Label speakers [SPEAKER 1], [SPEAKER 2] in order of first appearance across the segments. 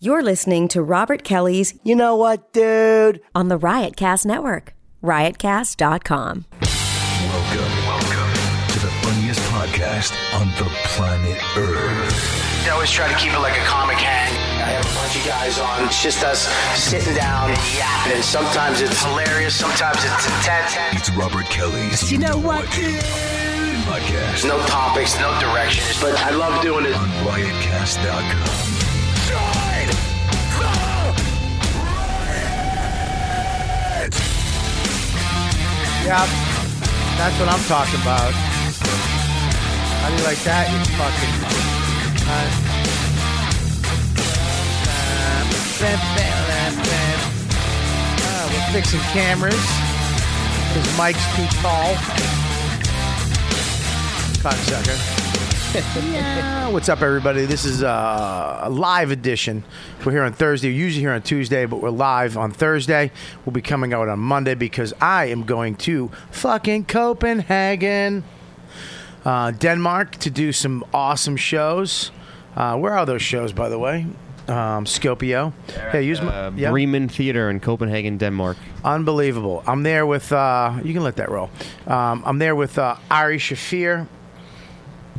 [SPEAKER 1] You're listening to Robert Kelly's
[SPEAKER 2] You know what, dude?
[SPEAKER 1] on the Riotcast Network, riotcast.com.
[SPEAKER 3] Welcome, welcome to the funniest podcast on the planet Earth.
[SPEAKER 4] I always try to keep it like a comic hang. I have a bunch of guys on. It's just us sitting down and yapping. And sometimes it's hilarious, sometimes it's intense.
[SPEAKER 3] It's Robert Kelly's You Know What Dude podcast
[SPEAKER 4] No topics, no directions, but I love doing it.
[SPEAKER 3] on riotcast.com.
[SPEAKER 2] Yep. That's what I'm talking about. How do you like that, you fucking... Uh, we're fixing cameras. His mic's too tall. Cocksucker. yeah. What's up, everybody? This is uh, a live edition. We're here on Thursday. We're usually here on Tuesday, but we're live on Thursday. We'll be coming out on Monday because I am going to fucking Copenhagen, uh, Denmark, to do some awesome shows. Uh, where are those shows, by the way? Um, Skopio. Hey, use my
[SPEAKER 5] uh,
[SPEAKER 2] yeah.
[SPEAKER 5] Bremen Theater in Copenhagen, Denmark.
[SPEAKER 2] Unbelievable. I'm there with, uh, you can let that roll. Um, I'm there with uh, Ari Shafir.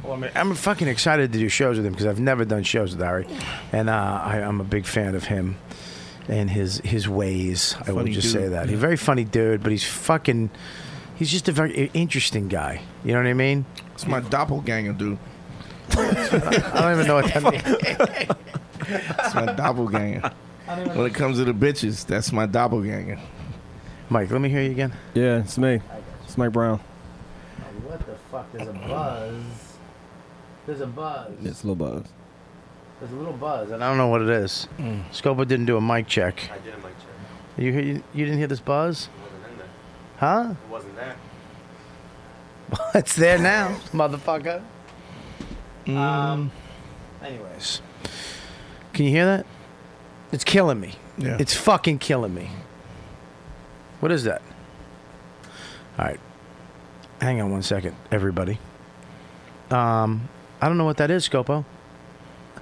[SPEAKER 2] Well, I'm, I'm fucking excited to do shows with him because I've never done shows with Ari. And uh, I, I'm a big fan of him and his, his ways. I will just say that. He's a very funny dude, but he's fucking, he's just a very interesting guy. You know what I mean?
[SPEAKER 6] It's my doppelganger, dude.
[SPEAKER 2] I don't even know what that means.
[SPEAKER 6] It's my doppelganger. When it comes to the bitches, that's my doppelganger.
[SPEAKER 2] Mike, let me hear you again.
[SPEAKER 7] Yeah, it's me. It's Mike Brown.
[SPEAKER 2] What the fuck? There's a buzz. There's a buzz.
[SPEAKER 7] It's Lil Buzz.
[SPEAKER 2] There's a little buzz, and I don't know what it is. Scopa didn't do a mic check. I did a mic check. You hear- you, you didn't hear this buzz? It wasn't in there. Huh? It wasn't there. it's there now, motherfucker. Um. Anyways, can you hear that? It's killing me.
[SPEAKER 6] Yeah.
[SPEAKER 2] It's fucking killing me. What is that? All right. Hang on one second, everybody. Um, I don't know what that is, Scopo.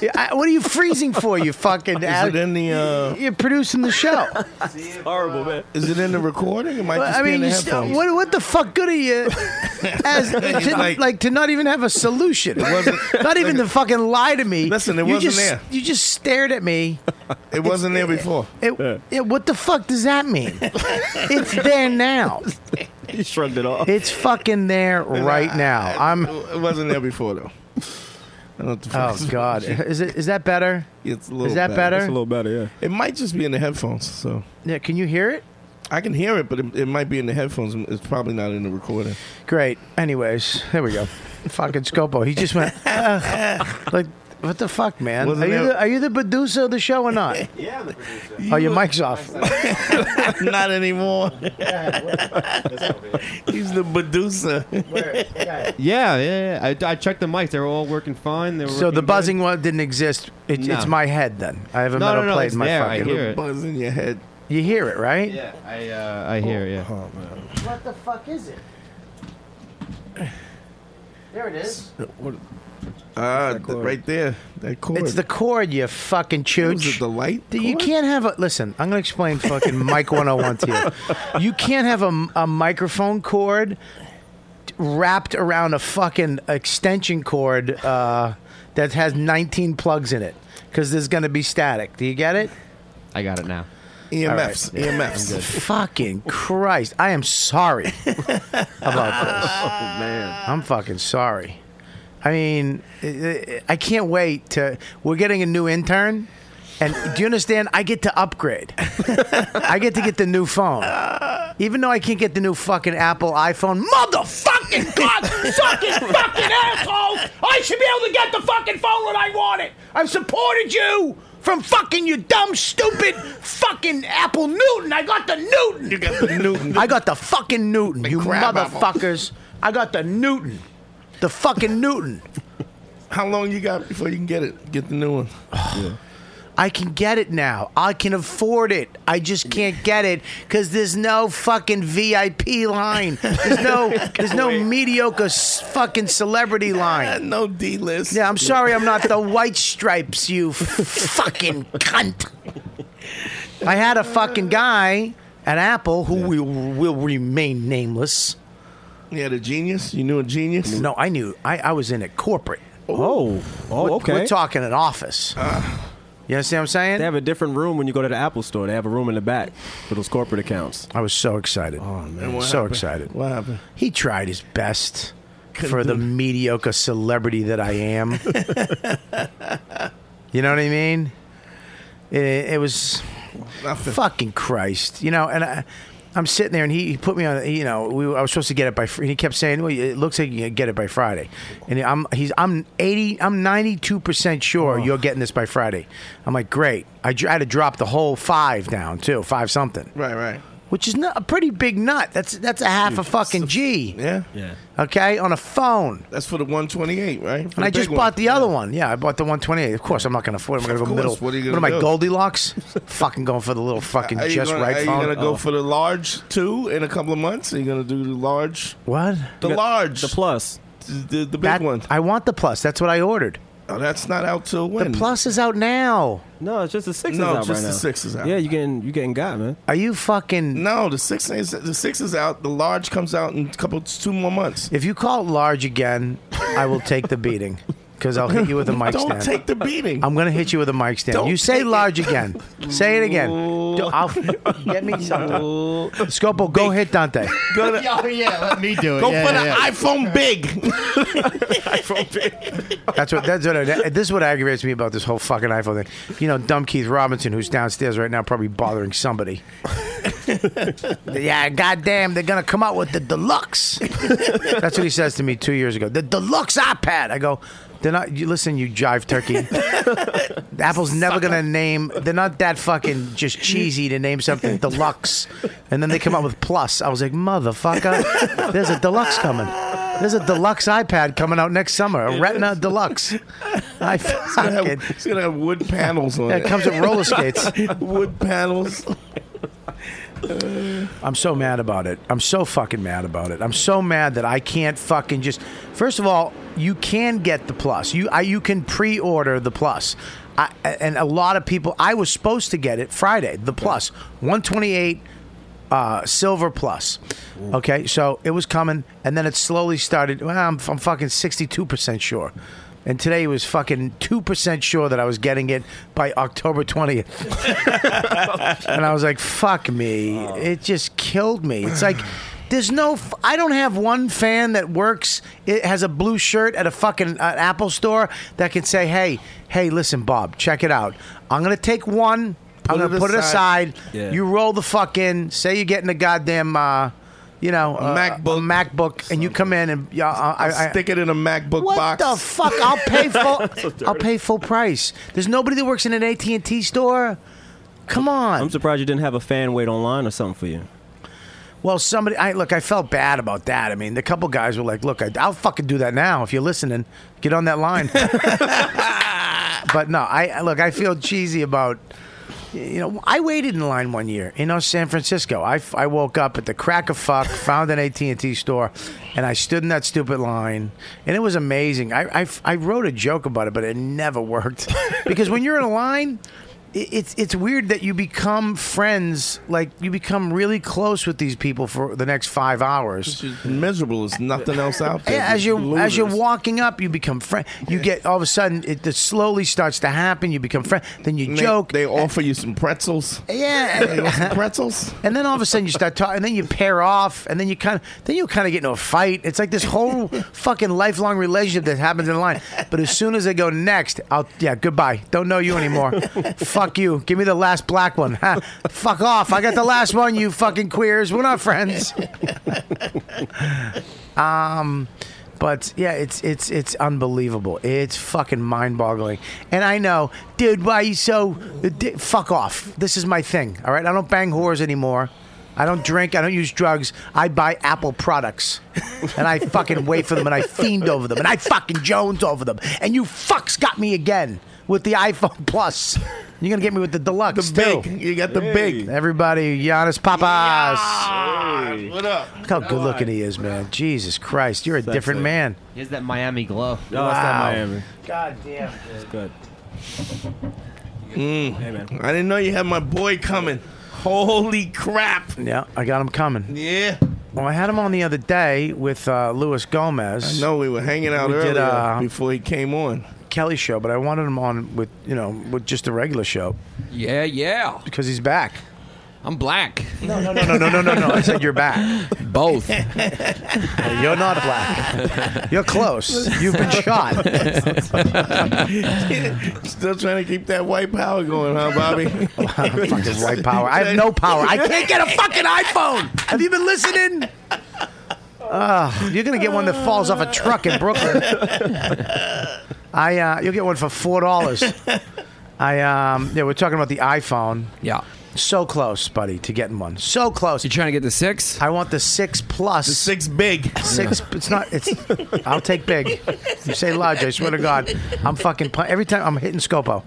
[SPEAKER 2] Yeah, I- what are you freezing for, you fucking
[SPEAKER 6] Is it
[SPEAKER 2] ass?
[SPEAKER 6] in the uh,
[SPEAKER 2] You're producing the show.
[SPEAKER 7] Horrible, man.
[SPEAKER 6] is it in the recording? It might just
[SPEAKER 2] I
[SPEAKER 6] be in
[SPEAKER 2] mean,
[SPEAKER 6] the
[SPEAKER 2] you still,
[SPEAKER 6] headphones.
[SPEAKER 2] what, what the fuck good are you as to, like,
[SPEAKER 6] like-
[SPEAKER 2] to not even have a solution?
[SPEAKER 6] wasn't-
[SPEAKER 2] not even to fucking lie to me.
[SPEAKER 6] Listen, it
[SPEAKER 2] you
[SPEAKER 6] wasn't
[SPEAKER 2] just,
[SPEAKER 6] there.
[SPEAKER 2] You just stared at me.
[SPEAKER 6] it wasn't there before.
[SPEAKER 2] It, it- what the fuck does that mean? it's there now.
[SPEAKER 7] He shrugged it off.
[SPEAKER 2] It's fucking there
[SPEAKER 6] uh,
[SPEAKER 2] right now. I'm.
[SPEAKER 6] It wasn't there before though. I don't know what the fuck
[SPEAKER 2] Oh
[SPEAKER 6] is-
[SPEAKER 2] God, is it is that better?
[SPEAKER 6] It's a little
[SPEAKER 2] Is that
[SPEAKER 6] bad.
[SPEAKER 2] better?
[SPEAKER 7] It's a little better,
[SPEAKER 6] It might just be in the headphones. So
[SPEAKER 2] Yeah, can you hear it?
[SPEAKER 6] I can hear it, but it, it might be in the headphones. It's probably not in the recording.
[SPEAKER 2] Great. Anyways, there we go. Fucking Scopo. He just went "Ugh." like, what the fuck, man? Are
[SPEAKER 6] Wasn't
[SPEAKER 2] you
[SPEAKER 6] it-
[SPEAKER 2] the, are you the producer of the show or not? Oh, your mic's off.
[SPEAKER 6] not anymore. He's the producer.
[SPEAKER 5] Yeah, yeah, yeah. I, I checked the mic. They were all working fine. They were
[SPEAKER 2] So
[SPEAKER 5] working
[SPEAKER 2] the
[SPEAKER 5] good.
[SPEAKER 2] buzzing one didn't exist. It, It's
[SPEAKER 5] No.
[SPEAKER 2] my head then. I have a
[SPEAKER 5] No,
[SPEAKER 2] metal
[SPEAKER 5] no, no,
[SPEAKER 2] plate
[SPEAKER 5] it's
[SPEAKER 2] in my
[SPEAKER 5] there. I
[SPEAKER 2] fucking.
[SPEAKER 5] hear it.
[SPEAKER 6] Buzz in your head.
[SPEAKER 2] You hear it, right?
[SPEAKER 5] Yeah, I, uh, I hear it, yeah.
[SPEAKER 2] What the fuck is it? There it is.
[SPEAKER 6] Ah, th- right there. That cord.
[SPEAKER 2] It's the cord, you fucking
[SPEAKER 6] Was
[SPEAKER 2] chooch.
[SPEAKER 6] it the light?
[SPEAKER 2] Dude, You
[SPEAKER 6] cord?
[SPEAKER 2] can't have a listen. I'm gonna explain fucking Mike 101 to you. You can't have a, a microphone cord wrapped around a fucking extension cord uh, that has 19 plugs in it because there's gonna be static. Do you get it?
[SPEAKER 5] I got it now.
[SPEAKER 6] E EMFs. EMFs.
[SPEAKER 2] Fucking Christ! I am sorry about this. I'm fucking sorry. I mean, I I can't wait to. We're getting a new intern, and do you understand? I get to upgrade. I get to get the new phone, even though I can't get the new fucking Apple iPhone. Motherfucking god, fucking fucking asshole! I should be able to get the fucking phone when I want it. I've supported you. From fucking you dumb, stupid, fucking Apple Newton. I got the Newton. You got the Newton. I got the fucking Newton, you
[SPEAKER 6] crab apple.
[SPEAKER 2] motherfuckers. I got the Newton. The fucking Newton.
[SPEAKER 6] How long you got before you can get it? Get the new one.
[SPEAKER 2] I can get it now. I can afford it. I just can't get it because there's no fucking VIP line. There's no there's no mediocre s- fucking celebrity line.
[SPEAKER 6] no D list.
[SPEAKER 2] Yeah, I'm sorry, I'm not the white stripes, you f- fucking cunt. I had a fucking guy at Apple who will will remain nameless.
[SPEAKER 6] You had a genius. You knew a genius.
[SPEAKER 2] No, I knew. I, I was in it corporate.
[SPEAKER 7] Oh, oh, okay. Uh.
[SPEAKER 2] We're talking an office. You understand what I'm saying?
[SPEAKER 7] They have a different room when you go to the Apple store. They have a room in the back for those corporate accounts. Oh,
[SPEAKER 2] I was so excited.
[SPEAKER 6] And what
[SPEAKER 2] so
[SPEAKER 6] happened?
[SPEAKER 2] excited.
[SPEAKER 6] What happened?
[SPEAKER 2] He tried his best
[SPEAKER 6] Couldn't
[SPEAKER 2] for
[SPEAKER 6] do
[SPEAKER 2] the
[SPEAKER 6] it.
[SPEAKER 2] mediocre celebrity that I am. you know what I mean? It, it was
[SPEAKER 6] Nothing.
[SPEAKER 2] fucking Christ. You know, and I. I'm sitting there, and he, he put me on. You know, we, I was supposed to get it by. Fr- And he kept saying, "Well, it looks like you can get it by Friday." And I'm he's I'm eighty, I'm ninety two percent sure you're getting this by Friday. I'm like, great. I, dr- I had to drop the whole five down too, five something
[SPEAKER 6] Right, right.
[SPEAKER 2] which is not a pretty big nut. That's that's a half a fucking G.
[SPEAKER 6] Yeah.
[SPEAKER 7] Yeah.
[SPEAKER 2] Okay, on a phone.
[SPEAKER 6] That's for the 128, right? For
[SPEAKER 2] And
[SPEAKER 6] the
[SPEAKER 2] I just
[SPEAKER 6] big
[SPEAKER 2] bought
[SPEAKER 6] one.
[SPEAKER 2] the other one. Yeah, I bought the 128. Of course, I'm not going to afford it. I'm going to
[SPEAKER 6] Of
[SPEAKER 2] go
[SPEAKER 6] course,
[SPEAKER 2] middle.
[SPEAKER 6] what are you
[SPEAKER 2] what
[SPEAKER 6] gonna
[SPEAKER 2] am I,
[SPEAKER 6] do?
[SPEAKER 2] Goldilocks? fucking going for the little fucking
[SPEAKER 6] Are you
[SPEAKER 2] just
[SPEAKER 6] gonna,
[SPEAKER 2] right
[SPEAKER 6] are you
[SPEAKER 2] phone. Oh.
[SPEAKER 6] gonna go for the large two in a couple of months? Are you gonna do the large,
[SPEAKER 2] what?
[SPEAKER 6] the large,
[SPEAKER 7] The plus.
[SPEAKER 6] the, the big
[SPEAKER 2] That-
[SPEAKER 6] one?
[SPEAKER 2] I want the plus. That's what I ordered.
[SPEAKER 6] Oh, that's not out till
[SPEAKER 2] The
[SPEAKER 6] when?
[SPEAKER 2] plus is out now.
[SPEAKER 7] No, it's just the six
[SPEAKER 6] No,
[SPEAKER 7] is out
[SPEAKER 6] just
[SPEAKER 7] right
[SPEAKER 6] the
[SPEAKER 7] now.
[SPEAKER 6] six is out.
[SPEAKER 7] Yeah, you getting you getting got, man.
[SPEAKER 2] Are you fucking?
[SPEAKER 6] No, the six is the six is out. The large comes out in a couple two more months.
[SPEAKER 2] If you call it large again, I will take the beating because I'll hit you with a mic
[SPEAKER 6] Don't
[SPEAKER 2] stand.
[SPEAKER 6] take the beating.
[SPEAKER 2] I'm gonna hit you with a mic stand.
[SPEAKER 6] Don't
[SPEAKER 2] you say
[SPEAKER 6] take it.
[SPEAKER 2] large again. Say it again. Do- I'll, get me something. Scopo, go hit Dante.
[SPEAKER 6] gonna
[SPEAKER 8] Oh yeah, let me do it.
[SPEAKER 6] go
[SPEAKER 8] yeah,
[SPEAKER 6] for the
[SPEAKER 8] yeah.
[SPEAKER 6] iPhone big.
[SPEAKER 2] That's what. That's what. I, that- this is what aggravates me about this whole fucking iPhone thing. You know, dumb Keith Robinson, who's downstairs right now, probably bothering somebody. yeah, goddamn, they're gonna come out with the deluxe. That's what he says to me two years ago. The deluxe iPad. I go. They're not. You listen, you jive turkey. Apple's never gonna name. They're not that fucking just cheesy to name something deluxe, and then they come out with plus. I was like, motherfucker, there's a deluxe coming. There's a deluxe iPad coming out next summer. A Retina deluxe. I
[SPEAKER 6] It's gonna
[SPEAKER 2] fucking.
[SPEAKER 6] have- it's gonna have wood panels on
[SPEAKER 2] It comes with roller skates.
[SPEAKER 6] wood panels.
[SPEAKER 2] I'm so mad about it. I'm so fucking mad about it. I'm so mad that I can't fucking just. First of all, you can get the plus. You I, you can pre-order the plus. I, and a lot of people. I was supposed to get it Friday. The plus 128 uh, silver plus. Okay, so it was coming, and then it slowly started. Well, I'm, I'm fucking 62 percent sure. And today was fucking two percent sure that I was getting it by October twentieth and I was like, "Fuck me!"
[SPEAKER 6] Oh.
[SPEAKER 2] It just killed me. It's like there's no. F- I don't have one fan that works. It has a blue shirt at a fucking uh, Apple store that can say, "Hey, hey, listen, Bob, check it out. I'm gonna take one. I'm
[SPEAKER 6] Put
[SPEAKER 2] gonna
[SPEAKER 6] it
[SPEAKER 2] put
[SPEAKER 6] aside."
[SPEAKER 2] it aside.
[SPEAKER 7] Yeah.
[SPEAKER 2] You roll the fuck in. Say you're getting a goddamn." Uh, you know, uh,
[SPEAKER 6] MacBook.
[SPEAKER 2] MacBook, and you come in and yeah, I, I, I
[SPEAKER 6] Stick it in a MacBook
[SPEAKER 2] what
[SPEAKER 6] box.
[SPEAKER 2] the fuck? I'll pay full. I'll pay full price. There's nobody that works in an AT and T store. Come on.
[SPEAKER 7] I'm surprised you didn't have a fan wait online or something for you.
[SPEAKER 2] Well, somebody, I look, I felt bad about that. I mean, the couple guys were like, "Look, I, I'll fucking do that now. If you're listening, get on that line." but no, I I- look, I feel cheesy about. You know, I waited in line one year in uh, San Francisco. I, f- I woke up at the crack of fuck, found an AT and T store, and I stood in that stupid line, and it was amazing. I, I f- I wrote a joke about it, but it never worked because when you're in a line, i- it's it's weird that you become friends, like you become really close with these people for the next five hours.
[SPEAKER 6] She's miserable. There's nothing else out there.
[SPEAKER 2] Yeah, as
[SPEAKER 6] Just
[SPEAKER 2] you're as you're
[SPEAKER 6] losers.
[SPEAKER 2] walking up, you become friend. You get all of a sudden it, it slowly starts to happen. You become friend. Then you
[SPEAKER 6] And they-
[SPEAKER 2] joke.
[SPEAKER 6] They offer you some pretzels.
[SPEAKER 2] yeah,
[SPEAKER 6] You want some pretzels?
[SPEAKER 2] and then all of a sudden you start talking, and then you pair off, and then you kind of then you kind of get into a fight. It's like this whole fucking lifelong relationship that happens in line. But as soon as they go next, I'll yeah, goodbye. Don't know you anymore. Fuck you. Give me the last black one. Ha, Fuck off. I got the last one. You fucking queers. We're not friends. um. But yeah, it's it's it's unbelievable. It's fucking mind-boggling. And I know, dude, why you so uh, di- fuck off? This is my thing. All right, I don't bang whores anymore. I don't drink. I don't use drugs. I buy Apple products, and I fucking wait for them, and I fiend over them, and I fucking Jones over them, and you fucks got me again. with the iPhone Plus. You're gonna get me with the deluxe too.
[SPEAKER 6] Big. You got the big.
[SPEAKER 2] Everybody, Giannis Papas.
[SPEAKER 6] What up?
[SPEAKER 2] Look how good looking he is, man. Jesus Christ, you're a different
[SPEAKER 7] Sexy.
[SPEAKER 2] man.
[SPEAKER 5] He has that Miami
[SPEAKER 7] No,
[SPEAKER 5] glow.
[SPEAKER 7] it's
[SPEAKER 2] Wow.
[SPEAKER 7] not Miami.
[SPEAKER 2] God damn.
[SPEAKER 7] It's good. Hey, man.
[SPEAKER 6] I didn't know you had my boy coming. Holy crap.
[SPEAKER 2] Yeah, I got him coming.
[SPEAKER 6] Yeah.
[SPEAKER 2] Well, I had him on the other day with uh, Luis
[SPEAKER 6] I
[SPEAKER 2] Gomez,
[SPEAKER 6] know we were hanging out
[SPEAKER 2] We
[SPEAKER 6] earlier
[SPEAKER 2] did, uh,
[SPEAKER 6] before he came on.
[SPEAKER 2] Kelly show, but I wanted him on with you know with just a regular show
[SPEAKER 8] Yeah, yeah.
[SPEAKER 2] because he's back.
[SPEAKER 8] I'm black.
[SPEAKER 2] No, no, no, no, no, no, no. I said you're back.
[SPEAKER 8] Both.
[SPEAKER 2] You're not black. You're close. You've been shot.
[SPEAKER 6] Still trying to keep that white power going, huh, Bobby?
[SPEAKER 2] fucking white power. I have no power. I can't get a fucking iPhone. Have you been listening? Oh, you're gonna get one that falls off a truck in Brooklyn. I uh, you'll get one for four dollars. I um yeah, we're talking about the iPhone.
[SPEAKER 8] yeah.
[SPEAKER 2] So close, buddy, to getting one. So close.
[SPEAKER 8] You trying to get the six?
[SPEAKER 2] I want the six plus.
[SPEAKER 6] The six big.
[SPEAKER 2] Six. It's not. It's. I'll take big. You say large. I swear to God, I'm fucking. pun- Every time I'm hitting Scopo.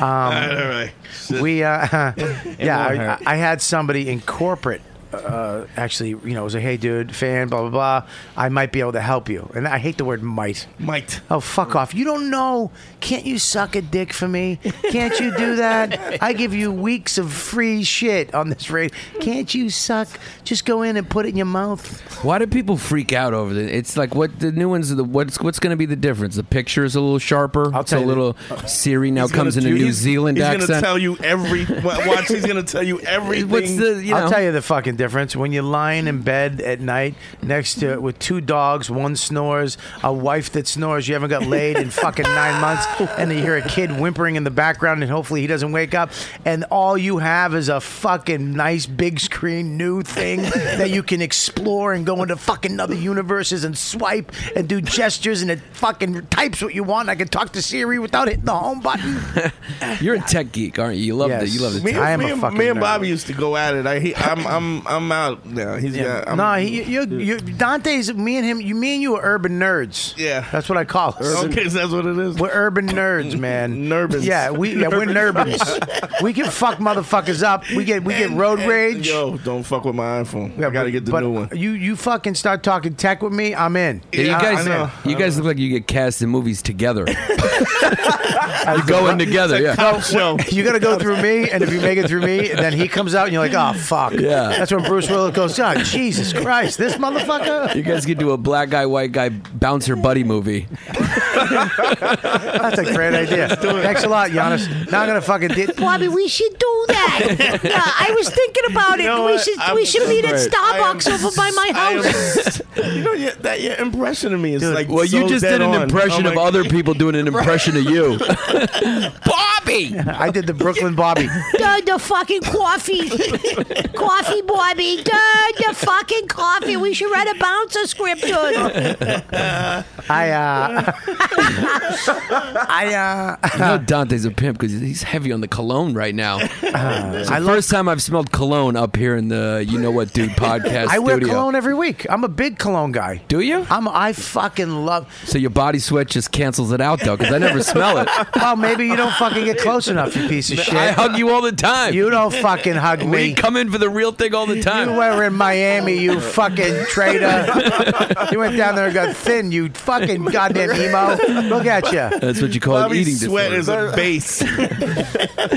[SPEAKER 6] all right, all right.
[SPEAKER 2] We, uh, yeah, I, I had somebody in corporate. Uh, actually, you know, it was a hey, dude, fan, blah blah blah. I might be able to help you, and I hate the word might.
[SPEAKER 6] Mike.
[SPEAKER 2] Oh fuck off! You don't know. Can't you suck a dick for me? Can't you do that? I give you weeks of free shit on this rate. Can't you suck? Just go in and put it in your mouth.
[SPEAKER 8] Why do people freak out over the? It's like what the new ones. are The what's what's going to be the difference? The picture is a little sharper.
[SPEAKER 2] I'll
[SPEAKER 8] it's
[SPEAKER 2] tell
[SPEAKER 8] a
[SPEAKER 2] you
[SPEAKER 8] little Siri now
[SPEAKER 6] He's gonna
[SPEAKER 8] comes in a
[SPEAKER 6] do-
[SPEAKER 8] New
[SPEAKER 6] he's-
[SPEAKER 8] Zealand
[SPEAKER 6] he's gonna
[SPEAKER 8] accent.
[SPEAKER 6] tell you every. wa- Watch, he's gonna tell you everything.
[SPEAKER 8] what's the? You know,
[SPEAKER 2] I'll tell you the fucking difference. When you're lying in bed at night next to with two dogs, one snores, a wife that snores, you haven't got laid in fucking nine months, and then you hear a kid whimpering in the background, and hopefully he doesn't wake up, and all you have is a fucking nice big screen new thing that you can explore and go into fucking other universes and swipe and do gestures and it fucking types what you want. I can talk to Siri without hitting the home button.
[SPEAKER 8] you're a tech geek, aren't you? You love
[SPEAKER 2] Yes.
[SPEAKER 8] the you love the
[SPEAKER 6] Me,
[SPEAKER 8] tech.
[SPEAKER 6] and-
[SPEAKER 2] I am
[SPEAKER 6] me
[SPEAKER 2] a
[SPEAKER 6] and-
[SPEAKER 2] fucking
[SPEAKER 6] me and
[SPEAKER 2] nerd.
[SPEAKER 6] Bobby used to go at it. I, he, I'm, I'm, I'm out now. He's yeah. I'm,
[SPEAKER 2] no, he, you, you, Dante's me and him. You, me and you are urban nerds.
[SPEAKER 6] Yeah.
[SPEAKER 2] that's what I call us.
[SPEAKER 6] Okay, so that's what it is.
[SPEAKER 2] We're urban nerds, man.
[SPEAKER 6] Nurbans.
[SPEAKER 2] Yeah, we yeah, we're nurbans. we can fuck motherfuckers up. We get we get road
[SPEAKER 6] And-
[SPEAKER 2] rage.
[SPEAKER 6] Yo, don't fuck with my iPhone.
[SPEAKER 2] Yeah,
[SPEAKER 6] I gotta
[SPEAKER 2] but-
[SPEAKER 6] get the
[SPEAKER 2] but
[SPEAKER 6] new one.
[SPEAKER 2] You you fucking start talking tech with me, I'm in.
[SPEAKER 8] Yeah, you
[SPEAKER 6] Yeah, I
[SPEAKER 8] guys,
[SPEAKER 6] know.
[SPEAKER 8] you guys look like you get cast in movies together. you go in together, yeah.
[SPEAKER 6] So
[SPEAKER 2] You got to go through me, and if you make it through me, then he comes out, and you're like, oh fuck.
[SPEAKER 8] Yeah.
[SPEAKER 2] That's when Bruce Willis goes, oh Jesus Christ, this motherfucker.
[SPEAKER 8] You guys could do a black guy, white guy bouncer buddy movie.
[SPEAKER 2] That's a great idea. Thanks a lot, Giannis. Now I'm gonna fucking. di-
[SPEAKER 9] Bobby, we should do that. Yeah, I was thinking about
[SPEAKER 6] know
[SPEAKER 9] it. We
[SPEAKER 6] what?
[SPEAKER 9] should
[SPEAKER 6] I'm
[SPEAKER 9] we should meet at
[SPEAKER 6] great.
[SPEAKER 9] Starbucks
[SPEAKER 6] I am-
[SPEAKER 9] over by my
[SPEAKER 6] I am-
[SPEAKER 9] house.
[SPEAKER 6] you know your, that your impression of me is like.
[SPEAKER 8] Well, you
[SPEAKER 6] so
[SPEAKER 8] just
[SPEAKER 6] dead
[SPEAKER 8] did an
[SPEAKER 6] on.
[SPEAKER 8] impression
[SPEAKER 6] Oh
[SPEAKER 8] of
[SPEAKER 6] my-
[SPEAKER 8] other people doing an impression of you. Bobby!
[SPEAKER 2] I did the Brooklyn Bobby.
[SPEAKER 9] Turn the fucking coffee, coffee, Bobby. Turn the fucking coffee. We should write a bouncer script. Dude.
[SPEAKER 2] I uh, I uh,
[SPEAKER 8] You know Dante's a pimp because he's heavy on the cologne right
[SPEAKER 2] Uh,
[SPEAKER 8] now. It's the first time I've smelled cologne up here in the You Know What Dude podcast
[SPEAKER 2] I
[SPEAKER 8] studio.
[SPEAKER 2] wear cologne every week. I'm a big cologne guy.
[SPEAKER 8] Do you?
[SPEAKER 2] I'm. I fucking love.
[SPEAKER 8] So your body sweat just cancels it out, though, because I never smell it.
[SPEAKER 2] Well, oh, maybe you don't fucking get close enough, you piece of
[SPEAKER 8] I
[SPEAKER 2] shit.
[SPEAKER 8] hug you all the time.
[SPEAKER 2] You don't fucking hug
[SPEAKER 8] we
[SPEAKER 2] me.
[SPEAKER 8] come in for the real thing all the
[SPEAKER 2] You
[SPEAKER 8] time.
[SPEAKER 2] were in Miami, you fucking traitor. You went down there and got thin, you fucking goddamn emo. Look at you.
[SPEAKER 8] That's what you call an eating
[SPEAKER 6] Bobby's sweat
[SPEAKER 8] disorder.
[SPEAKER 6] is a base.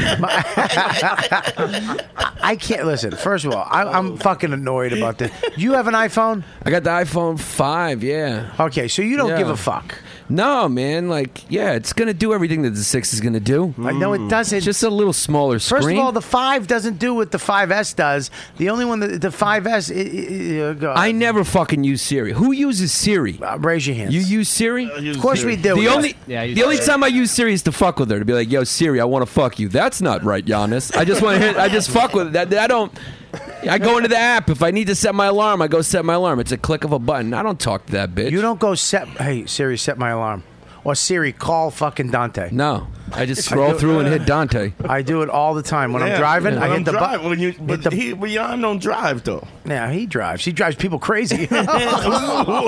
[SPEAKER 2] I can't listen. First of all, I, I'm fucking annoyed about this. You have an iPhone?
[SPEAKER 8] I got the iPhone 5, yeah.
[SPEAKER 2] Okay, so you don't
[SPEAKER 8] Yeah.
[SPEAKER 2] give a fuck.
[SPEAKER 8] No, man, like, yeah, it's going to do everything that the 6 is going to do.
[SPEAKER 2] I know it doesn't.
[SPEAKER 8] It's just a little smaller screen.
[SPEAKER 2] First of all, the five doesn't do what the 5S does. The only one that the 5S. I, I, go-
[SPEAKER 8] I never fucking use Siri. Who uses Siri?
[SPEAKER 2] Uh, raise your hands.
[SPEAKER 8] You use Siri?
[SPEAKER 2] of course we do.
[SPEAKER 8] The only
[SPEAKER 5] Yeah, you
[SPEAKER 8] the only time I use Siri is to fuck with her to be like, "Yo, Siri, I want to fuck you." That's not right, Giannis. I just want to. I just fuck with that. I don't. I go into the app if I need to set my alarm. I go set my alarm. It's a click of a button. I don't talk to that bitch.
[SPEAKER 2] You don't go set. Hey Siri, set my alarm. Or Siri, call fucking Dante.
[SPEAKER 8] No. I just scroll
[SPEAKER 2] do-
[SPEAKER 8] through and hit Dante.
[SPEAKER 2] I do it all the time when
[SPEAKER 6] Yeah,
[SPEAKER 2] I'm driving.
[SPEAKER 6] when
[SPEAKER 2] I hit
[SPEAKER 6] I'm
[SPEAKER 2] the
[SPEAKER 6] drive-
[SPEAKER 2] button.
[SPEAKER 6] when you,
[SPEAKER 2] hit
[SPEAKER 6] but
[SPEAKER 2] the-
[SPEAKER 6] he, but Jan don't drive though.
[SPEAKER 2] Now he drives. He drives people crazy. hey, Viosa.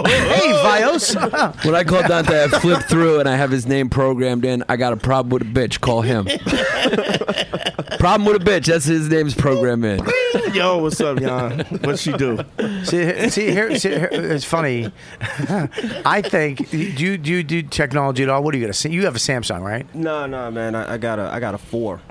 [SPEAKER 8] When I call Dante, I flip through and I have his name programmed in. I got a problem with a bitch. Call him. problem with a bitch. That's his name's programmed in.
[SPEAKER 6] Yo, what's up, Jan? What she do?
[SPEAKER 2] see, see, here, see, here, it's funny. I think. Do you do you do technology at all? What do you got? A, Sa- you have a Samsung, right?
[SPEAKER 7] No, no, man. I, I got a, I got a four.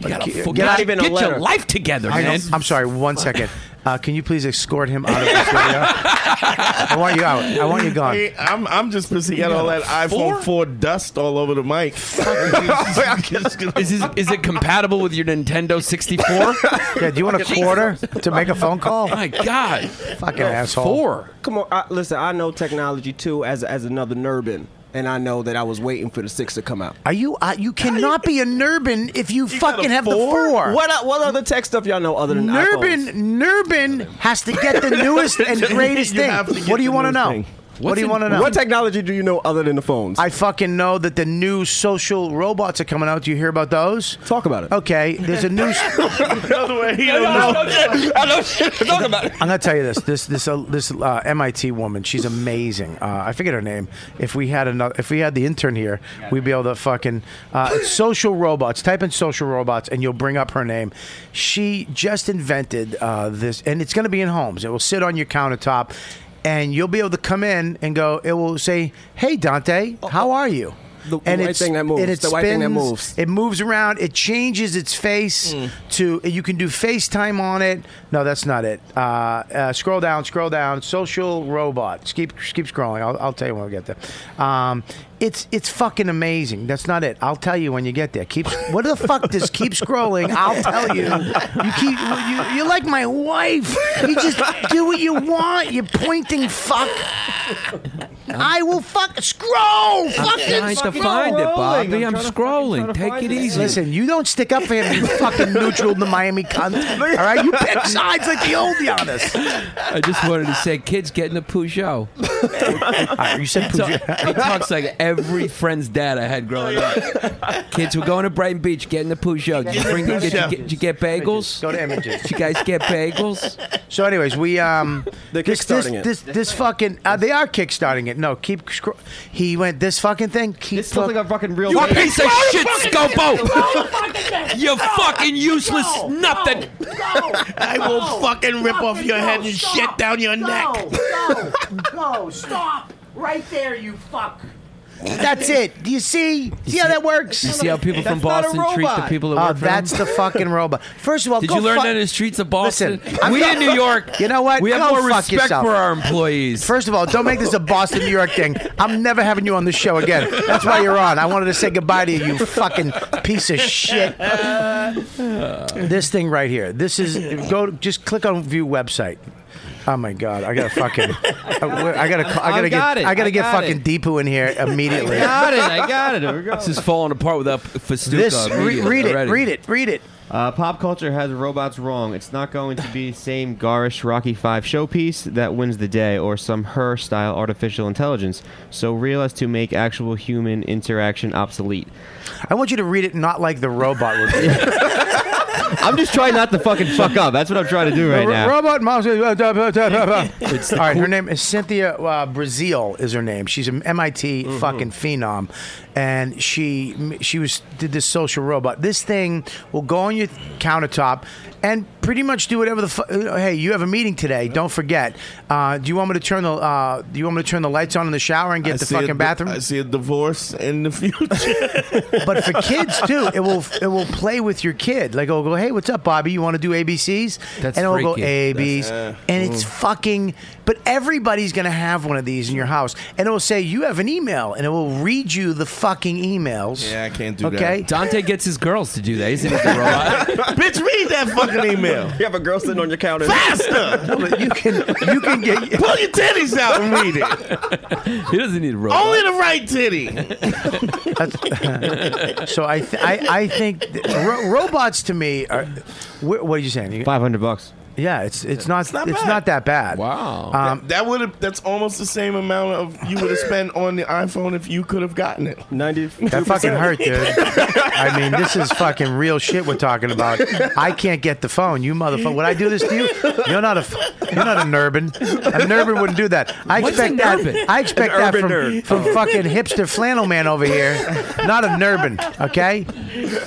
[SPEAKER 2] Get,
[SPEAKER 8] Fuck,
[SPEAKER 2] get
[SPEAKER 7] Not
[SPEAKER 2] out-
[SPEAKER 7] even a
[SPEAKER 8] Get your
[SPEAKER 7] letter.
[SPEAKER 8] life together,
[SPEAKER 2] I
[SPEAKER 8] man.
[SPEAKER 2] don't- I'm sorry. One second. Uh, can you please escort him out of the studio? I want you out. I want you gone.
[SPEAKER 6] Hey, I'm I'm just pissed he got all that
[SPEAKER 8] four?
[SPEAKER 6] iPhone 4 dust all over the mic. I'm just gonna-
[SPEAKER 8] Is, this, is it compatible with your Nintendo 64?
[SPEAKER 2] Yeah, do you want a quarter to make a phone call?
[SPEAKER 8] My God.
[SPEAKER 2] Fucking asshole.
[SPEAKER 8] Four.
[SPEAKER 7] Come on, I, listen. I know technology too, as as another nerdin, and I know that I was waiting for the six to come out.
[SPEAKER 2] Are you? Uh, you cannot be a Nurbin if you, fucking have the four.
[SPEAKER 7] What o- what other tech stuff y'all know other than
[SPEAKER 2] Nurbin,
[SPEAKER 7] iPhones?
[SPEAKER 2] Nurbin has to get the newest and greatest
[SPEAKER 6] You
[SPEAKER 2] thing.
[SPEAKER 6] have to get
[SPEAKER 2] What do you
[SPEAKER 6] the
[SPEAKER 2] want to
[SPEAKER 6] newest
[SPEAKER 2] know?
[SPEAKER 6] thing.
[SPEAKER 2] what
[SPEAKER 8] What's
[SPEAKER 2] do you
[SPEAKER 8] in-
[SPEAKER 2] want to know?
[SPEAKER 7] What technology do you know other than the phones?
[SPEAKER 2] I fucking know that the new social robots are coming out. Do you hear about those?
[SPEAKER 7] Talk about it.
[SPEAKER 2] Okay, there's a new.
[SPEAKER 6] Another way he don't know.
[SPEAKER 8] I know shit. Talk about it.
[SPEAKER 2] I'm gonna tell you this. This this uh, this uh, MIT woman. She's amazing. Uh, I forget her name. If we had another, if we had the intern here, we'd be able to fucking uh, it's social robots. Type in social robots, and you'll bring up her name. She just invented uh, this, and it's gonna be in homes. It will sit on your countertop, and you'll be able to come in and go. It will say, "Hey, Dante, how are you?"
[SPEAKER 7] The
[SPEAKER 2] and
[SPEAKER 7] white
[SPEAKER 2] it's-
[SPEAKER 7] thing that moves.
[SPEAKER 2] And it
[SPEAKER 7] The white thing that
[SPEAKER 2] spins,
[SPEAKER 7] moves. Mm.
[SPEAKER 2] It moves around. It changes its face to. You can do FaceTime on it. No, that's not it. Uh, uh, scroll down. Scroll down. Social robot. Keep keep scrolling. I'll, I'll tell you when we get there. Um, it's it's fucking amazing. That's not it. I'll tell you when you get there. Keep. What the fuck does keep scrolling? I'll tell you. You keep. You, you're like my wife. You just do what you want. You pointing fuck. I will fuck scroll. Fucking
[SPEAKER 8] Trying to find it, Bobby. I'm, scrolling. Take it easy.
[SPEAKER 2] Listen, you don't stick up for him, you fucking neutral the Miami cunt. All right, you pick sides like the old Giannis.
[SPEAKER 8] I just wanted to say, kids getting a Peugeot.
[SPEAKER 2] All right, you said
[SPEAKER 8] So,
[SPEAKER 2] Peugeot.
[SPEAKER 8] he talks like every friend's dad I had growing up. Kids were going to Brighton Beach, getting the Peugeot. Did you, bring, did you, get, did you get bagels?
[SPEAKER 2] Go to images.
[SPEAKER 8] Did you guys get bagels?
[SPEAKER 2] So, anyways, we um,
[SPEAKER 7] They're
[SPEAKER 2] this this,
[SPEAKER 7] kickstarting it.
[SPEAKER 2] this this fucking uh, they are kickstarting it. No, keep scro- he went this fucking thing. Keep
[SPEAKER 5] This looks
[SPEAKER 2] look-
[SPEAKER 5] like a fucking real.
[SPEAKER 8] You piece of shit, Scopo! You fucking useless nothing!
[SPEAKER 6] I will fucking rip off your head and shit down your neck.
[SPEAKER 9] Go, go, stop right there, you fuck.
[SPEAKER 2] that's it. Do you see? See how that works?
[SPEAKER 8] You see how people from Boston treat the people that
[SPEAKER 2] Oh,
[SPEAKER 8] work for
[SPEAKER 2] that's
[SPEAKER 8] them?
[SPEAKER 2] the fucking robot. First of all,
[SPEAKER 8] Did
[SPEAKER 2] go
[SPEAKER 8] you learn
[SPEAKER 2] fuck-
[SPEAKER 8] that in the streets of Boston?
[SPEAKER 2] Listen, I'm
[SPEAKER 8] we
[SPEAKER 2] go-
[SPEAKER 8] in New York,
[SPEAKER 2] You know what?
[SPEAKER 8] We have
[SPEAKER 2] Go
[SPEAKER 8] more
[SPEAKER 2] fuck
[SPEAKER 8] respect
[SPEAKER 2] yourself.
[SPEAKER 8] for our employees.
[SPEAKER 2] First of all, don't make this a Boston, New York thing. I'm never having you on this show again. That's why you're on. I wanted to say goodbye to you, you fucking piece of shit. This thing right here. This is go. Just click on view website. Oh my god! I gotta fucking. I gotta. I gotta
[SPEAKER 5] I
[SPEAKER 2] get.
[SPEAKER 5] got it.
[SPEAKER 2] I gotta
[SPEAKER 5] I
[SPEAKER 2] get
[SPEAKER 5] got
[SPEAKER 2] fucking
[SPEAKER 5] it.
[SPEAKER 2] Deepu in here immediately.
[SPEAKER 5] got it. I got it. Here we go.
[SPEAKER 8] this is falling apart without Festuca.
[SPEAKER 2] This. Re-
[SPEAKER 8] media
[SPEAKER 2] read it.
[SPEAKER 8] already.
[SPEAKER 2] Read it. Read it.
[SPEAKER 5] Uh, pop culture has robots wrong. It's not going to be the same garish Rocky Five showpiece that wins the day, or some her-style artificial intelligence, so real as to make actual human interaction obsolete.
[SPEAKER 2] I want you to read it, not like the robot would. Be.
[SPEAKER 5] I'm just trying not to fucking fuck up. That's what I'm trying to do right now.
[SPEAKER 2] Robot mouse. uh, All right, her name is Cynthia uh, Brazil. Is her name? She's an MIT
[SPEAKER 6] Mm-hmm.
[SPEAKER 2] fucking phenom, and she she was did this social robot. This thing will go on your countertop and pretty much do whatever the. Fu- uh, hey, you have a meeting today. Don't forget. Uh, do you want me to turn the uh, Do you want me to turn the lights on in the shower and get
[SPEAKER 6] I
[SPEAKER 2] the
[SPEAKER 6] see a
[SPEAKER 2] fucking
[SPEAKER 6] di-
[SPEAKER 2] bathroom?
[SPEAKER 6] I see a divorce in the future.
[SPEAKER 2] but for kids too, it will it will play with your kid. Like it'll go, hey, what's up, Bobby? You want to do ABCs?
[SPEAKER 8] That's
[SPEAKER 2] and it'll go
[SPEAKER 8] freaky. Mm.
[SPEAKER 2] ABs, and it's fucking. But everybody's gonna have one of these in your house, and it will say you have an email, and it will read you the fucking emails.
[SPEAKER 6] Yeah, I can't do that.
[SPEAKER 2] Okay.
[SPEAKER 8] Dante gets his girls to do that. He's into the robot.
[SPEAKER 6] Bitch, read that fucking email.
[SPEAKER 7] you have a girl sitting on your counter.
[SPEAKER 2] No, but you can you can get
[SPEAKER 6] Pull your titties out and read it.
[SPEAKER 8] He doesn't need a robot.
[SPEAKER 6] Only the right titty.
[SPEAKER 2] so I th- I, I think th- ro- robots to me are wh- what are you saying You-
[SPEAKER 5] Five hundred bucks.
[SPEAKER 2] Yeah, it's it's not it's
[SPEAKER 6] not
[SPEAKER 2] not,
[SPEAKER 6] bad.
[SPEAKER 2] that bad.
[SPEAKER 8] Wow.
[SPEAKER 2] Um,
[SPEAKER 6] That would have. That's almost the same amount of you would have spent on the iPhone if you could have gotten it.
[SPEAKER 7] Ninety.
[SPEAKER 2] that fucking hurt, dude. I mean, this is fucking real shit we're talking about. I can't get the phone, you motherfucker. Would I do this to you? You're not a f- you're not a nurbin. A nurbin wouldn't do that. I
[SPEAKER 8] What's
[SPEAKER 2] expect
[SPEAKER 8] a
[SPEAKER 2] that.
[SPEAKER 8] nurbin?
[SPEAKER 2] I expect
[SPEAKER 7] An
[SPEAKER 2] that
[SPEAKER 7] urban
[SPEAKER 2] from
[SPEAKER 7] nerd. Oh.
[SPEAKER 2] from fucking hipster flannel man over here. Not a nurbin, okay?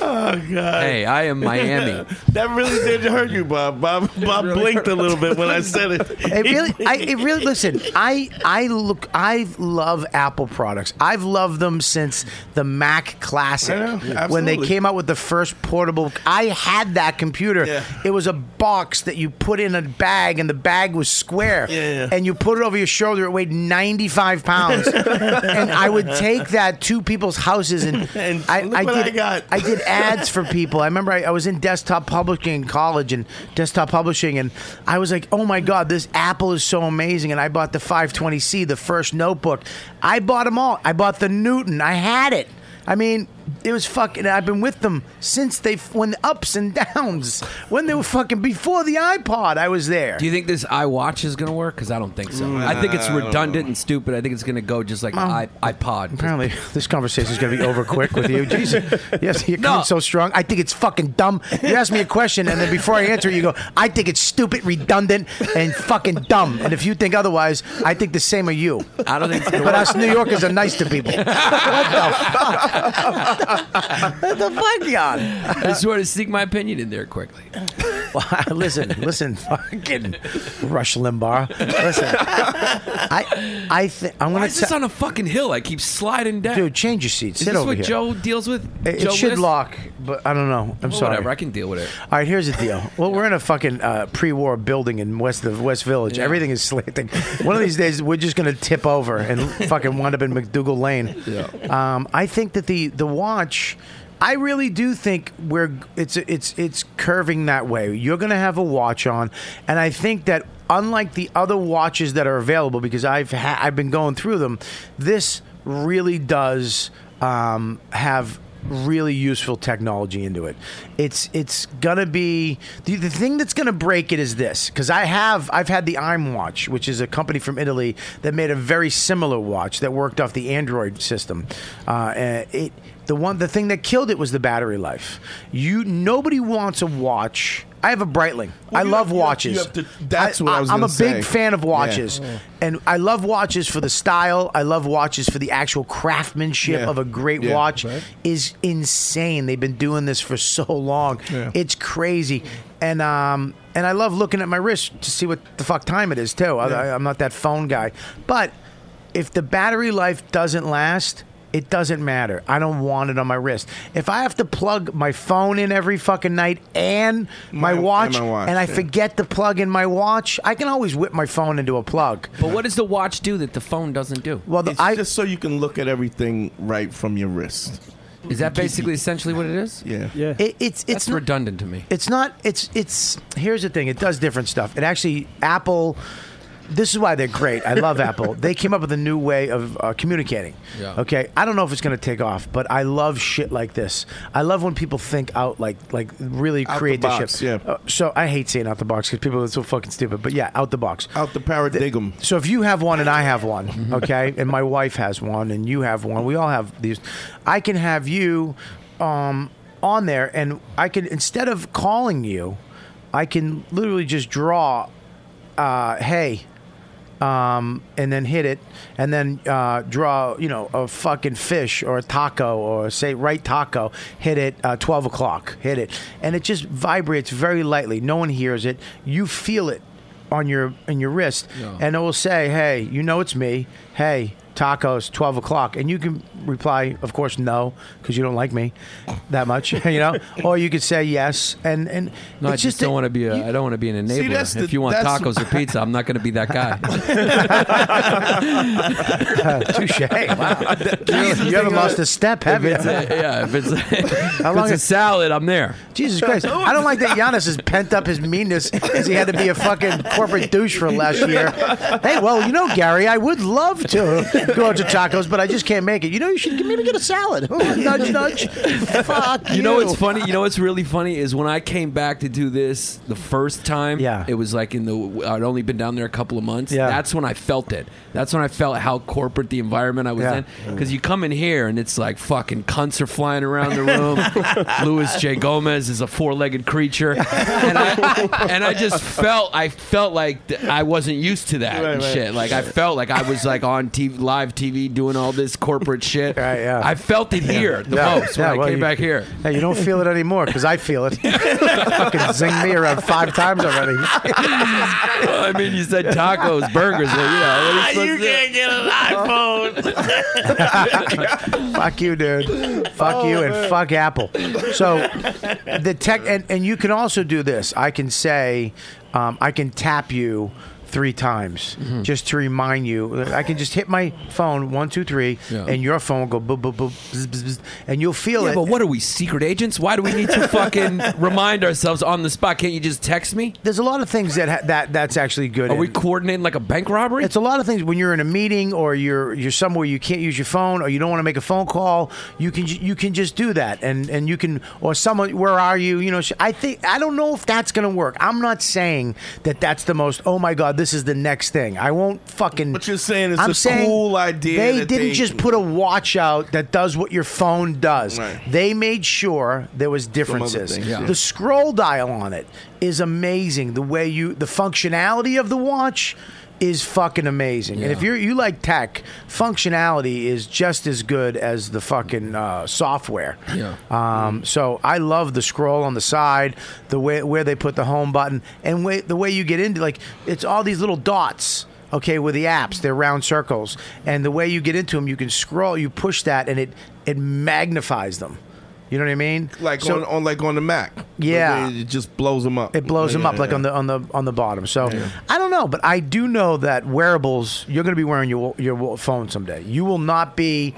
[SPEAKER 8] Hey, I am Miami.
[SPEAKER 6] That really did hurt you, Bob. Bob, Bob blinked a little bit when I said it.
[SPEAKER 2] It really, I, it really. Listen, I, I look, I love Apple products. I've loved them since the Mac Classic
[SPEAKER 6] I know,
[SPEAKER 2] when they
[SPEAKER 6] absolutely.
[SPEAKER 2] came out with the first portable. I had that computer.
[SPEAKER 6] Yeah.
[SPEAKER 2] It was a box that you put in a bag, and the bag was square.
[SPEAKER 6] Yeah, yeah.
[SPEAKER 2] And you put it over your shoulder. It weighed ninety five pounds, and I would take that to people's houses, and,
[SPEAKER 6] And look what I got.
[SPEAKER 2] I did ads for people. I remember I, I was in desktop publishing in college and desktop publishing, and I was like, oh my God, this Apple is so amazing. And I bought the 520C, the first notebook. I bought them all. I bought the Newton. I had it. I mean, it was fucking. I've been with them since they when the ups and downs when they were fucking before the iPod. I was there.
[SPEAKER 8] Do you think this iWatch is going to work? Because I don't think so. Mm, I think it's redundant and stupid. I think it's going to go just like the i iPod.
[SPEAKER 2] Apparently, this conversation is going to be over quick with you. Jesus. Yes, you're
[SPEAKER 8] No.
[SPEAKER 2] coming so strong. I think it's fucking dumb. You ask me a question, and then before I answer it, you go, I think it's stupid, redundant, and fucking dumb. And if you think otherwise, I think the same of you.
[SPEAKER 8] I don't think it's going to
[SPEAKER 2] But
[SPEAKER 8] work.
[SPEAKER 2] us New Yorkers are nice to people. What the fuck? What the fuck, Jan?
[SPEAKER 8] I just wanted to sneak my opinion in there quickly.
[SPEAKER 2] Well, listen, listen, fucking Rush Limbaugh. Listen, I, I think I'm
[SPEAKER 8] Why
[SPEAKER 2] going
[SPEAKER 8] is this
[SPEAKER 2] to.
[SPEAKER 8] on a fucking hill? I keep sliding down.
[SPEAKER 2] Dude, change your seat.
[SPEAKER 8] is
[SPEAKER 2] Sit
[SPEAKER 8] this
[SPEAKER 2] over
[SPEAKER 8] what
[SPEAKER 2] here.
[SPEAKER 8] Joe deals with?
[SPEAKER 2] it
[SPEAKER 8] Joe
[SPEAKER 2] it should
[SPEAKER 8] List?
[SPEAKER 2] lock, but I don't know. I'm
[SPEAKER 8] Oh,
[SPEAKER 2] sorry.
[SPEAKER 8] Whatever, I can deal with it.
[SPEAKER 2] All right, here's the deal. Well, we're in a fucking uh, pre-war building in West the West Village.
[SPEAKER 8] Yeah.
[SPEAKER 2] Everything is slanting. One of these days, we're just gonna tip over and fucking wind up in McDougal Lane. Yeah. Um, I think that the the watch. I really do think we're it's it's it's curving that way. You're gonna have a watch on, and I think that unlike the other watches that are available, because I've ha- I've been going through them, this really does um, have really useful technology into it. It's it's gonna be the, the thing that's gonna break it is this because I have I've had the I'm watch, which is a company from Italy that made a very similar watch that worked off the Android system. Uh, and it the one the thing that killed it was the battery life. You nobody wants a watch. I have a Breitling. I love
[SPEAKER 6] you have- you have-
[SPEAKER 2] watches.
[SPEAKER 6] you have to- that's what I was
[SPEAKER 2] I'm a
[SPEAKER 6] gonna
[SPEAKER 2] big
[SPEAKER 6] say.
[SPEAKER 2] fan of
[SPEAKER 6] Yeah.
[SPEAKER 2] watches, and I love watches for the style. I love watches for the actual craftsmanship
[SPEAKER 6] Yeah.
[SPEAKER 2] of a great
[SPEAKER 6] Yeah.
[SPEAKER 2] watch
[SPEAKER 6] Right.
[SPEAKER 2] is insane. They've been doing this for so long.
[SPEAKER 6] Yeah.
[SPEAKER 2] It's crazy. And um and I love looking at my wrist to see what the fuck time it is too. I, I'm not that phone guy. But if the battery life doesn't last, it doesn't matter. I don't want it on my wrist. If I have to plug my phone in every fucking night and my,
[SPEAKER 6] My- and
[SPEAKER 2] watch,
[SPEAKER 6] my
[SPEAKER 2] and
[SPEAKER 6] watch,
[SPEAKER 2] I
[SPEAKER 6] yeah.
[SPEAKER 2] forget to plug in my watch, I can always whip my phone into a plug.
[SPEAKER 8] But what does the watch do that the phone doesn't do?
[SPEAKER 2] Well, the,
[SPEAKER 6] It's
[SPEAKER 2] I
[SPEAKER 6] just so you can look at everything right from your wrist.
[SPEAKER 8] Is that basically essentially what it is?
[SPEAKER 6] Yeah.
[SPEAKER 7] Yeah.
[SPEAKER 2] it, it's
[SPEAKER 8] It's
[SPEAKER 2] it's
[SPEAKER 8] redundant to me.
[SPEAKER 2] It's not. It's it's. Here's the thing. It does different stuff. It actually Apple. This is why they're great. I love Apple. They came up with a new way of uh, communicating.
[SPEAKER 8] Yeah.
[SPEAKER 2] Okay. I don't know if it's going to take off, but I love shit like this. I love when people think out like like really
[SPEAKER 6] Out the
[SPEAKER 2] create this
[SPEAKER 6] box,
[SPEAKER 2] shit.
[SPEAKER 6] yeah.
[SPEAKER 2] Uh, so I hate saying out the box because people are so fucking stupid. But yeah, out the box.
[SPEAKER 6] Out the paradigm.
[SPEAKER 2] So if you have one and I have one, okay, and my wife has one and you have one, we all have these. I can have you um, on there, and I can instead of calling you, I can literally just draw. Uh, hey. Um, and then hit it, and then uh, draw, you know, a fucking fish or a taco or say right taco. Hit it, uh, twelve o'clock. Hit it, and it just vibrates very lightly. No one hears it. You feel it on your in your wrist, and it will say, "Hey, you know it's me. Hey, tacos, twelve o'clock." And you can reply, "Of course, no, because you don't like me that much," you know. or you could say yes, and and
[SPEAKER 8] No, I
[SPEAKER 2] it's
[SPEAKER 8] just, don't
[SPEAKER 2] a-
[SPEAKER 8] want to be a.
[SPEAKER 2] you-
[SPEAKER 8] I don't want to be an
[SPEAKER 6] See,
[SPEAKER 8] enabler.
[SPEAKER 6] that's the-
[SPEAKER 8] if you want
[SPEAKER 6] that's-
[SPEAKER 8] tacos or pizza, I'm not going to be that guy.
[SPEAKER 2] touche. Wow, you haven't lost a step, have you?
[SPEAKER 8] yeah, if it's, if
[SPEAKER 2] long
[SPEAKER 8] it's a
[SPEAKER 2] is-
[SPEAKER 8] salad, I'm there.
[SPEAKER 2] Jesus Christ. I don't like that Giannis has pent up his meanness because he had to be a fucking corporate douche for last year. Hey, well, you know, Gary, I would love to gorgeous tacos, but I just can't make it. You know, you should maybe get a salad. Ooh, nudge, nudge. Fuck.
[SPEAKER 8] You know what's funny? You know what's really funny is when I came back to do this the first time.
[SPEAKER 2] Yeah.
[SPEAKER 8] it was like in the I'd only been down there a couple of months.
[SPEAKER 2] Yeah.
[SPEAKER 8] that's when I felt it. That's when I felt how corporate the environment I was
[SPEAKER 2] Yeah.
[SPEAKER 8] in. Because you come in here and it's like fucking cunts are flying around the room. Louis J Gomez is a four-legged creature, and I, and I just felt I felt like th- I wasn't used to that and shit. Like I felt like I was like on TV, live TV doing all this corporate shit.
[SPEAKER 2] Right, yeah.
[SPEAKER 8] I felt it here the
[SPEAKER 2] Yeah,
[SPEAKER 8] most when
[SPEAKER 2] yeah,
[SPEAKER 8] I
[SPEAKER 2] well,
[SPEAKER 8] came
[SPEAKER 2] you-
[SPEAKER 8] back here.
[SPEAKER 2] Yeah, you don't feel it anymore because I feel it. Fucking zing me around five times already.
[SPEAKER 8] I mean, you said tacos, burgers. Well, you know, what are you supposed to do?
[SPEAKER 2] fuck you, dude. Fuck
[SPEAKER 8] Oh,
[SPEAKER 2] you and fuck Apple. So the tech and, and you can also do this. I can say, um, I can tap you three times
[SPEAKER 8] Mm-hmm.
[SPEAKER 2] just to remind you. I can just hit my phone one two three,
[SPEAKER 8] Yeah.
[SPEAKER 2] and your phone will go boop boop boop, bzz, bzz, bzz, and you'll feel
[SPEAKER 8] Yeah,
[SPEAKER 2] it.
[SPEAKER 8] but what are we, secret agents? Why do we need to fucking remind ourselves on the spot? Can't you just text me?
[SPEAKER 2] There's a lot of things that ha- that that's actually good.
[SPEAKER 8] Are we
[SPEAKER 2] in-
[SPEAKER 8] coordinating like a bank robbery?
[SPEAKER 2] It's a lot of things when you're in a meeting or you're you're somewhere you can't use your phone or you don't want to make a phone call. You can ju- you can just do that and and you can or someone where are you? You know, sh- I think I don't know if that's gonna work. I'm not saying that that's the most. Oh my god, this is the next thing. I won't fucking.
[SPEAKER 6] But you're saying it's
[SPEAKER 2] I'm
[SPEAKER 6] a cool idea
[SPEAKER 2] They
[SPEAKER 6] that
[SPEAKER 2] didn't
[SPEAKER 6] they-
[SPEAKER 2] just put a watch out that does what your phone does.
[SPEAKER 6] Right.
[SPEAKER 2] They made sure there was
[SPEAKER 6] other
[SPEAKER 2] differences.
[SPEAKER 6] things, yeah.
[SPEAKER 2] The scroll dial on it is amazing. The way you, the functionality of the watch is fucking amazing. And if you're you like tech, functionality is just as good as the fucking uh, software.
[SPEAKER 8] Yeah.
[SPEAKER 2] Um, so I love the scroll on the side, the way where they put the home button, and way, the way you get into like it's all these little dots. Okay, with the apps, they're round circles, and the way you get into them, you can scroll, you push that, and it it magnifies them. You know what I mean?
[SPEAKER 6] like
[SPEAKER 2] So-
[SPEAKER 6] on, on like on the Mac.
[SPEAKER 2] Yeah.
[SPEAKER 6] it just blows them up.
[SPEAKER 2] it blows them up
[SPEAKER 6] Yeah,
[SPEAKER 2] like
[SPEAKER 6] yeah.
[SPEAKER 2] on the on the on the bottom. So I don't know, but I do know that wearables you're going to be wearing your your phone someday. You will not be.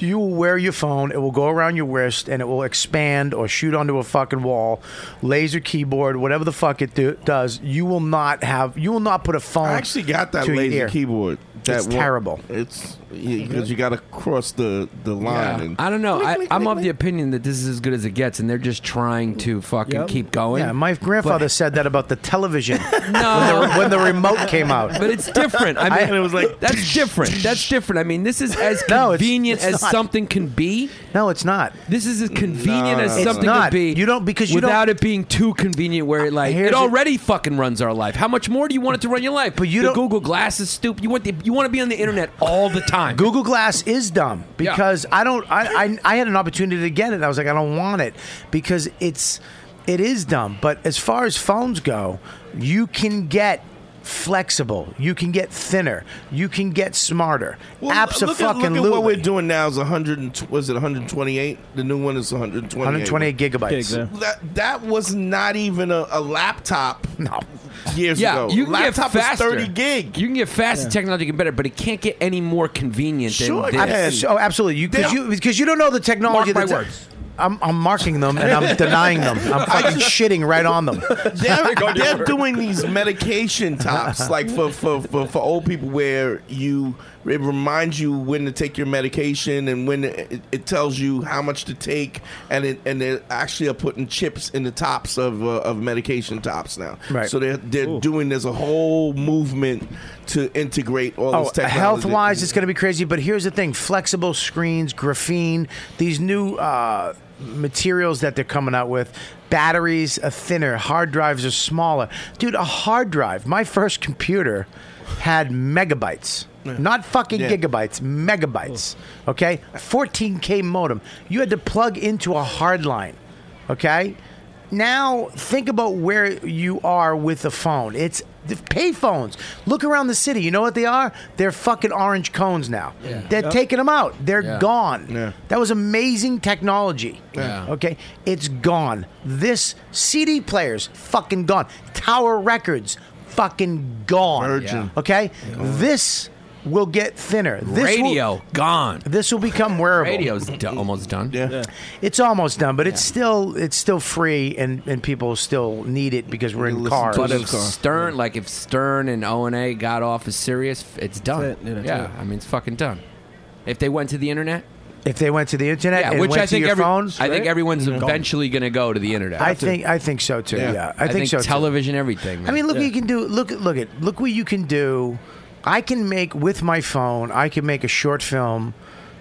[SPEAKER 2] You will wear your phone. It will go around your wrist and it will expand or shoot onto a fucking wall, laser keyboard, whatever the fuck it do, does. You will not have. You will not put a phone.
[SPEAKER 6] I actually got that
[SPEAKER 2] to your
[SPEAKER 6] laser
[SPEAKER 2] ear.
[SPEAKER 6] keyboard. That
[SPEAKER 2] It's terrible.
[SPEAKER 6] It's because you got to cross the the line. And
[SPEAKER 8] Uh, I don't know. I, I'm of the opinion that this is as good as it gets, and they're just trying to fucking keep going.
[SPEAKER 2] Yeah, my grandfather
[SPEAKER 8] But-
[SPEAKER 2] said that about the television
[SPEAKER 8] No.
[SPEAKER 2] when, the, when the remote came out.
[SPEAKER 8] But it's different. I mean,
[SPEAKER 2] And it was like-
[SPEAKER 8] that's different. That's different. I mean, this is as
[SPEAKER 2] No, it's-
[SPEAKER 8] convenient
[SPEAKER 2] it's
[SPEAKER 8] as
[SPEAKER 2] not.
[SPEAKER 8] something can be.
[SPEAKER 2] No, it's not.
[SPEAKER 8] This is as convenient
[SPEAKER 6] No,
[SPEAKER 8] as
[SPEAKER 6] it's
[SPEAKER 8] something
[SPEAKER 2] not.
[SPEAKER 8] could be.
[SPEAKER 2] You don't- because you don't-
[SPEAKER 8] without it being too convenient, where it like
[SPEAKER 2] Here's
[SPEAKER 8] it
[SPEAKER 2] the-
[SPEAKER 8] already fucking runs our life. How much more do you want it to run your life?
[SPEAKER 2] But you
[SPEAKER 8] the
[SPEAKER 2] don't-
[SPEAKER 8] Google Glass is stupid. You want the, you want to be on the internet all the time.
[SPEAKER 2] Google Glass is dumb
[SPEAKER 8] Yeah.
[SPEAKER 2] because I don't. I, I I had an opportunity to get it. and I was like, I don't want it because it's it is dumb. But as far as phones go, you can get flexible. You can get thinner. You can get smarter.
[SPEAKER 6] Well,
[SPEAKER 2] Apps
[SPEAKER 6] look at,
[SPEAKER 2] fucking
[SPEAKER 6] look at what we're doing now is 100. And, tw- was it 128? The new one is 128.
[SPEAKER 2] 128 gigabytes.
[SPEAKER 7] yeah.
[SPEAKER 6] That that was not even a, a laptop
[SPEAKER 2] No.
[SPEAKER 6] years
[SPEAKER 8] yeah,
[SPEAKER 6] ago.
[SPEAKER 8] you can
[SPEAKER 6] laptop
[SPEAKER 8] get faster.
[SPEAKER 6] is 30 gig.
[SPEAKER 8] You can get faster technology can get better, but it can't get any more convenient
[SPEAKER 6] Sure,
[SPEAKER 8] than
[SPEAKER 6] I-
[SPEAKER 8] this.
[SPEAKER 2] Ab- so- oh, absolutely. You because
[SPEAKER 6] They-
[SPEAKER 2] you because you don't know the technology.
[SPEAKER 8] Mark
[SPEAKER 2] that's-
[SPEAKER 8] my words.
[SPEAKER 2] I'm, I'm marking them and I'm denying them. I'm fucking shitting right on them.
[SPEAKER 6] they're, they're doing these medication tops like for, for, for, for old people where you it reminds you when to take your medication and when it, it tells you how much to take and it, and they actually are putting chips in the tops of uh, of medication tops now
[SPEAKER 2] Right.
[SPEAKER 6] so they're they're doing there's a whole movement to integrate all
[SPEAKER 2] Oh,
[SPEAKER 6] this technology
[SPEAKER 2] Health wise, it's going to be crazy. But here's the thing flexible screens, graphene, these new uh, materials that they're coming out with. Batteries are thinner, hard drives are smaller. Dude, a hard drive, my first computer had megabytes. Not fucking
[SPEAKER 6] Yeah.
[SPEAKER 2] gigabytes, megabytes. Okay? 14K modem. You had to plug into a hard line. Okay? Now think about where you are with the phone. It's the payphones. Look around the city. You know what they are? They're fucking orange cones now. They're taking them out. They're
[SPEAKER 8] Yeah.
[SPEAKER 2] gone.
[SPEAKER 6] Yeah.
[SPEAKER 2] That was amazing technology.
[SPEAKER 8] Yeah.
[SPEAKER 2] Okay, it's gone. This CD players fucking gone. Tower Records fucking gone.
[SPEAKER 6] Virgin.
[SPEAKER 2] Okay, this will get thinner. This
[SPEAKER 8] Radio
[SPEAKER 2] Will,
[SPEAKER 8] gone.
[SPEAKER 2] this will become wearable.
[SPEAKER 8] Radio's do- almost done.
[SPEAKER 6] Yeah.
[SPEAKER 2] It's almost done, but it's still it's still free, and, and people still need it because we're in
[SPEAKER 6] listen
[SPEAKER 2] cars.
[SPEAKER 6] to
[SPEAKER 8] But if
[SPEAKER 6] Business car.
[SPEAKER 8] Stern, like if Stern and O and A got off as serious, it's done.
[SPEAKER 7] it. Yeah, that's
[SPEAKER 8] yeah,
[SPEAKER 7] it.
[SPEAKER 8] I mean it's fucking done. If they went to the internet,
[SPEAKER 2] If they went to the internet
[SPEAKER 8] yeah,
[SPEAKER 2] and
[SPEAKER 8] which
[SPEAKER 2] went
[SPEAKER 8] I think
[SPEAKER 2] to your
[SPEAKER 8] every,
[SPEAKER 2] phone,
[SPEAKER 8] I think everyone's eventually going to go to the internet.
[SPEAKER 2] I think I think so too. Yeah,
[SPEAKER 6] Yeah.
[SPEAKER 2] I, think, so. too.
[SPEAKER 8] Television, everything.
[SPEAKER 2] I mean, look what you can do. Look, look at look what you can do. I can make with my phone. I can make a short film.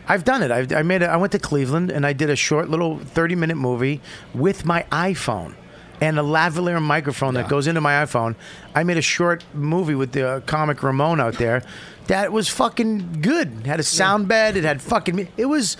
[SPEAKER 2] I've done it. I've, I made. A, I went to Cleveland and I did a short little thirty-minute movie with my iPhone and a lavalier microphone that goes into my iPhone. I made a short movie with the uh, comic Ramon out there. That was fucking good. It had a sound bed. It had fucking. mu- It was.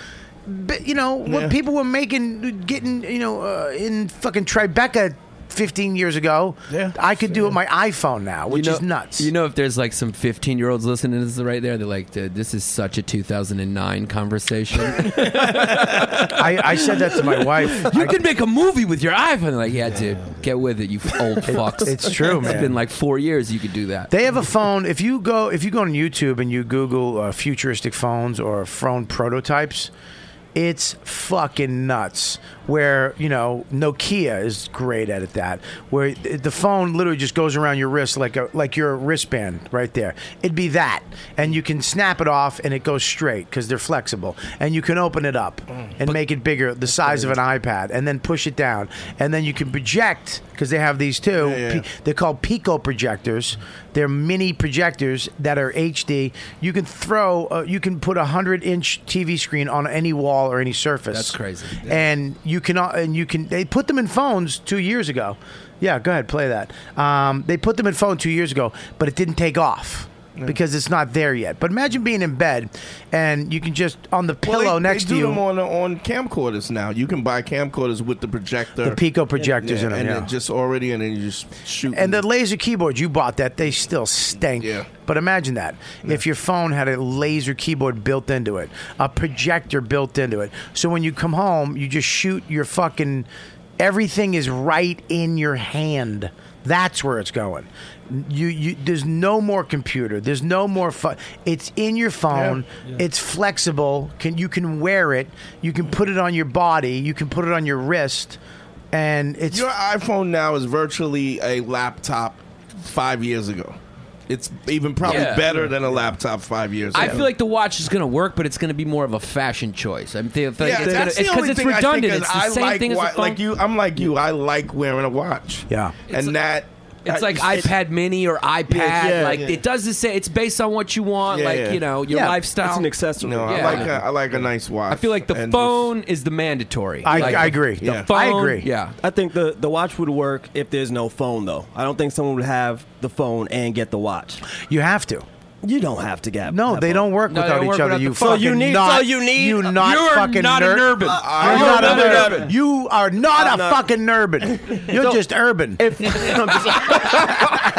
[SPEAKER 2] bi- You know what
[SPEAKER 6] Yeah.
[SPEAKER 2] people were making, getting you know uh, in fucking Tribeca, fifteen years ago.
[SPEAKER 6] Yeah.
[SPEAKER 2] I could do it with my iPhone now, which
[SPEAKER 8] you know,
[SPEAKER 2] is nuts.
[SPEAKER 8] You know, if there's like some 15 year olds listening to this right there, they're like, "Dude, "This is such a 2009 conversation."
[SPEAKER 2] I, I said that to my wife.
[SPEAKER 8] you
[SPEAKER 2] I-
[SPEAKER 8] could make a movie with your iPhone. They're like, yeah, dude, get with it, you old fucks.
[SPEAKER 2] it's true,
[SPEAKER 8] It's
[SPEAKER 2] man.
[SPEAKER 8] been like four years. You could do that.
[SPEAKER 2] They have a phone. If you go, if you go on YouTube and you Google uh, futuristic phones or phone prototypes, it's fucking nuts. Where you know Nokia is great at it. That where th- the phone literally just goes around your wrist like a like your wristband right there. It'd be that, and you can snap it off and it goes straight because they're flexible, and you can open it up and make it bigger, the size of an iPad, and then push it down, and then you can project because they have these too.
[SPEAKER 6] Yeah, yeah.
[SPEAKER 2] P- they're called Pico projectors. They're mini projectors that are HD. You can throw, uh, you can put a hundred inch TV screen on any wall or any surface.
[SPEAKER 8] That's crazy.
[SPEAKER 2] And you can, al- and you can. They put them in phones two years ago. Yeah, go ahead, play that. Um, they put them in phone two years ago, but it didn't take off. Because it's not there yet. But imagine being in bed and you can just on the pillow
[SPEAKER 6] Well, they-
[SPEAKER 2] next
[SPEAKER 6] they do
[SPEAKER 2] to you,
[SPEAKER 6] Them on, on camcorders now. You can buy camcorders with the projector,
[SPEAKER 2] the Pico projectors
[SPEAKER 6] yeah,
[SPEAKER 2] in them.
[SPEAKER 6] and
[SPEAKER 2] yeah.
[SPEAKER 6] then just already, and then you just shoot.
[SPEAKER 2] And the laser keyboards you bought that they still stink.
[SPEAKER 6] Yeah.
[SPEAKER 2] But imagine that if your phone had a laser keyboard built into it, a projector built into it. So when you come home, you just shoot your fucking everything is right in your hand. That's where it's going. You, you there's no more computer. There's no more fu- it's in your phone. It's flexible. Can you can wear it. You can put it on your body. You can put it on your wrist. And it's
[SPEAKER 6] your iPhone now is virtually a laptop. Five years ago, it's even probably
[SPEAKER 8] Yeah.
[SPEAKER 6] better than a laptop five years ago.
[SPEAKER 8] I feel like the watch is going to work, but it's going to be more of a fashion choice. I mean, they, like,
[SPEAKER 6] yeah,
[SPEAKER 8] it's gonna-
[SPEAKER 6] that's
[SPEAKER 8] it's
[SPEAKER 6] the
[SPEAKER 8] because
[SPEAKER 6] only
[SPEAKER 8] it's
[SPEAKER 6] thing
[SPEAKER 8] redundant.
[SPEAKER 6] I think
[SPEAKER 8] it's
[SPEAKER 6] is
[SPEAKER 8] the
[SPEAKER 6] I
[SPEAKER 8] same
[SPEAKER 6] like
[SPEAKER 8] thing as a
[SPEAKER 6] wa-
[SPEAKER 8] phone.
[SPEAKER 6] like you. I'm like you. I like wearing a watch.
[SPEAKER 2] Yeah.
[SPEAKER 6] and that
[SPEAKER 8] It's
[SPEAKER 6] I-
[SPEAKER 8] like iPad Mini or iPad.
[SPEAKER 6] Uh, Yeah, yeah,
[SPEAKER 8] like
[SPEAKER 6] yeah.
[SPEAKER 8] it does the same. It's based on what you want.
[SPEAKER 6] Yeah,
[SPEAKER 8] like
[SPEAKER 6] yeah.
[SPEAKER 8] you know your
[SPEAKER 2] Yeah.
[SPEAKER 8] lifestyle.
[SPEAKER 7] It's an accessory.
[SPEAKER 6] No,
[SPEAKER 8] Yeah.
[SPEAKER 6] I like a, I like a nice watch.
[SPEAKER 8] I feel like the
[SPEAKER 6] And
[SPEAKER 8] phone is the mandatory.
[SPEAKER 2] I-
[SPEAKER 8] Like,
[SPEAKER 2] I
[SPEAKER 8] the-
[SPEAKER 2] agree.
[SPEAKER 8] the
[SPEAKER 2] Yeah.
[SPEAKER 8] phone-
[SPEAKER 2] I agree.
[SPEAKER 8] Yeah.
[SPEAKER 7] I think the, the watch would work if there's no phone though. I don't think someone would have the phone and get the watch.
[SPEAKER 2] you have to.
[SPEAKER 7] You don't have to get.
[SPEAKER 2] No,
[SPEAKER 7] have
[SPEAKER 2] they
[SPEAKER 7] both.
[SPEAKER 2] don't work
[SPEAKER 8] No, they
[SPEAKER 2] without
[SPEAKER 8] don't
[SPEAKER 2] each
[SPEAKER 8] work
[SPEAKER 2] other.
[SPEAKER 8] without
[SPEAKER 2] You
[SPEAKER 8] the phone.
[SPEAKER 2] fucking
[SPEAKER 7] So you need-
[SPEAKER 2] not.
[SPEAKER 7] so you need-
[SPEAKER 2] You not
[SPEAKER 8] You're
[SPEAKER 2] fucking
[SPEAKER 8] not an
[SPEAKER 2] ner-
[SPEAKER 8] urban.
[SPEAKER 2] You're
[SPEAKER 8] I'm
[SPEAKER 2] not
[SPEAKER 8] not
[SPEAKER 2] an
[SPEAKER 8] an
[SPEAKER 2] urban.
[SPEAKER 8] urban.
[SPEAKER 2] You are not a
[SPEAKER 7] not-
[SPEAKER 2] fucking urban. You're just urban.
[SPEAKER 7] If I'm just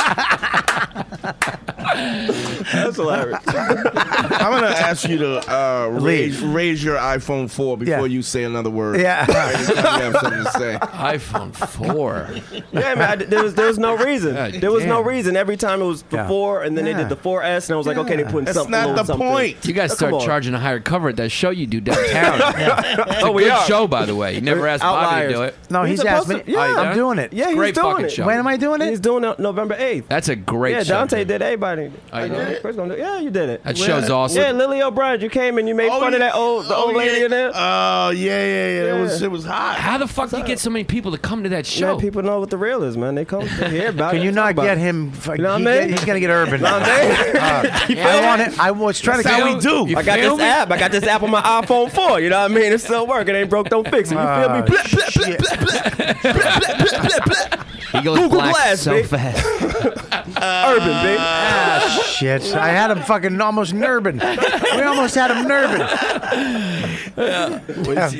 [SPEAKER 7] that's hilarious.
[SPEAKER 6] I'm gonna ask you to uh, raise,
[SPEAKER 2] Leave.
[SPEAKER 6] raise your iPhone 4 before
[SPEAKER 2] Yeah.
[SPEAKER 6] you say another word.
[SPEAKER 2] yeah.
[SPEAKER 6] Anytime you have something to say.
[SPEAKER 8] iPhone four.
[SPEAKER 7] Yeah, man. I, there was there was no reason.
[SPEAKER 8] God
[SPEAKER 7] there was no
[SPEAKER 8] damn.
[SPEAKER 7] reason. Every time it was the
[SPEAKER 2] Yeah.
[SPEAKER 7] four, and then they
[SPEAKER 2] Yeah.
[SPEAKER 7] did the 4S, and I was like, okay, they putting
[SPEAKER 6] That's
[SPEAKER 7] something.
[SPEAKER 6] not
[SPEAKER 7] on
[SPEAKER 6] the
[SPEAKER 7] something.
[SPEAKER 6] point.
[SPEAKER 8] You guys
[SPEAKER 7] Oh, come
[SPEAKER 8] start
[SPEAKER 7] on.
[SPEAKER 8] charging a higher cover at that show you do downtown. It's a
[SPEAKER 7] we
[SPEAKER 8] good
[SPEAKER 7] are.
[SPEAKER 8] show, by the way. You never asked Bobby to
[SPEAKER 7] Outliers.
[SPEAKER 8] do it.
[SPEAKER 2] No, he's
[SPEAKER 7] supposed
[SPEAKER 2] asking.
[SPEAKER 7] to- Oh, yeah.
[SPEAKER 2] I'm doing it.
[SPEAKER 7] Yeah, he's
[SPEAKER 8] Great
[SPEAKER 7] doing
[SPEAKER 8] fucking
[SPEAKER 7] it.
[SPEAKER 8] show.
[SPEAKER 2] When am I doing
[SPEAKER 7] He's
[SPEAKER 2] it?
[SPEAKER 7] doing it November eighth.
[SPEAKER 8] That's a great
[SPEAKER 7] yeah,
[SPEAKER 8] show.
[SPEAKER 7] Dante
[SPEAKER 8] dude.
[SPEAKER 7] did everybody.
[SPEAKER 8] I did it?
[SPEAKER 7] Chris gonna do- Yeah, you did it.
[SPEAKER 8] That show's awesome.
[SPEAKER 7] Yeah, Lily O'Brien, you came and you made fun of that old the old lady in
[SPEAKER 6] Oh, yeah.
[SPEAKER 8] Uh,
[SPEAKER 7] there.
[SPEAKER 6] Oh yeah, yeah, yeah. It was
[SPEAKER 7] Yeah.
[SPEAKER 6] it was hot.
[SPEAKER 8] How the fuck do you get so many people to come to that show?
[SPEAKER 7] Man, people know what the real is, man. They come they hear about it.
[SPEAKER 2] Can you
[SPEAKER 7] they
[SPEAKER 2] not
[SPEAKER 7] talk about
[SPEAKER 2] get
[SPEAKER 7] it.
[SPEAKER 2] him? fu-
[SPEAKER 7] know what
[SPEAKER 2] he
[SPEAKER 7] I
[SPEAKER 2] get-
[SPEAKER 7] mean?
[SPEAKER 2] He's gonna get urban. Uh,
[SPEAKER 7] You know what I'm saying?
[SPEAKER 2] I want it. I was trying to.
[SPEAKER 6] That's
[SPEAKER 2] get-
[SPEAKER 6] how we do.
[SPEAKER 8] You
[SPEAKER 7] I got
[SPEAKER 8] feel
[SPEAKER 7] this
[SPEAKER 8] me?
[SPEAKER 7] app. I got this app on my iPhone 4. You know what I mean? It still working. Ain't broke, don't fix it. You feel me? Blah, blah,
[SPEAKER 2] Oh,
[SPEAKER 7] blah,
[SPEAKER 2] shit.
[SPEAKER 7] blah, blah, blah, blah, blah, blah.
[SPEAKER 5] He goes
[SPEAKER 7] Google
[SPEAKER 5] black
[SPEAKER 7] Glass,
[SPEAKER 5] so
[SPEAKER 7] babe.
[SPEAKER 5] fast.
[SPEAKER 7] Urban, baby.
[SPEAKER 2] Ah, shit! I had him fucking almost nerving. We almost had him nerving.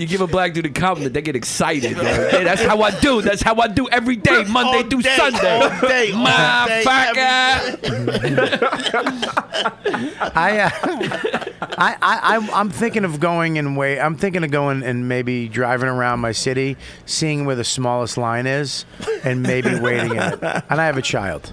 [SPEAKER 8] You give a black dude a compliment, they get excited. dude. Yeah, that's how I do. That's how I do every day, Monday through Sunday.
[SPEAKER 6] all day, all
[SPEAKER 8] My
[SPEAKER 6] day,
[SPEAKER 8] fucker.
[SPEAKER 2] I, uh, I, I, I'm, I'm thinking of going and wait. I'm thinking of going and maybe driving around my city, seeing where the smallest line is, and maybe waiting in it. And I have a child.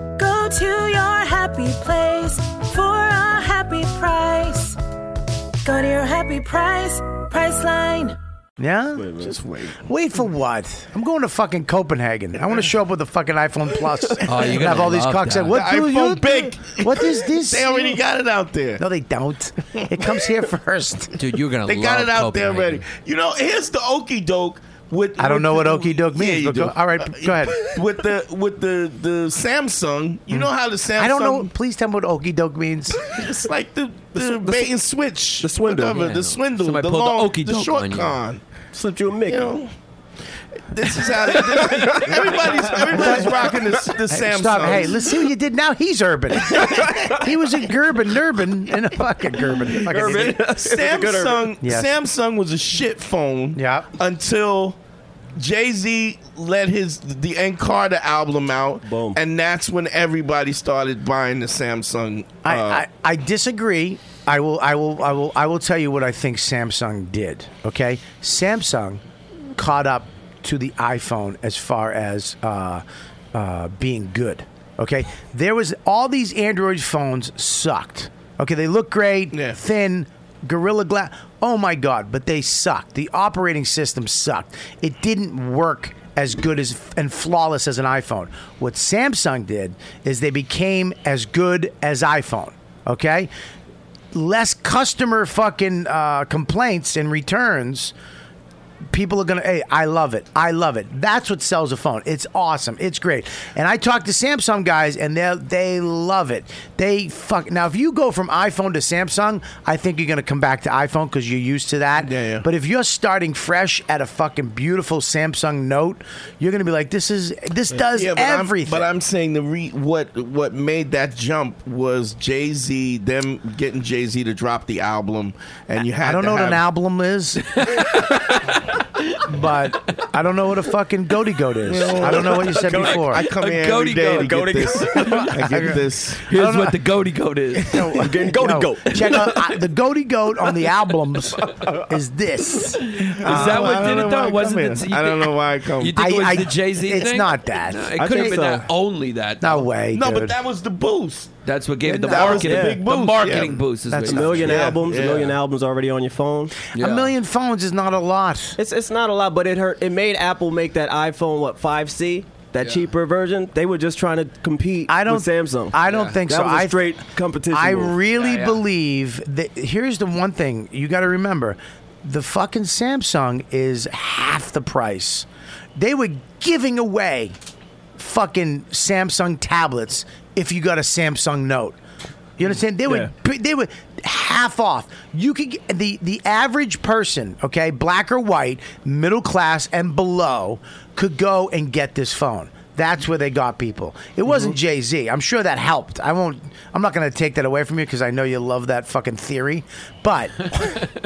[SPEAKER 10] Go to your happy place for a happy price. Go to your happy price, Priceline.
[SPEAKER 2] Yeah?
[SPEAKER 6] Just wait.
[SPEAKER 2] Wait for what? I'm going to fucking Copenhagen. I want to show up with a fucking iPhone Plus.
[SPEAKER 6] Oh,
[SPEAKER 8] you're
[SPEAKER 2] and
[SPEAKER 8] gonna
[SPEAKER 2] have all these
[SPEAKER 8] love
[SPEAKER 2] cocks.
[SPEAKER 8] that.
[SPEAKER 2] What
[SPEAKER 6] The
[SPEAKER 2] do
[SPEAKER 6] iPhone
[SPEAKER 2] you
[SPEAKER 6] big.
[SPEAKER 2] What is this?
[SPEAKER 6] They already got it out there.
[SPEAKER 2] No, they don't. It comes here first.
[SPEAKER 8] Dude, you're gonna.
[SPEAKER 6] They got
[SPEAKER 8] love
[SPEAKER 6] it out there
[SPEAKER 8] Copenhagen.
[SPEAKER 6] already. You know, here's the okie doke. With,
[SPEAKER 2] I don't
[SPEAKER 6] with
[SPEAKER 2] know what
[SPEAKER 6] the-
[SPEAKER 2] okey doke
[SPEAKER 6] Yeah,
[SPEAKER 2] means.
[SPEAKER 6] you
[SPEAKER 2] but go,
[SPEAKER 6] do.
[SPEAKER 2] all right, go ahead.
[SPEAKER 6] with the with the the Samsung, you know how the Samsung.
[SPEAKER 2] I don't know. Please tell me what okey doke means.
[SPEAKER 6] It's like the the, bait and switch,
[SPEAKER 7] the swindle.
[SPEAKER 6] whatever,
[SPEAKER 7] Yeah.
[SPEAKER 6] the swindle,
[SPEAKER 8] Somebody
[SPEAKER 6] the
[SPEAKER 8] pulled the
[SPEAKER 6] long,
[SPEAKER 8] okey
[SPEAKER 6] the
[SPEAKER 8] doke
[SPEAKER 6] short
[SPEAKER 8] on you.
[SPEAKER 6] con.
[SPEAKER 7] Slipped you a mick.
[SPEAKER 6] You know, this is how everybody's everybody's rocking this the Samsung.
[SPEAKER 2] Stop. Hey, let's see what you did now. He's urban. he was a Gerben, Nurbin, and a fucking Gerben. Fucking idiot.
[SPEAKER 6] Samsung
[SPEAKER 2] Yes.
[SPEAKER 6] Samsung was a shit phone.
[SPEAKER 2] Yeah.
[SPEAKER 6] Until Jay Z let his the Encarta album out.
[SPEAKER 7] Boom.
[SPEAKER 6] And that's when everybody started buying the Samsung. Uh,
[SPEAKER 2] I, I, I disagree. I will I will I will I will tell you what I think Samsung did. Okay, Samsung caught up to the iPhone as far as uh, uh, being good. Okay, there was all these Android phones sucked. Okay, they look great,
[SPEAKER 6] Yeah.
[SPEAKER 2] thin, Gorilla Glass. Oh my God! But they sucked. The operating system sucked. It didn't work as good as and flawless as an iPhone. What Samsung did is they became as good as iPhone. Okay, less customer fucking uh, complaints and returns. People are gonna. Hey, I love it. I love it. That's what sells a phone. It's awesome. It's great. And I talk to Samsung guys, and they they love it. They fuck. Now, if you go from iPhone to Samsung, I think you're gonna come back to iPhone because you're used to that.
[SPEAKER 6] Yeah, yeah.
[SPEAKER 2] But if you're starting fresh at a fucking beautiful Samsung Note, you're gonna be like, this is this does
[SPEAKER 6] yeah, but
[SPEAKER 2] everything.
[SPEAKER 6] I'm, but I'm saying the re- what what made that jump was Jay Z them getting Jay Z to drop the album, and you had
[SPEAKER 2] I don't
[SPEAKER 6] to
[SPEAKER 2] know what an
[SPEAKER 6] have-
[SPEAKER 2] album is, but I don't know what a fucking goaty goat is. I don't know what you said before.
[SPEAKER 6] I come
[SPEAKER 8] A
[SPEAKER 6] in
[SPEAKER 8] goatee
[SPEAKER 6] every day
[SPEAKER 8] goat,
[SPEAKER 6] to
[SPEAKER 8] goatee
[SPEAKER 6] get this. I get this.
[SPEAKER 8] Here's what the goaty goat is.
[SPEAKER 2] Getting
[SPEAKER 8] goaty goat.
[SPEAKER 2] Check out I, the goaty goat on the albums is this.
[SPEAKER 8] Is that what did it though? Wasn't
[SPEAKER 6] I,
[SPEAKER 8] it?
[SPEAKER 6] come
[SPEAKER 8] you
[SPEAKER 6] here. I don't
[SPEAKER 8] think-
[SPEAKER 6] know why I come.
[SPEAKER 8] You think it was
[SPEAKER 2] I- I-
[SPEAKER 8] the Jay Z
[SPEAKER 2] it's
[SPEAKER 8] thing?
[SPEAKER 2] not that.
[SPEAKER 8] No,
[SPEAKER 2] I
[SPEAKER 8] it could have
[SPEAKER 2] think
[SPEAKER 8] been
[SPEAKER 2] so.
[SPEAKER 8] that only that.
[SPEAKER 2] No way.
[SPEAKER 6] No,
[SPEAKER 2] dude.
[SPEAKER 6] but that was the boost.
[SPEAKER 8] That's what gave it the
[SPEAKER 6] That was the
[SPEAKER 8] marketing.
[SPEAKER 6] big boost, yeah.
[SPEAKER 8] marketing boost is
[SPEAKER 2] That's
[SPEAKER 8] what
[SPEAKER 7] A
[SPEAKER 8] you-
[SPEAKER 7] million
[SPEAKER 6] Yeah,
[SPEAKER 7] albums,
[SPEAKER 6] yeah.
[SPEAKER 7] a million albums already on your phone.
[SPEAKER 8] Yeah.
[SPEAKER 2] a million phones is not a lot.
[SPEAKER 7] It's it's not a lot, but it hurt. It made Apple make that iPhone what 5C, that cheaper version. They were just trying to compete.
[SPEAKER 2] I don't
[SPEAKER 7] with Samsung.
[SPEAKER 2] I don't think
[SPEAKER 7] that
[SPEAKER 2] so.
[SPEAKER 7] was a
[SPEAKER 2] I-
[SPEAKER 7] straight competition.
[SPEAKER 2] I
[SPEAKER 7] move.
[SPEAKER 2] really
[SPEAKER 8] Yeah, yeah.
[SPEAKER 2] believe that. Here's the one thing you got to remember: the fucking Samsung is half the price. They were giving away fucking Samsung tablets if you got a Samsung Note. You understand? They would they would half off. You could get, the the average person, okay, black or white, middle class and below, could go and get this phone. That's where they got people. It wasn't Jay Z. I'm sure that helped. I won't. I'm not going to take that away from you because I know you love that fucking theory. But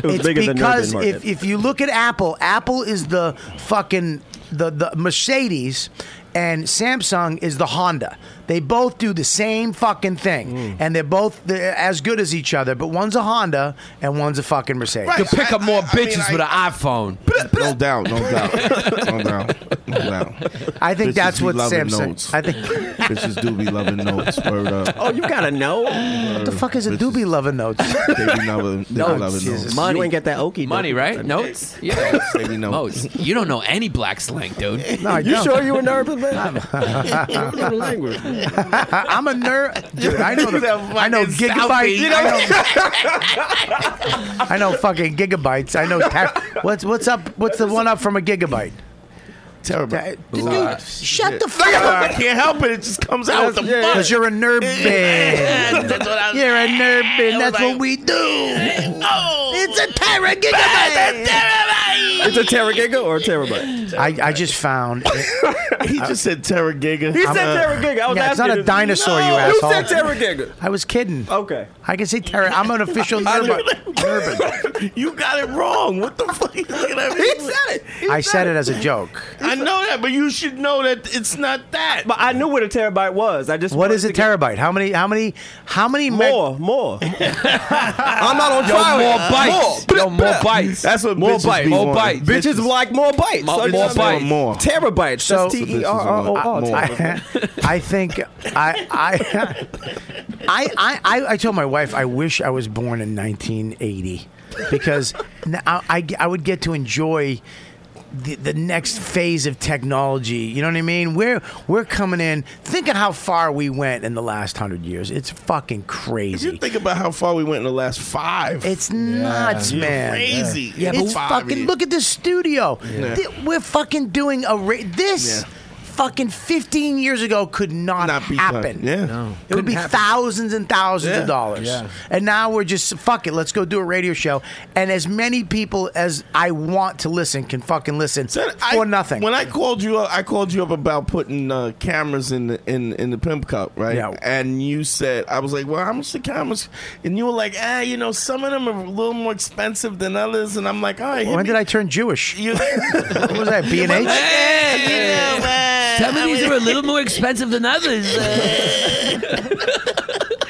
[SPEAKER 7] was
[SPEAKER 2] it's
[SPEAKER 7] bigger than
[SPEAKER 2] because
[SPEAKER 7] Urban
[SPEAKER 2] if
[SPEAKER 7] Market.
[SPEAKER 2] if you look at Apple, Apple is the fucking the the Mercedes and Samsung is the Honda. They both do the same fucking thing
[SPEAKER 7] Mm.
[SPEAKER 2] and they're both they're as good as each other, but one's a Honda and one's a fucking Mercedes.
[SPEAKER 8] You could pick up more
[SPEAKER 6] I- I- I mean,
[SPEAKER 8] bitches
[SPEAKER 6] I-
[SPEAKER 8] with an iPhone.
[SPEAKER 6] No doubt, no doubt, no doubt, no doubt.
[SPEAKER 2] I think
[SPEAKER 6] Bitches
[SPEAKER 2] that's
[SPEAKER 6] be
[SPEAKER 2] what
[SPEAKER 6] loving
[SPEAKER 2] Samsung.
[SPEAKER 6] notes.
[SPEAKER 2] I think
[SPEAKER 6] Bitches do be loving notes. Word up.
[SPEAKER 7] Oh, you gotta know.
[SPEAKER 2] what the fuck is a doobie lover notes? Oh,
[SPEAKER 6] They be loving, they
[SPEAKER 8] Notes.
[SPEAKER 6] be loving
[SPEAKER 2] Jesus.
[SPEAKER 6] notes.
[SPEAKER 8] Money.
[SPEAKER 7] You ain't get that okie doke.
[SPEAKER 8] Money, right? Notes? Yeah.
[SPEAKER 6] They be notes.
[SPEAKER 8] Moats. You don't know any black slang, dude.
[SPEAKER 2] No, I
[SPEAKER 7] You
[SPEAKER 2] don't.
[SPEAKER 7] sure you were nervous, man? language.
[SPEAKER 2] I, I'm a nerd, dude. I know. The, I know
[SPEAKER 6] fucking
[SPEAKER 2] gigabytes.
[SPEAKER 6] Southie.
[SPEAKER 2] I, know, I know fucking gigabytes. I know. Ta- what's what's up? What's the one up from a gigabyte?
[SPEAKER 6] terrible.
[SPEAKER 9] Dude, shut the fuck
[SPEAKER 6] I
[SPEAKER 9] up.
[SPEAKER 6] can't help it. It just comes out. What the fuck?
[SPEAKER 2] Because you're a nerd band.
[SPEAKER 6] that's what I was
[SPEAKER 2] You're a nerd band. That's what we do.
[SPEAKER 9] It's a teragigabyte.
[SPEAKER 7] It's a teragiga or a terabyte?
[SPEAKER 2] I, I just found.
[SPEAKER 6] He just said teragiga.
[SPEAKER 7] He said teragiga. I was
[SPEAKER 2] yeah, it's
[SPEAKER 7] asking
[SPEAKER 2] not a
[SPEAKER 7] if-
[SPEAKER 2] dinosaur, you
[SPEAKER 7] No,
[SPEAKER 2] asshole.
[SPEAKER 7] You said teragiga.
[SPEAKER 2] I was kidding.
[SPEAKER 6] Oh.
[SPEAKER 7] Okay.
[SPEAKER 2] I can say terror. I'm an official nerd. nerd.
[SPEAKER 6] You got it wrong. What the fuck? He's looking at me.
[SPEAKER 7] He said it. He
[SPEAKER 2] I said it as a joke.
[SPEAKER 6] I know that, but you should know that it's not that.
[SPEAKER 7] But I knew what a terabyte was. I just
[SPEAKER 2] What
[SPEAKER 7] wanted
[SPEAKER 2] is a
[SPEAKER 7] to get
[SPEAKER 2] terabyte? How many? How many? How many? meg-
[SPEAKER 7] More, more.
[SPEAKER 8] I'm not on trial. More bites. Yo, more bites.
[SPEAKER 6] That's what
[SPEAKER 8] more
[SPEAKER 6] bitches
[SPEAKER 8] bites.
[SPEAKER 6] be
[SPEAKER 8] More
[SPEAKER 6] wanting.
[SPEAKER 8] bites.
[SPEAKER 7] Bitches like more bites.
[SPEAKER 8] More-
[SPEAKER 7] So
[SPEAKER 8] more
[SPEAKER 7] just-
[SPEAKER 8] bites.
[SPEAKER 6] More.
[SPEAKER 7] Terabytes.
[SPEAKER 2] So-
[SPEAKER 7] That's T E R R O R.
[SPEAKER 2] I, I think I I, I I I I told my wife I wish I was born in 1980 because now I I would get to enjoy. The, the next phase of technology, you know what I mean? We're we're coming in. Think of how far we went in the last hundred years. It's fucking crazy.
[SPEAKER 6] You think about how far we went in the last five.
[SPEAKER 2] It's nuts, man.
[SPEAKER 6] crazy.
[SPEAKER 2] Yeah,
[SPEAKER 6] Yeah,
[SPEAKER 2] it's
[SPEAKER 6] but-
[SPEAKER 2] fucking. Look at this studio.
[SPEAKER 6] Yeah.
[SPEAKER 2] Th- We're fucking doing a ra- this.
[SPEAKER 6] Yeah.
[SPEAKER 2] Fucking 15 years ago could not,
[SPEAKER 6] Not be done.
[SPEAKER 2] happen.
[SPEAKER 6] Yeah.
[SPEAKER 2] it
[SPEAKER 6] No.
[SPEAKER 2] would be thousands and thousands
[SPEAKER 6] Yeah.
[SPEAKER 2] of dollars. And now we're just fuck it. Let's go do a radio show, and as many people as I want to listen can fucking listen
[SPEAKER 6] Said I-
[SPEAKER 2] for nothing.
[SPEAKER 6] When I called you up, I called you up about putting uh, cameras in the in, in the pimp cup, right?
[SPEAKER 2] Yeah.
[SPEAKER 6] And you said I was like, "Well, how much the cameras?" And you were like, "Ah, you know, some of them are a little more expensive than others." And I'm like, "All right." hit
[SPEAKER 2] when
[SPEAKER 6] me-
[SPEAKER 2] did I turn Jewish?
[SPEAKER 6] You,
[SPEAKER 2] what was that? B and H.
[SPEAKER 11] Some of these are a little more expensive than others.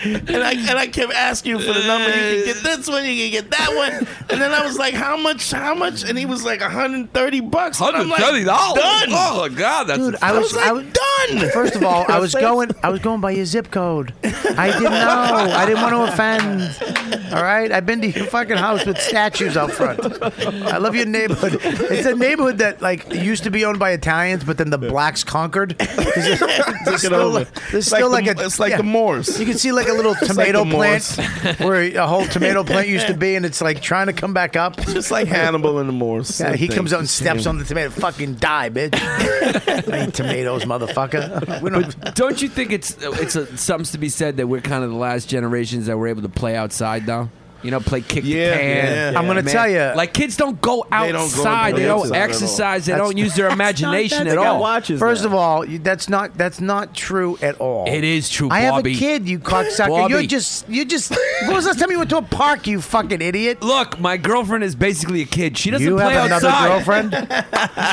[SPEAKER 6] and I and I kept asking you for the number. You can get this one. You can get that one. And then I was like, "How much? How much?" And he was like, "130 bucks." And I'm
[SPEAKER 8] Hundred
[SPEAKER 6] like,
[SPEAKER 8] thirty dollars.
[SPEAKER 6] Done.
[SPEAKER 8] Oh God, that's
[SPEAKER 2] Dude, I
[SPEAKER 6] I
[SPEAKER 2] was,
[SPEAKER 6] was like,
[SPEAKER 2] I was
[SPEAKER 6] "Done."
[SPEAKER 2] First of all, I was going. I was going by your zip code. I didn't know. I didn't want to offend. All right, I've been to your fucking house with statues out front. I love your neighborhood. It's a neighborhood that like used to be owned by Italians, but then the blacks conquered. There's still,
[SPEAKER 6] over.
[SPEAKER 2] like, there's
[SPEAKER 6] It's like
[SPEAKER 2] still
[SPEAKER 6] the-
[SPEAKER 2] like a.
[SPEAKER 6] it's like the Moors.
[SPEAKER 2] You can see like a little
[SPEAKER 6] like
[SPEAKER 2] tomato
[SPEAKER 6] the
[SPEAKER 2] plant where a whole tomato plant used to be, and it's like trying to come back up.
[SPEAKER 6] Just like Hannibal in the Moors.
[SPEAKER 2] Yeah,
[SPEAKER 6] Same
[SPEAKER 2] he
[SPEAKER 6] thing.
[SPEAKER 2] comes out and steps on the tomato. Fucking die, bitch! I eat tomatoes, motherfucker. We don't.
[SPEAKER 8] Don't you think it's it's a, something to be said that we're kind of the last generations that were able to play outside now? You know, play kick
[SPEAKER 6] Yeah,
[SPEAKER 8] the
[SPEAKER 6] yeah.
[SPEAKER 8] can.
[SPEAKER 2] I'm gonna
[SPEAKER 8] Man,
[SPEAKER 2] tell you,
[SPEAKER 8] like kids don't go
[SPEAKER 6] They don't go
[SPEAKER 8] outside.
[SPEAKER 6] and
[SPEAKER 8] They
[SPEAKER 6] play
[SPEAKER 8] don't,
[SPEAKER 6] outside at all.
[SPEAKER 8] exercise. They
[SPEAKER 2] That's-
[SPEAKER 8] don't use their imagination at
[SPEAKER 7] They got
[SPEAKER 8] all.
[SPEAKER 7] watches.
[SPEAKER 2] First
[SPEAKER 7] now.
[SPEAKER 2] of all, you- that's not that's not true at all.
[SPEAKER 8] It is true,
[SPEAKER 2] I
[SPEAKER 8] Bobby.
[SPEAKER 2] have a kid, you cocksucker.
[SPEAKER 8] Bobby.
[SPEAKER 2] You're just you just. When was the last time you went to a park? You fucking idiot.
[SPEAKER 8] Look, my girlfriend is basically a kid. She doesn't
[SPEAKER 2] you
[SPEAKER 8] play
[SPEAKER 2] have another
[SPEAKER 8] outside.
[SPEAKER 2] girlfriend?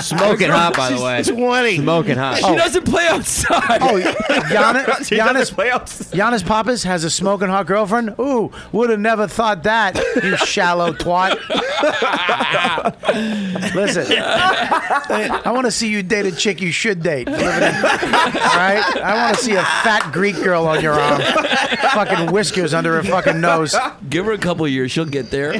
[SPEAKER 5] Smoking hot, by the way.
[SPEAKER 6] 20.
[SPEAKER 5] Smoking hot.
[SPEAKER 8] She
[SPEAKER 7] Oh,
[SPEAKER 8] doesn't play outside.
[SPEAKER 2] Oh, Giannis, Giannis,
[SPEAKER 7] outside.
[SPEAKER 2] Giannis Pappas has a smoking hot girlfriend. Ooh, would have never thought that. You shallow twat. Listen, I want to see you date a chick you should date. All right, I want to see a fat Greek girl on your arm, fucking whiskers under her fucking nose.
[SPEAKER 8] Give her a couple of years, she'll get there.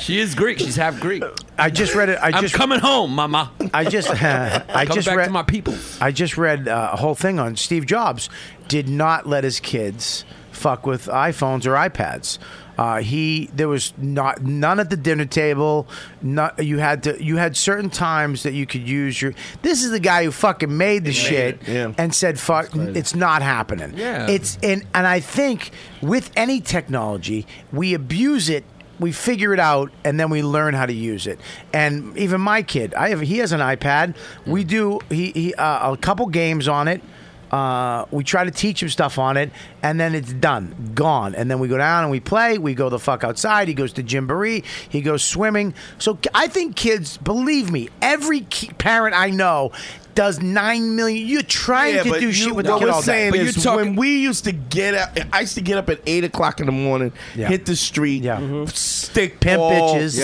[SPEAKER 8] she is Greek. She's half Greek.
[SPEAKER 2] I just read it. I
[SPEAKER 8] I'm
[SPEAKER 2] just
[SPEAKER 8] coming home, Mama.
[SPEAKER 2] I just I
[SPEAKER 8] Coming
[SPEAKER 2] just
[SPEAKER 8] back
[SPEAKER 2] read
[SPEAKER 8] to my people.
[SPEAKER 2] I just read uh, a whole thing on Steve Jobs did not let his kids fuck with iPhones or iPads. Uh, he there was not none at the dinner table. Not, you had to you had certain times that you could use your. This is the guy who fucking made the shit
[SPEAKER 6] yeah.
[SPEAKER 2] and said fuck. It's not happening.
[SPEAKER 8] Yeah.
[SPEAKER 2] it's and and I think with any technology we abuse it. We figure it out and then we learn how to use it. And even my kid, I have he has an iPad. We
[SPEAKER 6] Mm.
[SPEAKER 2] do he, he uh, a couple games on it. Uh, we try to teach him stuff on it, and then it's done, gone. And then we go down and we play. We go the fuck outside. He goes to Gymboree. He goes swimming. So k- I think kids, believe me, every ki- parent I know does nine million. You're trying
[SPEAKER 6] Yeah,
[SPEAKER 2] to
[SPEAKER 6] but
[SPEAKER 2] do
[SPEAKER 6] you-
[SPEAKER 2] shit with the
[SPEAKER 6] what
[SPEAKER 2] kid
[SPEAKER 6] we're
[SPEAKER 2] all day.
[SPEAKER 6] saying
[SPEAKER 8] But you're
[SPEAKER 6] is
[SPEAKER 8] talking-
[SPEAKER 6] when we used to get up, I used to get up at eight o'clock in the morning,
[SPEAKER 2] Yeah.
[SPEAKER 6] hit the street,
[SPEAKER 2] Yeah. Mhm.
[SPEAKER 6] stick
[SPEAKER 2] Pimp
[SPEAKER 6] ball,
[SPEAKER 2] bitches.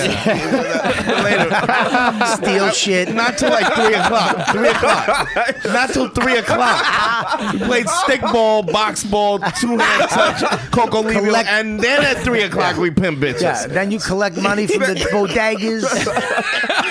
[SPEAKER 6] Yeah. Later.
[SPEAKER 2] Steal shit.
[SPEAKER 6] Not till like three o'clock. Three o'clock. Not till three o'clock. We played stick ball, box ball, two hand touch, Coco Leave,
[SPEAKER 2] Collect-
[SPEAKER 6] and then at three o'clock we pimp bitches.
[SPEAKER 2] Yeah, then you collect money from the bodegas.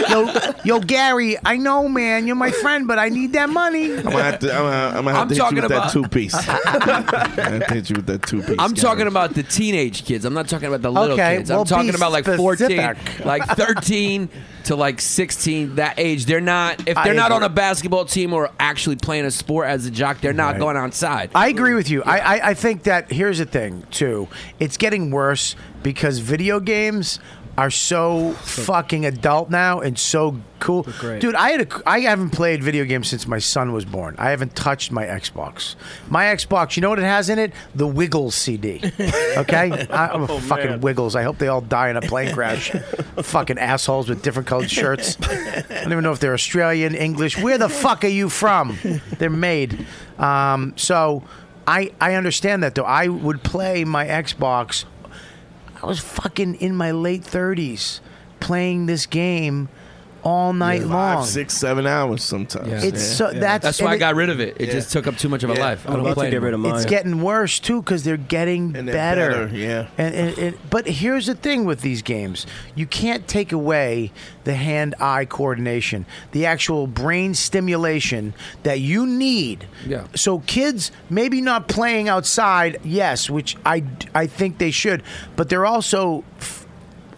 [SPEAKER 2] yo, yo, Gary, I know, man, you're my friend, but I need that money.
[SPEAKER 6] I'm gonna have to. I'm gonna, I'm gonna have
[SPEAKER 8] I'm
[SPEAKER 6] to hit you with
[SPEAKER 8] talking
[SPEAKER 6] that
[SPEAKER 8] about-
[SPEAKER 6] two piece. I'm gonna have to hit you with that two piece.
[SPEAKER 8] I'm talking about the teenage kids. I'm not talking about the little
[SPEAKER 6] Okay,
[SPEAKER 8] kids.
[SPEAKER 6] well,
[SPEAKER 8] I'm talking
[SPEAKER 6] be
[SPEAKER 8] about like 14,
[SPEAKER 6] specific.
[SPEAKER 8] like 13 to like 16. That age, they're not. If
[SPEAKER 2] I
[SPEAKER 8] they're not
[SPEAKER 2] agree.
[SPEAKER 8] on a basketball team or actually playing a sport as a jock, they're not going outside.
[SPEAKER 2] I agree with you. I, I, I think that here's the thing too. It's getting worse because video games are so fucking adult now and so cool.
[SPEAKER 12] great.
[SPEAKER 2] Dude, I had a, I haven't played video games since my son was born. I haven't touched my Xbox. My Xbox, you know what it has in it? The Wiggles CD. Okay? I, am a
[SPEAKER 12] Oh,
[SPEAKER 2] fucking
[SPEAKER 12] man.
[SPEAKER 2] Wiggles. I hope they all die in a plane crash. fucking assholes with different colored shirts. I don't even know if they're Australian, English. Where the fuck are you from? They're made. Um, so I I understand that though. I would play my Xbox. I was fucking in my late thirties playing this game all night
[SPEAKER 6] Yeah,
[SPEAKER 2] long.
[SPEAKER 6] five, six, seven hours sometimes.
[SPEAKER 2] It's so- Yeah. that's-
[SPEAKER 8] That's why
[SPEAKER 2] and
[SPEAKER 8] I
[SPEAKER 2] it-
[SPEAKER 8] got rid of it. It just took up too much of my life. I don't play anymore.
[SPEAKER 2] It's getting worse too because they're getting
[SPEAKER 8] And they're
[SPEAKER 2] better.
[SPEAKER 8] better, yeah.
[SPEAKER 2] And, and, and but here's the thing with these games: you can't take away the hand-eye coordination, the actual brain stimulation that you need.
[SPEAKER 8] Yeah.
[SPEAKER 2] So kids maybe not playing outside, yes, which I I think they should, but they're also. f-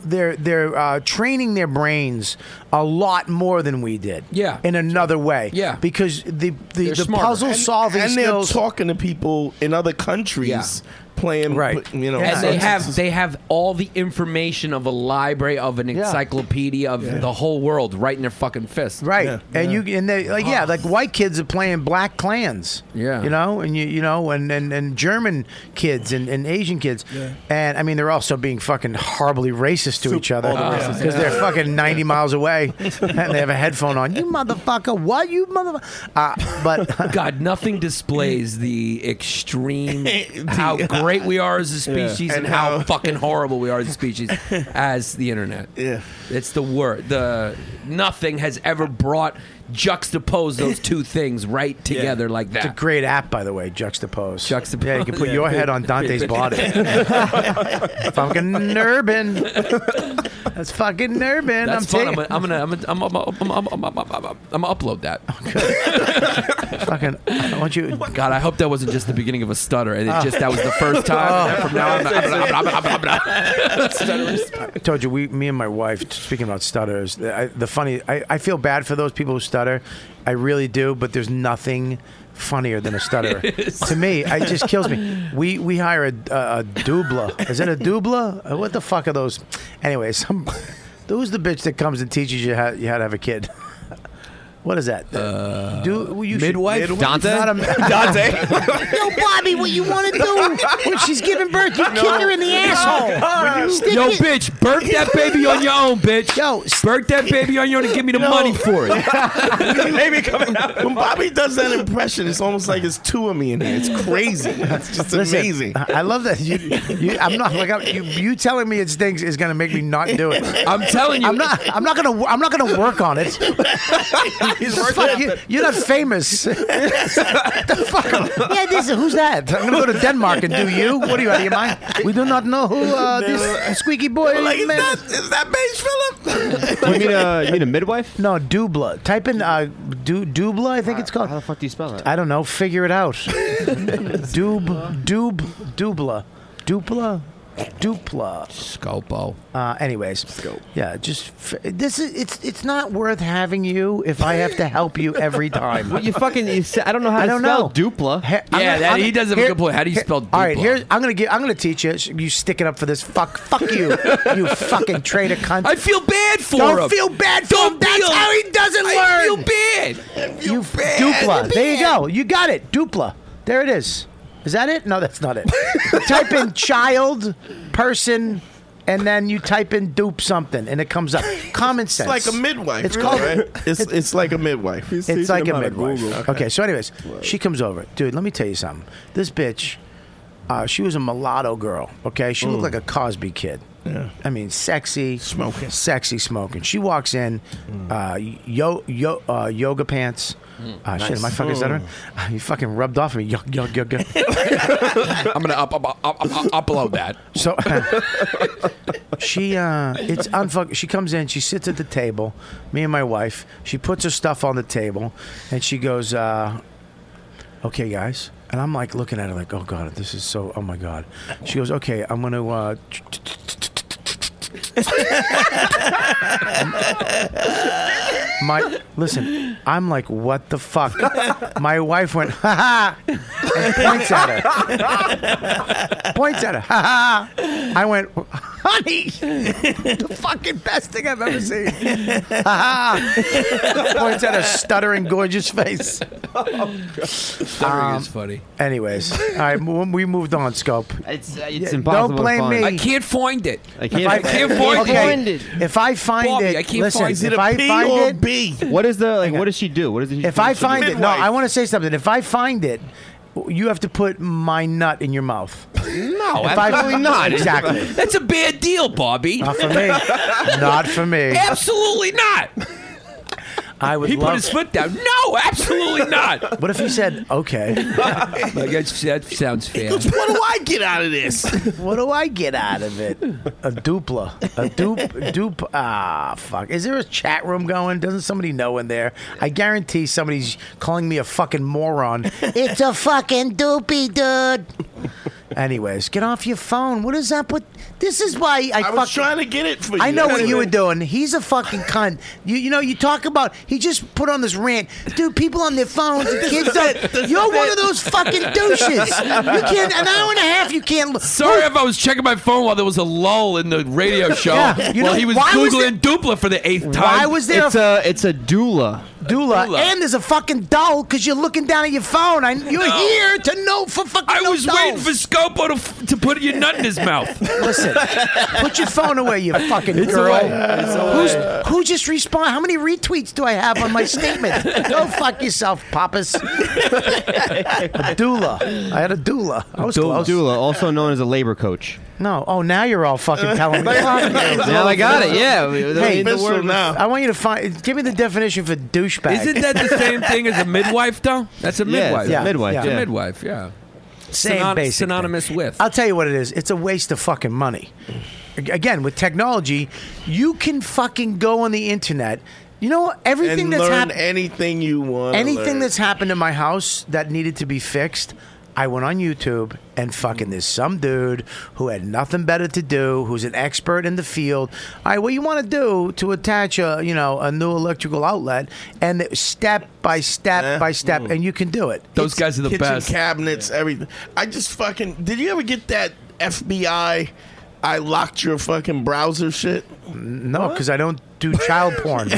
[SPEAKER 2] They're they're uh, training their brains a lot more than we did. Yeah. In another way. Yeah. Because the the, the puzzle
[SPEAKER 6] And-
[SPEAKER 2] solving
[SPEAKER 6] and,
[SPEAKER 2] skills
[SPEAKER 6] they're talking to people in other countries playing. Right. You know,
[SPEAKER 8] and
[SPEAKER 6] so
[SPEAKER 8] they
[SPEAKER 6] it's-
[SPEAKER 8] have they have all the information of a library of an encyclopedia of
[SPEAKER 2] Yeah.
[SPEAKER 8] the whole world right in their fucking fist.
[SPEAKER 2] Right. and you and they like yeah like white kids are playing black clans
[SPEAKER 8] Yeah.
[SPEAKER 2] you know and you you know and and, and german kids and, and asian kids
[SPEAKER 12] Yeah.
[SPEAKER 2] and i mean they're also being fucking horribly racist to each other
[SPEAKER 12] all the races,
[SPEAKER 2] because
[SPEAKER 12] yeah.
[SPEAKER 2] they're fucking 90 miles away and they have a headphone on you motherfucker what you motherfucker uh, but
[SPEAKER 8] God, nothing displays the extreme how great we are as a species and,
[SPEAKER 2] And
[SPEAKER 8] how, fucking horrible we are as a species as the internet. Yeah, it's the word. The nothing has ever brought juxtapose those two things right together like that.
[SPEAKER 2] It's a great app, by the way, Juxtapose.
[SPEAKER 8] Juxtapose.
[SPEAKER 2] Yeah, you can put your head on Dante's body. fucking Nurbin. That's fucking Nurbin.
[SPEAKER 8] That's
[SPEAKER 2] I'm
[SPEAKER 8] fun.
[SPEAKER 2] taking-
[SPEAKER 8] I'm gonna, I'm gonna, I'm gonna, I'm gonna, I'm gonna, I'm gonna, I'm gonna, I'm gonna upload that.
[SPEAKER 2] fucking, I want you.
[SPEAKER 8] God, I hope that wasn't just the beginning of a stutter, and it
[SPEAKER 2] Oh.
[SPEAKER 8] just that was the first time. and
[SPEAKER 2] Oh.
[SPEAKER 8] From now on, I'm, I'm, I'm, I'm,
[SPEAKER 2] I told you, we, me and my wife, speaking about stutters, the, I, the funny, I, I feel bad for those people who stutter. I really do, but there's nothing funnier than a stutterer.
[SPEAKER 12] It is.
[SPEAKER 2] to me, it just kills me. We we hire a, a, a doubler. Is it a doubler? Uh, What the fuck are those? Anyway, some who's the bitch that comes and teaches you how, you how to have a kid? What is that? Do well, you should-
[SPEAKER 8] midwife? Dante?
[SPEAKER 2] It's not a-
[SPEAKER 9] Yo, Bobby, what you want to do when she's giving birth? You kick her in the asshole. Stick
[SPEAKER 8] Yo,
[SPEAKER 9] it-
[SPEAKER 8] bitch, birth that baby on your own, bitch. Yo, birth that baby on your own and give me the money for it.
[SPEAKER 6] Maybe coming out. When Bobby does that impression, it's almost like it's two of me in here. It's crazy. It's just
[SPEAKER 2] Listen, uh,
[SPEAKER 6] amazing.
[SPEAKER 2] I I love that you. you I'm not like I'm, you. You telling me it stinks is going to make me not do it.
[SPEAKER 8] I'm telling you.
[SPEAKER 2] I'm not. I'm not going to. I'm not going to work on it. Fuck you, you're not famous. the fuck? Yeah, this. Who's that? I'm going to go to Denmark and do you. What are you out of your mind? We do not know who uh, this squeaky boy
[SPEAKER 6] Like, is
[SPEAKER 2] man.
[SPEAKER 6] that, is that Paige Phillip?
[SPEAKER 2] you mean
[SPEAKER 5] uh,
[SPEAKER 2] a you mean a midwife? No, dubla. Type in uh, du, dubla. I think it's called. How the fuck do you spell that? I don't know. Figure it out. dub dub dubla dupla dupla.
[SPEAKER 8] Scopo.
[SPEAKER 2] Uh, anyways, yeah. Just f- this is it's it's not worth having you if I have to help you every time.
[SPEAKER 5] Well, you fucking. You, sa- I don't know how
[SPEAKER 2] I
[SPEAKER 5] to
[SPEAKER 2] don't know.
[SPEAKER 5] spell Dupla.
[SPEAKER 2] I'm
[SPEAKER 8] Yeah,
[SPEAKER 2] gonna-
[SPEAKER 8] that-
[SPEAKER 2] I'm-
[SPEAKER 8] he does have a
[SPEAKER 2] here-
[SPEAKER 8] good point. How do you
[SPEAKER 2] here-
[SPEAKER 8] spell
[SPEAKER 2] All right,
[SPEAKER 8] Dupla?
[SPEAKER 2] here's I'm gonna get I'm gonna teach you. You sticking up for this fuck? Fuck you, you fucking traitor cunt.
[SPEAKER 8] I feel bad for
[SPEAKER 2] Don't
[SPEAKER 8] him.
[SPEAKER 2] feel bad for
[SPEAKER 8] Don't
[SPEAKER 2] him. That's
[SPEAKER 8] feel-
[SPEAKER 2] how he doesn't
[SPEAKER 8] I
[SPEAKER 2] learn.
[SPEAKER 8] feel bad.
[SPEAKER 2] You Dupla. There you go. You got it. Dupla. There it is. Is that it? No, that's not it. type in child, person, and then you type in dupe something, and it comes up. Common
[SPEAKER 6] It's
[SPEAKER 2] sense.
[SPEAKER 6] like a midwife.
[SPEAKER 2] It's called.
[SPEAKER 6] right? It's it's like a midwife.
[SPEAKER 2] It's like a midwife. Okay. so anyways, she comes over. Dude, let me tell you something. This bitch, uh, she was a mulatto girl, okay? She looked like a Cosby kid, I mean, sexy smoking, sexy smoking. She walks in, uh, yo yo uh, yoga pants.
[SPEAKER 8] Mm.
[SPEAKER 2] Uh, Shit,
[SPEAKER 8] Nice.
[SPEAKER 2] am I fucking stuttering? You fucking rubbed off on me. Yo yo yo yo.
[SPEAKER 8] I'm gonna up, up, up, up, up- upload that.
[SPEAKER 2] So she, uh, it's unfuck. She comes in. She sits at the table. Me and my wife. She puts her stuff on the table, and she goes, uh, "Okay, guys." And I'm like looking at her like, "Oh god, this is so. Oh my god." She goes, "Okay, I'm gonna." Uh, my listen, I'm like, what the fuck? My wife went, ha ha, and points at her points at her. Ha ha. I went, honey, the fucking best thing I've ever seen. Ha ha. Points at her stuttering, gorgeous face.
[SPEAKER 8] Stuttering is funny.
[SPEAKER 2] Anyways, all right, mo- we moved on. Scope.
[SPEAKER 8] It's,
[SPEAKER 5] uh,
[SPEAKER 2] Yeah, impossible don't to blame find. me.
[SPEAKER 8] I can't find it.
[SPEAKER 2] I
[SPEAKER 8] If I can't find
[SPEAKER 2] Okay,
[SPEAKER 8] it.
[SPEAKER 2] If I find
[SPEAKER 8] Bobby,
[SPEAKER 2] it,
[SPEAKER 8] I can't
[SPEAKER 2] listen.
[SPEAKER 8] find it.
[SPEAKER 2] if
[SPEAKER 8] Is it a
[SPEAKER 2] I
[SPEAKER 8] P
[SPEAKER 2] find
[SPEAKER 8] or a
[SPEAKER 2] it,
[SPEAKER 8] B?
[SPEAKER 5] What is the like? What does she do? What does she?
[SPEAKER 2] If I find it, no, I want to say something. If I find it, you have to put my nut in your mouth.
[SPEAKER 8] No,
[SPEAKER 2] If I-
[SPEAKER 8] absolutely not.
[SPEAKER 2] Exactly.
[SPEAKER 8] Oh, That's a bad deal, Bobby.
[SPEAKER 2] Not for me. Not for me.
[SPEAKER 8] Absolutely not.
[SPEAKER 2] I would.
[SPEAKER 8] He
[SPEAKER 2] love
[SPEAKER 8] put his foot down. No, absolutely not.
[SPEAKER 2] What if he said, okay?
[SPEAKER 8] like, that's- that sounds fair.
[SPEAKER 6] what do I get out of this?
[SPEAKER 2] what do I get out of it? A dupla. A dupe. Dupe. Ah, fuck. Is there a chat room going? Doesn't somebody know in there? I guarantee somebody's calling me a fucking moron. it's a fucking doopy, dude. Anyways, get off your phone. What is up with this? Is why I,
[SPEAKER 6] I was trying to get it for you.
[SPEAKER 2] I know what you were
[SPEAKER 6] would do.
[SPEAKER 2] doing. He's a fucking cunt. You you know you talk about. He just put on this rant, dude. People on their phones, the kids. Don't, you're one of those fucking douches. You can't an hour and a half. You can't.
[SPEAKER 8] Sorry if I was checking my phone while there was a lull in the radio show.
[SPEAKER 2] Yeah, you
[SPEAKER 8] while
[SPEAKER 2] know,
[SPEAKER 8] he was
[SPEAKER 2] why was
[SPEAKER 8] googling Dupla for the eighth time.
[SPEAKER 2] Why was there
[SPEAKER 5] It's a uh, it's a doula.
[SPEAKER 2] doula,
[SPEAKER 8] Doula.
[SPEAKER 2] and there's a fucking doll because you're looking down at your phone. I, you're
[SPEAKER 8] No.
[SPEAKER 2] here to know for fucking.
[SPEAKER 8] I
[SPEAKER 2] no
[SPEAKER 8] was
[SPEAKER 2] dolls.
[SPEAKER 8] waiting for Scopo to, f- to put your nut in his mouth.
[SPEAKER 2] Listen, put your phone away, you fucking
[SPEAKER 8] It's
[SPEAKER 2] girl.
[SPEAKER 8] away. It's away.
[SPEAKER 2] Who's, who just responded? How many retweets do I have on my statement? Go fuck yourself, Pappas. a doula. I had a doula. I was
[SPEAKER 5] Doula,
[SPEAKER 2] close.
[SPEAKER 5] doula, also known as a labor coach.
[SPEAKER 2] No. Oh, now you're all fucking telling me.
[SPEAKER 8] uh,
[SPEAKER 2] now
[SPEAKER 5] Now I got it, yeah. We- we
[SPEAKER 2] Hey,
[SPEAKER 5] need the word now.
[SPEAKER 2] I want you to find. Give me the definition for douchebag.
[SPEAKER 8] Isn't that the same thing as a midwife, though? That's a
[SPEAKER 2] Yeah, it's
[SPEAKER 8] midwife.
[SPEAKER 2] a Yeah, midwife,
[SPEAKER 8] It's
[SPEAKER 2] yeah.
[SPEAKER 8] a midwife, yeah.
[SPEAKER 2] Same basic
[SPEAKER 8] Synony-
[SPEAKER 2] thing.
[SPEAKER 8] synonymous with.
[SPEAKER 2] I'll tell you what it is. It's a waste of fucking money. Ag- Again, with technology, you can fucking go on the internet. You know everything
[SPEAKER 6] And
[SPEAKER 2] that's
[SPEAKER 6] learn
[SPEAKER 2] happened.
[SPEAKER 6] anything you want.
[SPEAKER 2] Anything that's happened to my house that needed to be fixed, I went on YouTube and fucking there's some dude who had nothing better to do, who's an expert in the field. All right, what you want to do to attach a you know a new electrical outlet, and it- step by step by step,
[SPEAKER 6] Mm.
[SPEAKER 2] and you can do it.
[SPEAKER 8] Those guys are the
[SPEAKER 6] kitchen
[SPEAKER 8] best.
[SPEAKER 6] cabinets, everything. I just fucking. Did you ever get that FBI? I locked your fucking browser shit.
[SPEAKER 2] No, because I don't do child porn.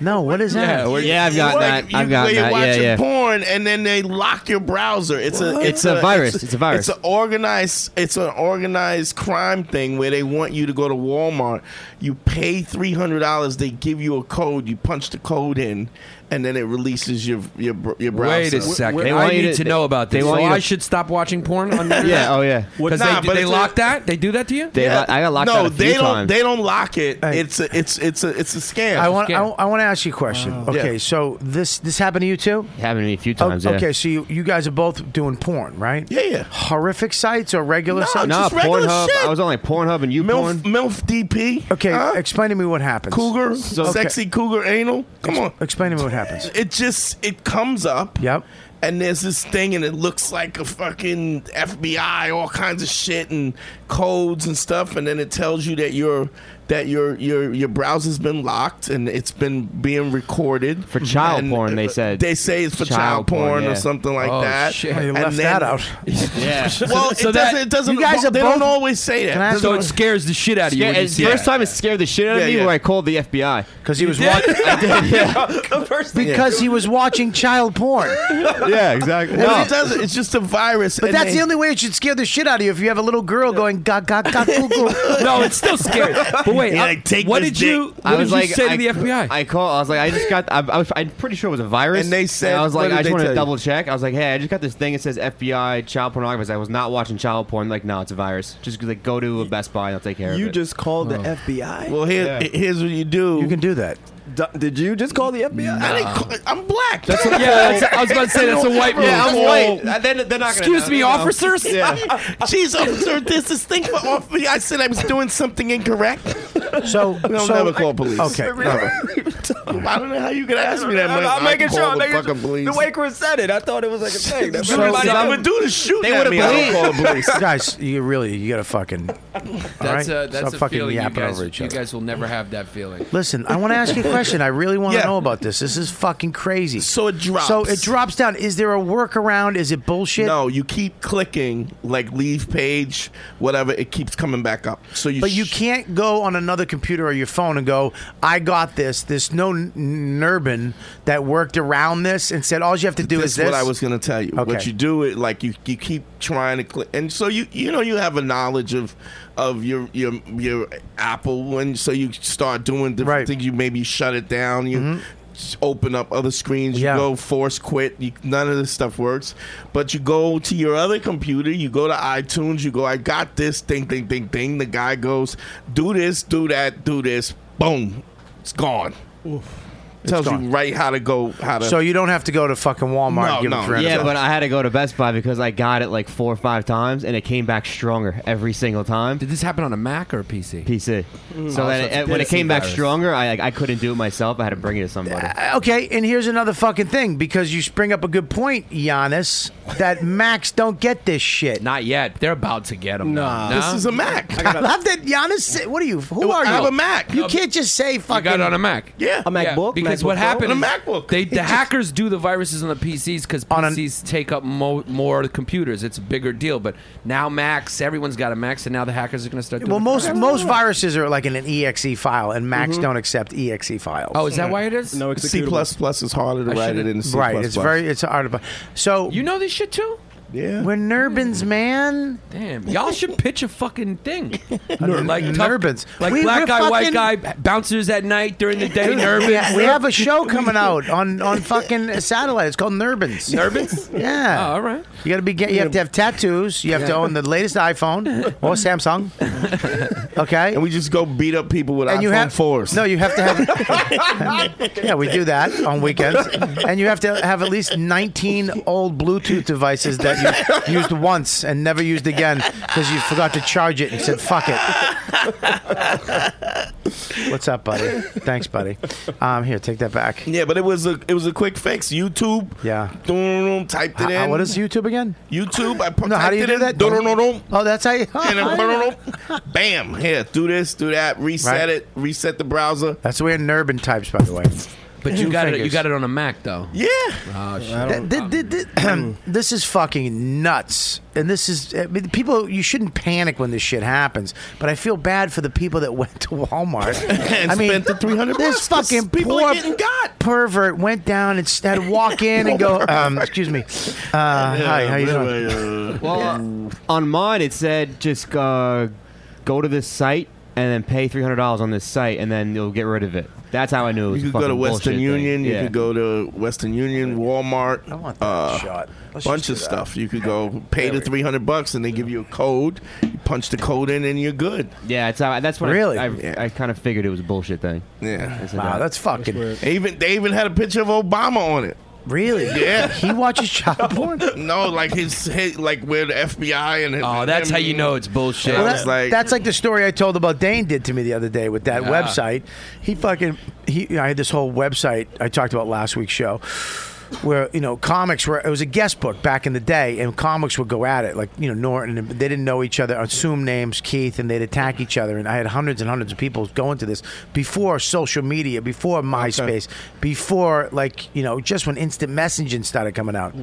[SPEAKER 2] no, what is that?
[SPEAKER 5] yeah, I've gotten that.
[SPEAKER 6] You-
[SPEAKER 5] I've gotten
[SPEAKER 6] where
[SPEAKER 5] that.
[SPEAKER 6] You're
[SPEAKER 5] Yeah,
[SPEAKER 6] watching
[SPEAKER 5] yeah.
[SPEAKER 6] porn, and then they lock your browser. It's a
[SPEAKER 5] What? It's a virus. It's a virus.
[SPEAKER 6] It's an organized. It's an organized crime thing where they want you to go to Walmart. You pay three hundred dollars. They give you a code. You punch the code in, and then it releases your your br- your browser.
[SPEAKER 8] Wait a second.
[SPEAKER 5] They
[SPEAKER 8] I
[SPEAKER 5] want you
[SPEAKER 8] need to,
[SPEAKER 5] to-
[SPEAKER 8] know about
[SPEAKER 5] they
[SPEAKER 8] this. So
[SPEAKER 5] want you to-
[SPEAKER 8] I should stop watching porn on the
[SPEAKER 5] Yeah, oh, yeah.
[SPEAKER 8] Because
[SPEAKER 6] Nah,
[SPEAKER 8] they,
[SPEAKER 6] but
[SPEAKER 8] they
[SPEAKER 6] it's a-
[SPEAKER 8] lock that? They do that to you?
[SPEAKER 5] They, I got locked
[SPEAKER 6] no,
[SPEAKER 5] out a few
[SPEAKER 6] they don't.
[SPEAKER 5] times.
[SPEAKER 6] They don't lock it. It's a, it's it's a it's a scam.
[SPEAKER 2] I want I, want to ask you a question. Okay,
[SPEAKER 6] Yeah.
[SPEAKER 2] so this this happened to you too?
[SPEAKER 5] Happened to me a few
[SPEAKER 2] O-
[SPEAKER 5] times. yeah.
[SPEAKER 2] Oh, okay, so you, you guys are both doing porn, right?
[SPEAKER 6] Yeah, yeah.
[SPEAKER 2] Horrific sites or regular
[SPEAKER 6] No,
[SPEAKER 2] sites?
[SPEAKER 5] Nah,
[SPEAKER 6] just regular
[SPEAKER 5] Uh, Pornhub.
[SPEAKER 6] shit.
[SPEAKER 5] I was on like Pornhub and you
[SPEAKER 6] MILF,
[SPEAKER 5] porn.
[SPEAKER 6] MILF DP.
[SPEAKER 2] Okay,
[SPEAKER 6] Huh?
[SPEAKER 2] explain to me what happens.
[SPEAKER 6] Cougar,
[SPEAKER 2] Okay.
[SPEAKER 6] sexy cougar anal. Come on.
[SPEAKER 2] Explain to me what happens.
[SPEAKER 6] It just it comes up.
[SPEAKER 2] Yep.
[SPEAKER 6] And there's this thing, and it looks like a fucking FBI, all kinds of shit and codes and stuff, and then it tells you that your that your your your browser's been locked and it's been being recorded
[SPEAKER 5] For child
[SPEAKER 6] And uh,
[SPEAKER 5] porn, they said.
[SPEAKER 6] They say it's for
[SPEAKER 5] Child
[SPEAKER 6] child,
[SPEAKER 5] porn,
[SPEAKER 6] porn,
[SPEAKER 5] yeah.
[SPEAKER 6] or something like
[SPEAKER 8] Oh,
[SPEAKER 6] that.
[SPEAKER 8] shit.
[SPEAKER 2] Well, you
[SPEAKER 6] And
[SPEAKER 2] left
[SPEAKER 6] then-
[SPEAKER 2] that out.
[SPEAKER 5] Yeah.
[SPEAKER 6] Well,
[SPEAKER 8] so
[SPEAKER 6] it
[SPEAKER 8] that-
[SPEAKER 6] doesn't. It doesn't.
[SPEAKER 2] you guys are
[SPEAKER 6] they
[SPEAKER 2] both-
[SPEAKER 6] don't always say
[SPEAKER 2] Can I
[SPEAKER 6] that.
[SPEAKER 2] ask
[SPEAKER 8] So it scares the shit out of you.
[SPEAKER 5] Yeah,
[SPEAKER 8] when you
[SPEAKER 5] it's
[SPEAKER 8] see
[SPEAKER 5] first
[SPEAKER 8] it.
[SPEAKER 5] time it scared the shit out of
[SPEAKER 6] Yeah,
[SPEAKER 5] me
[SPEAKER 6] yeah.
[SPEAKER 5] where I called the FBI.
[SPEAKER 2] Because he was
[SPEAKER 8] did?
[SPEAKER 2] watching. Because he was watching child porn.
[SPEAKER 5] yeah, exactly.
[SPEAKER 6] No, it doesn't. It's just a virus.
[SPEAKER 2] But that's the only way it should scare the shit out of you if you have a little girl going ga ga ga goo goo.
[SPEAKER 8] No, it's still scary. But when wait,
[SPEAKER 5] Yeah,
[SPEAKER 8] uh,
[SPEAKER 5] like, take
[SPEAKER 8] what
[SPEAKER 5] this
[SPEAKER 8] did you?
[SPEAKER 5] dick.
[SPEAKER 8] What did you say
[SPEAKER 5] I-
[SPEAKER 8] to the FBI?
[SPEAKER 5] I called. I was like, I just got. I, I was, I'm pretty sure it was a virus.
[SPEAKER 8] And they said-
[SPEAKER 5] I was like,
[SPEAKER 8] what did
[SPEAKER 5] I
[SPEAKER 8] they
[SPEAKER 5] just want
[SPEAKER 8] tell
[SPEAKER 5] to
[SPEAKER 8] you?
[SPEAKER 5] double check. I was like, hey, I just got this thing. It says FBI child pornography. I was not watching child porn. Like, no, it's a virus. Just like go to a Best Buy. and I'll take care of it.
[SPEAKER 7] You just called the FBI.
[SPEAKER 6] Well, here, here's what you do. You can
[SPEAKER 2] do that.
[SPEAKER 7] did you just call the FBI?
[SPEAKER 6] I didn't call, I'm black.
[SPEAKER 7] That's what- yeah, that's- I was about to say that's a white move.
[SPEAKER 5] Yeah, I'm
[SPEAKER 7] Whoa.
[SPEAKER 5] white. Uh, They're, they're not gonna know. No. Yeah.
[SPEAKER 6] Jeez, officer, this is thing for off me. I said I was doing something incorrect.
[SPEAKER 2] So
[SPEAKER 6] We'll
[SPEAKER 2] so-
[SPEAKER 6] never call police.
[SPEAKER 2] Okay,
[SPEAKER 6] Never. I don't know how you could ask me that.
[SPEAKER 7] I'm,
[SPEAKER 6] much.
[SPEAKER 7] I'm
[SPEAKER 6] I
[SPEAKER 7] making
[SPEAKER 6] call
[SPEAKER 7] sure. I'm
[SPEAKER 6] the
[SPEAKER 7] making sure.
[SPEAKER 6] fucking police.
[SPEAKER 7] The way Chris said it, I thought it was like a thing. That's
[SPEAKER 6] So-
[SPEAKER 7] everybody-
[SPEAKER 6] so- would do the shooting
[SPEAKER 7] They at would've me, I don't believed. call the police.
[SPEAKER 2] guys, you really, you gotta fucking. all right?
[SPEAKER 8] That's a that's
[SPEAKER 2] Stop
[SPEAKER 8] a
[SPEAKER 2] fucking
[SPEAKER 8] feeling you
[SPEAKER 2] yapping
[SPEAKER 8] guys,
[SPEAKER 2] over each
[SPEAKER 8] you
[SPEAKER 2] other.
[SPEAKER 8] guys will never have that feeling.
[SPEAKER 2] Listen, I want to ask you a question. I really want to know about this. This is fucking crazy. So it
[SPEAKER 6] drops.
[SPEAKER 2] So it drops down. Is there a workaround? Is it bullshit?
[SPEAKER 6] No, you keep clicking, like leave page, whatever. It keeps coming back up. So you.
[SPEAKER 2] But you can't go on another computer or your phone and go, I got this. There's no n- Nurbin that worked around this and said, all you have to do
[SPEAKER 6] That's
[SPEAKER 2] is this.
[SPEAKER 6] what I was going to tell you.
[SPEAKER 2] Okay.
[SPEAKER 6] What you do it like you you keep trying to click, and so you you know you have a knowledge of of your your your Apple, and so you start doing different things. You maybe shut it down. You.
[SPEAKER 2] Mm-hmm.
[SPEAKER 6] s- Open up other screens. You go force quit. You, none of this stuff works. But you go to your other computer. You go to iTunes. You go. I got this. Ding, ding, ding, ding. The guy goes, do this, do that, do this. Boom, it's gone. Tells you
[SPEAKER 2] gone.
[SPEAKER 6] right how to go. How to.
[SPEAKER 2] So you don't have to go to fucking Walmart and give them $300.
[SPEAKER 5] Yeah, but I had to go to Best Buy because I got it like four or five times, and it came back stronger every single time. Did
[SPEAKER 8] this happen on a Mac or a PC?
[SPEAKER 5] PC.
[SPEAKER 8] Mm.
[SPEAKER 5] So that
[SPEAKER 8] Oh, so
[SPEAKER 5] it-
[SPEAKER 8] it's a
[SPEAKER 5] when it
[SPEAKER 8] PC
[SPEAKER 5] came back
[SPEAKER 8] virus.
[SPEAKER 5] stronger, I like, I couldn't do it myself. I had to bring it to somebody.
[SPEAKER 2] Uh, Okay, and here's another fucking thing because you spring up a good point, Giannis, that Macs don't get this shit.
[SPEAKER 8] Not yet. They're about to get them.
[SPEAKER 2] Nah.
[SPEAKER 8] no?
[SPEAKER 2] This is a
[SPEAKER 6] Mac.
[SPEAKER 2] I, love that Giannis. said- What are you? Who
[SPEAKER 8] Well,
[SPEAKER 2] are
[SPEAKER 8] I
[SPEAKER 2] you?
[SPEAKER 8] have a Mac.
[SPEAKER 2] You
[SPEAKER 8] Um,
[SPEAKER 2] can't just say
[SPEAKER 8] You
[SPEAKER 2] fucking.
[SPEAKER 8] got it on a Mac.
[SPEAKER 2] Yeah,
[SPEAKER 8] Because what happened? is They,
[SPEAKER 2] It
[SPEAKER 8] the
[SPEAKER 2] just-
[SPEAKER 8] hackers do the viruses on the PCs because PCs take up mo- more computers. It's a bigger deal. But now Macs, everyone's got a Mac, and now the hackers are going to start. Doing
[SPEAKER 2] Well,
[SPEAKER 8] the
[SPEAKER 2] most
[SPEAKER 8] virus.
[SPEAKER 2] most viruses are like in an exe file, and Macs don't accept exe files.
[SPEAKER 8] Mm-hmm. Oh, is that why it is? No
[SPEAKER 6] C plus plus is harder to
[SPEAKER 2] I
[SPEAKER 6] write it
[SPEAKER 2] should've-
[SPEAKER 6] in C
[SPEAKER 2] Right, it's very it's hard. To, so
[SPEAKER 8] you know this shit too.
[SPEAKER 6] Yeah,
[SPEAKER 2] we're Nurbins, man.
[SPEAKER 8] Damn, y'all should pitch a fucking thing. like
[SPEAKER 2] Nurbins.
[SPEAKER 8] like
[SPEAKER 2] We- we're
[SPEAKER 8] black guy, white
[SPEAKER 2] fucking-
[SPEAKER 8] guy, bouncers at night during the day.
[SPEAKER 2] Dude,
[SPEAKER 8] Nervous.
[SPEAKER 2] we, ha- we have a show coming out on on fucking satellite. It's called Nurbins.
[SPEAKER 8] Nurbins?
[SPEAKER 2] Yeah.
[SPEAKER 8] Oh, all right.
[SPEAKER 2] You got to be. Get, you have to have tattoos. You have to
[SPEAKER 6] Yeah.
[SPEAKER 2] own the latest iPhone or Samsung. Okay.
[SPEAKER 6] And we just go beat up people with
[SPEAKER 2] And
[SPEAKER 6] iPhone
[SPEAKER 2] you have-
[SPEAKER 6] fours.
[SPEAKER 2] No, you have to have. yeah, we do that on weekends, and you have to have at least 19 old Bluetooth devices that you used once and never used again because you forgot to charge it and said "fuck it." What's up, buddy? Thanks, buddy. Um, here, take that back.
[SPEAKER 6] Yeah, but it was a it was a quick fix. YouTube.
[SPEAKER 2] Yeah.
[SPEAKER 6] Doom, typed it
[SPEAKER 2] Uh,
[SPEAKER 6] in.
[SPEAKER 2] what is YouTube again?
[SPEAKER 6] YouTube. I put,
[SPEAKER 2] No, how do you do that?
[SPEAKER 6] Dum, dum, dum,
[SPEAKER 2] Oh, that's how you.
[SPEAKER 6] and then dum, dum, dum. bam. Here, do this, do that. Reset
[SPEAKER 2] Right.
[SPEAKER 6] it. Reset the browser.
[SPEAKER 2] That's the way Nurbin types, by the way.
[SPEAKER 8] But you got it. You
[SPEAKER 2] Fingers.
[SPEAKER 8] got it on a Mac though.
[SPEAKER 6] Yeah.
[SPEAKER 8] Oh shit.
[SPEAKER 6] Um,
[SPEAKER 2] Th- th- th- th- this is fucking nuts, and this is I mean, people. You shouldn't panic when this shit happens, but I feel bad for the people that went to Walmart
[SPEAKER 6] And
[SPEAKER 2] I mean,
[SPEAKER 6] spent the 300
[SPEAKER 2] This
[SPEAKER 6] bucks 'cause
[SPEAKER 2] fucking
[SPEAKER 6] people are
[SPEAKER 2] poor
[SPEAKER 6] getting got.
[SPEAKER 2] pervert went down and had to walk in and go, um, "Excuse me, uh, hi, how you doing?"
[SPEAKER 5] Well, on mine it said just uh, go to this site and then pay three hundred dollars on this site, and then you'll get rid of it. That's how I knew it was.
[SPEAKER 6] You
[SPEAKER 5] a
[SPEAKER 6] could go to
[SPEAKER 5] fucking bullshit
[SPEAKER 6] Western
[SPEAKER 5] thing.
[SPEAKER 6] Union. You
[SPEAKER 5] Yeah.
[SPEAKER 6] could go to Western Union, Walmart. I
[SPEAKER 2] want
[SPEAKER 5] that
[SPEAKER 2] shot. Let's
[SPEAKER 6] Uh,
[SPEAKER 2] just
[SPEAKER 6] bunch
[SPEAKER 2] do
[SPEAKER 6] of
[SPEAKER 2] that.
[SPEAKER 6] stuff. You uh, could go pay the three hundred bucks, and they give you a code. You punch the code in, and you're good.
[SPEAKER 5] Yeah, it's how, that's when I-
[SPEAKER 6] Really?
[SPEAKER 5] I, I, kind of figured it was a bullshit thing.
[SPEAKER 6] Yeah,
[SPEAKER 2] Wow, that's fucking.
[SPEAKER 6] They even they even had a picture of Obama on it.
[SPEAKER 2] Really?
[SPEAKER 6] Yeah.
[SPEAKER 2] He watches child porn.
[SPEAKER 6] no, like his hit, like where the FBI and
[SPEAKER 8] Oh, that's how you know it's bullshit.
[SPEAKER 6] Well,
[SPEAKER 2] Well,
[SPEAKER 6] It's
[SPEAKER 2] that-
[SPEAKER 6] like-
[SPEAKER 2] that's like the story I told about Dane did to me the other day with that
[SPEAKER 6] Yeah.
[SPEAKER 2] website. He fucking he. you know, I had this whole website I talked about last week's show. Where you know comics were it was a guest book back in the day, and comics would go at it like you know Norton. and They didn't know each other, assume names, Keith, and they'd attack each other. And I had hundreds and hundreds of people going to this before social media, before MySpace, before like you know just when instant messaging started coming out.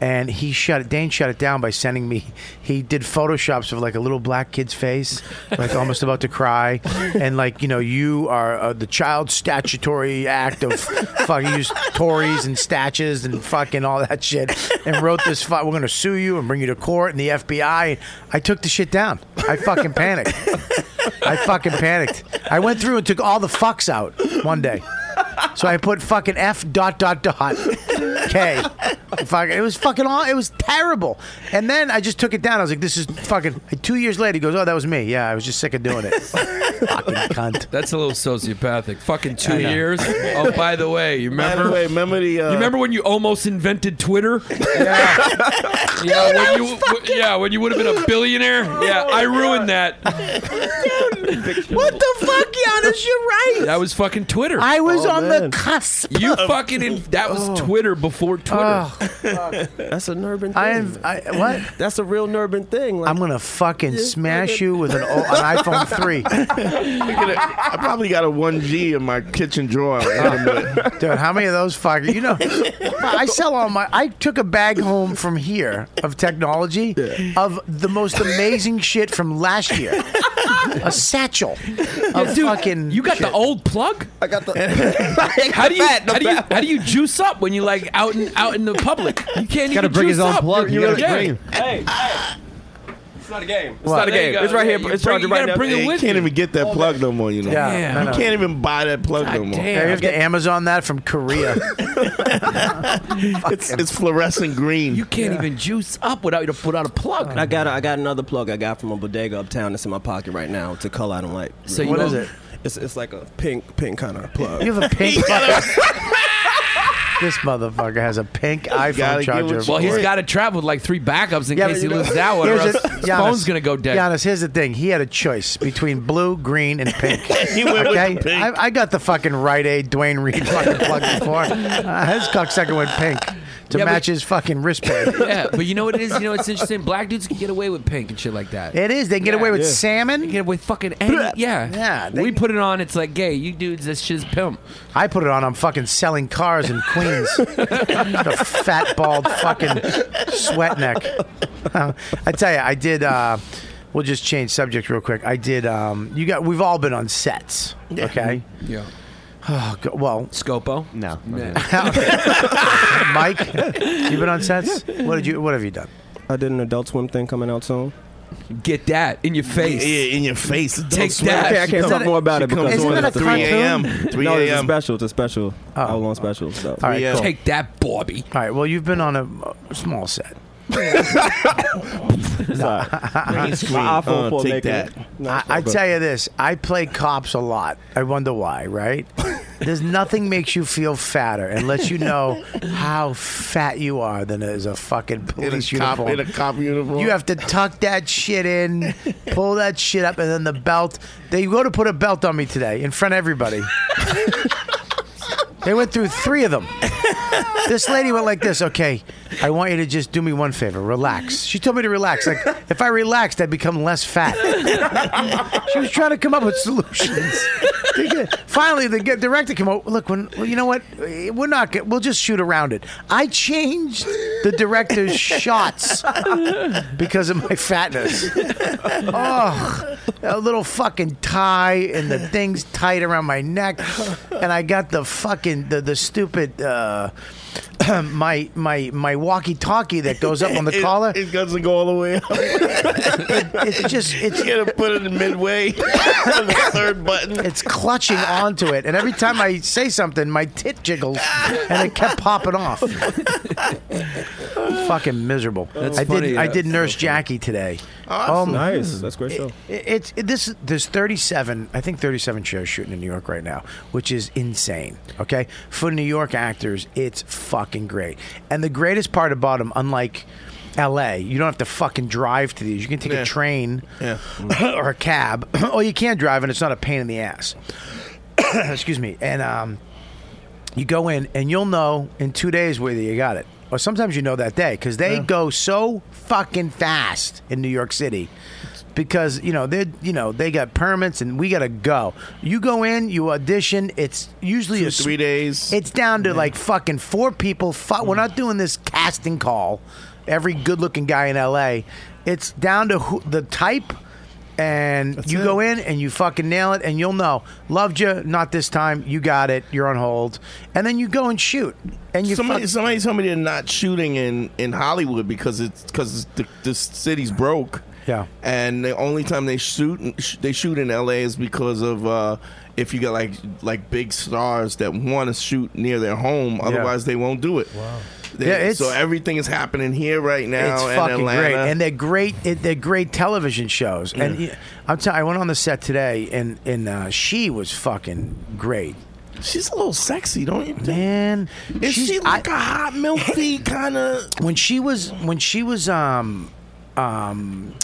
[SPEAKER 2] and he shut it. Dane shut it down by sending me. He did photoshops of like a little black kid's face, like almost about to cry, and like you know you are uh, the child statutory act of fucking use Tories and statues and fucking all that shit, and wrote this. Fu- We're gonna sue you and bring you to court and the FBI. I took the shit down. I fucking panicked. I fucking panicked. I went through and took all the fucks out one day. So I put fucking F dot dot dot K. Fuck, it was fucking all. It was terrible. And then I just took it down. I was like, this is fucking. Two years later, he goes, oh, that was me. Yeah, I was just sick of doing it. fucking cunt.
[SPEAKER 8] That's a little sociopathic. Fucking two
[SPEAKER 2] I know.
[SPEAKER 8] years. Oh, by the way, you
[SPEAKER 6] By
[SPEAKER 8] remember?
[SPEAKER 6] the way, remember the. Uh,
[SPEAKER 8] you remember when you almost invented Twitter? Yeah. yeah, when you, yeah, when you would have been a billionaire.
[SPEAKER 2] Oh
[SPEAKER 8] Yeah, I ruined that.
[SPEAKER 2] What the fuck, Giannis? You're right.
[SPEAKER 8] That was fucking Twitter.
[SPEAKER 2] I Oh. was on the cusp.
[SPEAKER 8] You
[SPEAKER 2] of-
[SPEAKER 8] fucking in, that was Twitter before Twitter.
[SPEAKER 7] That's an urban thing.
[SPEAKER 2] I am. I, what?
[SPEAKER 7] That's a real urban thing. Like,
[SPEAKER 2] I'm gonna fucking smash you with an, o- an iPhone three,
[SPEAKER 6] I probably got a 1G in my kitchen drawer.
[SPEAKER 2] dude. How many of those fucking? You know, I sell all my. I took a bag home from here of technology of the most amazing shit from last year. A satchel of
[SPEAKER 8] Yeah, dude,
[SPEAKER 2] fucking.
[SPEAKER 8] you got the
[SPEAKER 2] shit.
[SPEAKER 8] old plug.
[SPEAKER 6] I got the.
[SPEAKER 8] How do you how do you how do you juice up when you like out in out in the public? You can't
[SPEAKER 5] gotta
[SPEAKER 8] even
[SPEAKER 5] bring
[SPEAKER 8] juice
[SPEAKER 5] his own
[SPEAKER 8] up.
[SPEAKER 5] plug.
[SPEAKER 8] You're-
[SPEAKER 5] You
[SPEAKER 8] you're-
[SPEAKER 5] gotta
[SPEAKER 8] yeah.
[SPEAKER 5] bring-
[SPEAKER 7] hey, hey. It's not a game.
[SPEAKER 8] It's not a
[SPEAKER 5] There you
[SPEAKER 8] game.
[SPEAKER 5] go.
[SPEAKER 8] It's right here.
[SPEAKER 5] Yeah, you
[SPEAKER 8] It's
[SPEAKER 5] bring-
[SPEAKER 8] charged
[SPEAKER 5] you
[SPEAKER 8] right
[SPEAKER 5] gotta
[SPEAKER 8] now.
[SPEAKER 5] bring it
[SPEAKER 6] You
[SPEAKER 8] with
[SPEAKER 6] can't
[SPEAKER 8] you.
[SPEAKER 6] even get that plug no more, you know.
[SPEAKER 2] Yeah,
[SPEAKER 8] Damn.
[SPEAKER 2] no, no.
[SPEAKER 6] You can't even buy that plug no more.
[SPEAKER 8] damn.
[SPEAKER 2] Yeah, you have to Amazon that from Korea.
[SPEAKER 6] It's, it's fluorescent green.
[SPEAKER 8] You can't even juice up without you to put out a plug.
[SPEAKER 7] I got a, I got another plug I got from a bodega uptown that's in my pocket right now. It's a color I don't like.
[SPEAKER 8] So you
[SPEAKER 2] what
[SPEAKER 8] know-
[SPEAKER 2] is it?
[SPEAKER 7] It's, it's like a pink pink kind of plug.
[SPEAKER 2] You have a pink. this motherfucker has a pink
[SPEAKER 6] gotta
[SPEAKER 2] iPhone
[SPEAKER 6] give
[SPEAKER 2] charger.
[SPEAKER 6] what you
[SPEAKER 8] Well, he's
[SPEAKER 6] Right.
[SPEAKER 8] got to travel with like three backups in case he loses that one, or
[SPEAKER 2] Here's
[SPEAKER 8] else
[SPEAKER 2] the-
[SPEAKER 8] his phone's gonna go dead.
[SPEAKER 2] Giannis, here's the thing. He had a choice between blue, green, and pink.
[SPEAKER 6] He went with
[SPEAKER 2] okay?
[SPEAKER 6] the pink.
[SPEAKER 2] I, I got the fucking Rite Aid Dwayne Reed fucking plug before. Uh, his cocksucker went pink to
[SPEAKER 8] Yeah, but-
[SPEAKER 2] match his fucking wristband.
[SPEAKER 8] Yeah, but you know what it is? You know it's interesting. Black dudes can get away with pink and shit like that.
[SPEAKER 2] it is. They can get
[SPEAKER 8] Yeah.
[SPEAKER 2] away with
[SPEAKER 8] Yeah. They
[SPEAKER 2] salmon.
[SPEAKER 8] can get away with fucking any, yeah.
[SPEAKER 2] Yeah, they-
[SPEAKER 8] we put it on. It's like, gay, you dudes, this shit's pimp.
[SPEAKER 2] I put it on. I'm fucking selling cars in Queens. the fat bald fucking sweat neck. Uh, I tell you, I did. Uh, we'll just change subject real quick. I did. Um, you got. We've all been on sets. Okay.
[SPEAKER 8] Yeah.
[SPEAKER 2] Oh, go- well,
[SPEAKER 8] Scopo.
[SPEAKER 5] No.
[SPEAKER 8] Man.
[SPEAKER 2] Mike, you've been on sets. What did you? What have you done?
[SPEAKER 7] I did an Adult Swim thing coming out soon.
[SPEAKER 8] Get that in your face.
[SPEAKER 6] Yeah, in your face. Don't
[SPEAKER 8] Take
[SPEAKER 6] sweat.
[SPEAKER 8] that.
[SPEAKER 7] Okay, I can't
[SPEAKER 2] She
[SPEAKER 7] talk
[SPEAKER 2] comes-
[SPEAKER 7] more about
[SPEAKER 2] she
[SPEAKER 7] it because
[SPEAKER 2] comes
[SPEAKER 7] it's
[SPEAKER 2] on
[SPEAKER 7] one
[SPEAKER 2] at
[SPEAKER 7] of the
[SPEAKER 2] 3
[SPEAKER 6] 3
[SPEAKER 7] three.
[SPEAKER 6] a.m. 3
[SPEAKER 7] No, it's a
[SPEAKER 6] a.m.
[SPEAKER 7] special. It's a special.
[SPEAKER 2] Oh.
[SPEAKER 7] I was on special. So.
[SPEAKER 2] All right,
[SPEAKER 6] Yeah.
[SPEAKER 2] cool.
[SPEAKER 8] Take that, Bobby.
[SPEAKER 2] All right. Well, you've been on a uh, small set.
[SPEAKER 6] Green screen.
[SPEAKER 7] My iPhone
[SPEAKER 6] Uh,
[SPEAKER 7] for
[SPEAKER 6] take
[SPEAKER 7] making
[SPEAKER 6] that.
[SPEAKER 7] it. No,
[SPEAKER 2] I,
[SPEAKER 7] it's
[SPEAKER 2] I
[SPEAKER 7] okay.
[SPEAKER 2] tell you this, I play cops a lot. I wonder why, right? There's nothing makes you feel fatter and lets you know how fat you are than is a fucking
[SPEAKER 6] In
[SPEAKER 2] police
[SPEAKER 6] a, cop,
[SPEAKER 2] uniform.
[SPEAKER 6] in a cop uniform.
[SPEAKER 2] you have to tuck that shit in, pull that shit up, and then the belt. They go to put a belt on me today in front of everybody. they went through three of them. This lady went like this. Okay, I want you to just do me one favor. Relax. She told me to relax. Like if I relaxed, I'd become less fat. she was trying to come up with solutions. They get- Finally, the get- director came out. Look, when well, you know what, we're not. go- We'll just shoot around it. I changed the director's shots because of my fatness. Oh, a little fucking tie and the things tight around my neck, and I got the fucking the the stupid. Uh, my my my walkie-talkie that goes up on the
[SPEAKER 6] it,
[SPEAKER 2] collar.
[SPEAKER 6] It doesn't go all the way up. you
[SPEAKER 2] it's just it's
[SPEAKER 6] gotta put it in midway. on the third button.
[SPEAKER 2] it's clutching onto it, and every time I say something, my tit jiggles, and it kept popping off. Fucking miserable. I
[SPEAKER 8] funny,
[SPEAKER 2] did. I
[SPEAKER 8] yeah.
[SPEAKER 2] did Nurse Jackie today. Oh,
[SPEAKER 6] Awesome.
[SPEAKER 7] Nice. That's a great show.
[SPEAKER 2] It- It's it, this. There's 37. I think 37 shows shooting in New York right now, which is insane. Okay, for New York actors, it's fucking great. And the greatest part about them, unlike L.A., you don't have to fucking drive to these. You can take
[SPEAKER 6] Yeah.
[SPEAKER 2] a train
[SPEAKER 6] Yeah.
[SPEAKER 2] or a cab, or you can drive, and it's not a pain in the ass. Excuse me. And um, you go in, and you'll know in two days whether you got it. Or sometimes you know that day because they go so fucking fast in New York City. because you know they you know they got permits and we got to go. You go in, you audition. It's usually a, three
[SPEAKER 6] days.
[SPEAKER 2] It's down to like fucking four people. Fu-
[SPEAKER 6] Mm.
[SPEAKER 2] We're not doing this casting call. Every good-looking guy in L.A. It's down to who, the type. And you go in and you fucking nail it, and you'll know. Loved you, not this time. You got it. You're on hold, and then you go and shoot. And you
[SPEAKER 6] somebody,
[SPEAKER 2] fuck-
[SPEAKER 6] somebody told me they're not shooting in, in Hollywood because it's because the, the city's broke.
[SPEAKER 2] Yeah.
[SPEAKER 6] and the only time they shoot sh- they shoot in L.A. is because of uh, if you got like like big stars that want to shoot near their home. Otherwise, they won't do it. Wow.
[SPEAKER 2] Yeah, it's-
[SPEAKER 6] so everything is happening here right now.
[SPEAKER 2] It's
[SPEAKER 6] in
[SPEAKER 2] fucking
[SPEAKER 6] Atlanta.
[SPEAKER 2] great, and they're great. It, they're great television shows. And y- I'm telling, I went on the set today, and and uh, she was fucking great.
[SPEAKER 6] She's a little sexy, don't you? Think?
[SPEAKER 2] Man,
[SPEAKER 6] Is
[SPEAKER 2] she's-
[SPEAKER 6] she like a hot milky kind of?
[SPEAKER 2] when she was when she was um um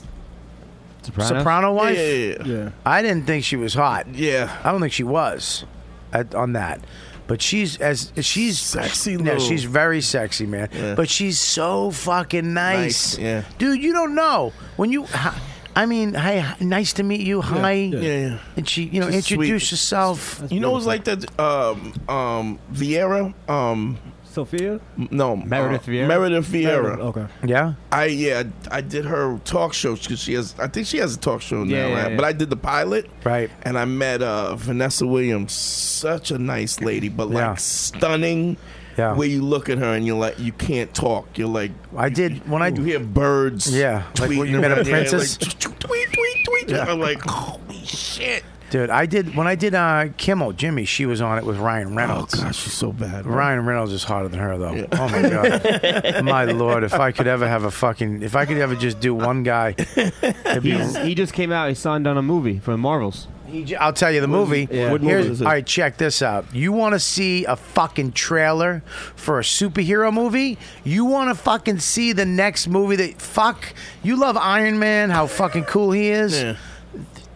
[SPEAKER 6] Sopranos?
[SPEAKER 2] wife.
[SPEAKER 6] Yeah, yeah, yeah. Yeah.
[SPEAKER 2] I didn't think she was hot.
[SPEAKER 6] Yeah,
[SPEAKER 2] I don't think she was at, on that. But she's as she's sexy. No,
[SPEAKER 6] little-
[SPEAKER 2] she's very sexy, man.
[SPEAKER 6] Yeah.
[SPEAKER 2] But she's so fucking nice.
[SPEAKER 6] Nice, yeah.
[SPEAKER 2] dude. You don't know when you. hi- I mean, hi, nice to meet you. Hi,
[SPEAKER 6] yeah. Yeah, yeah.
[SPEAKER 2] And she, you know,
[SPEAKER 6] She's
[SPEAKER 2] introduce
[SPEAKER 6] sweet.
[SPEAKER 2] yourself.
[SPEAKER 6] you know, it was like that. Um, um, Vieira. Um,
[SPEAKER 7] Sophia.
[SPEAKER 6] No,
[SPEAKER 7] Meredith
[SPEAKER 6] uh,
[SPEAKER 7] Vieira?
[SPEAKER 6] Meredith Vieira.
[SPEAKER 7] Meredith, okay.
[SPEAKER 2] Yeah.
[SPEAKER 6] I yeah, I did her talk show because she has. I think she has a talk show now,
[SPEAKER 2] Yeah, yeah,
[SPEAKER 6] right?
[SPEAKER 2] yeah.
[SPEAKER 6] but I did the pilot.
[SPEAKER 2] Right.
[SPEAKER 6] And I met uh, Vanessa Williams, such a nice lady, but like stunning.
[SPEAKER 2] Yeah.
[SPEAKER 6] Where you look at her and you're like, you can't talk. You're like,
[SPEAKER 2] I did when I
[SPEAKER 6] you hear birds.
[SPEAKER 2] Yeah, like when
[SPEAKER 6] tweeting
[SPEAKER 2] you met a
[SPEAKER 6] around, yeah, like,
[SPEAKER 2] princess?
[SPEAKER 6] tweet, tweet, tweet.
[SPEAKER 2] Yeah.
[SPEAKER 6] I'm like, holy shit.
[SPEAKER 2] Dude, I did when I did uh, Kimmel, Jimmy. She was on it with Ryan Reynolds. Oh
[SPEAKER 6] gosh, she's so bad.
[SPEAKER 2] Ryan Reynolds is hotter than her, though. Oh my god, my lord! If I could ever have a fucking, if I could ever just do one guy, it'd be,
[SPEAKER 5] He's, he just came out. He signed on a movie from Marvels.
[SPEAKER 2] He j- I'll tell you the
[SPEAKER 5] What
[SPEAKER 2] movie.
[SPEAKER 5] is- yeah. What
[SPEAKER 2] Here's-
[SPEAKER 5] movie is it?
[SPEAKER 2] All right, check this out. You want to see a fucking trailer for a superhero movie? You want to fucking see the next movie that fuck? You love Iron Man? How fucking cool he is,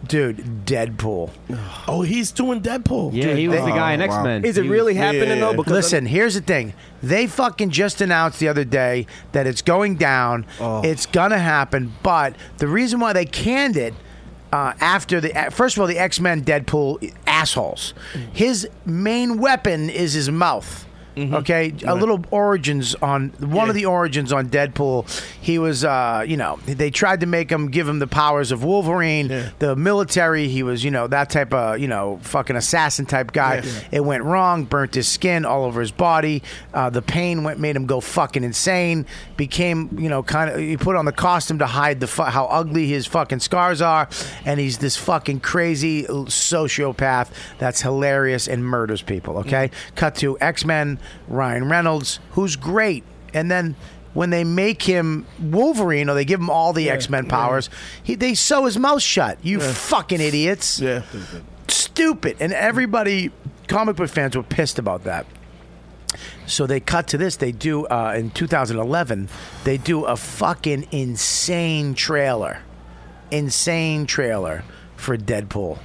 [SPEAKER 2] dude! Deadpool.
[SPEAKER 6] Oh, he's doing Deadpool.
[SPEAKER 5] Yeah, he was the guy
[SPEAKER 2] Oh,
[SPEAKER 5] in X Men.
[SPEAKER 2] listen, here's the thing. They fucking just announced the other day that it's going down. It's gonna happen. But the reason why they canned it. Uh, after the uh, first of all, the X Men Deadpool assholes. His main weapon is his mouth. Okay, a little origins on one of the origins on Deadpool. He was, uh, you know, they tried to make him give him the powers of Wolverine, the military. He was, you know, that type of, you know, fucking assassin type guy. It went wrong, burnt his skin all over his body. Uh, the pain went made him go fucking insane. Became, you know, kind of. He put on the costume to hide the fu- how ugly his fucking scars are, and he's this fucking crazy l- sociopath that's hilarious and murders people. Okay, cut to X Men, Ryan Reynolds, who's great, and then. When they make him Wolverine, or they give him all the X Men powers, he, they sew his mouth shut. You fucking idiots!
[SPEAKER 6] Yeah,
[SPEAKER 2] stupid. And everybody, comic book fans, were pissed about that. So they cut to this. They do uh, in 2011. They do a fucking insane trailer, insane trailer for Deadpool.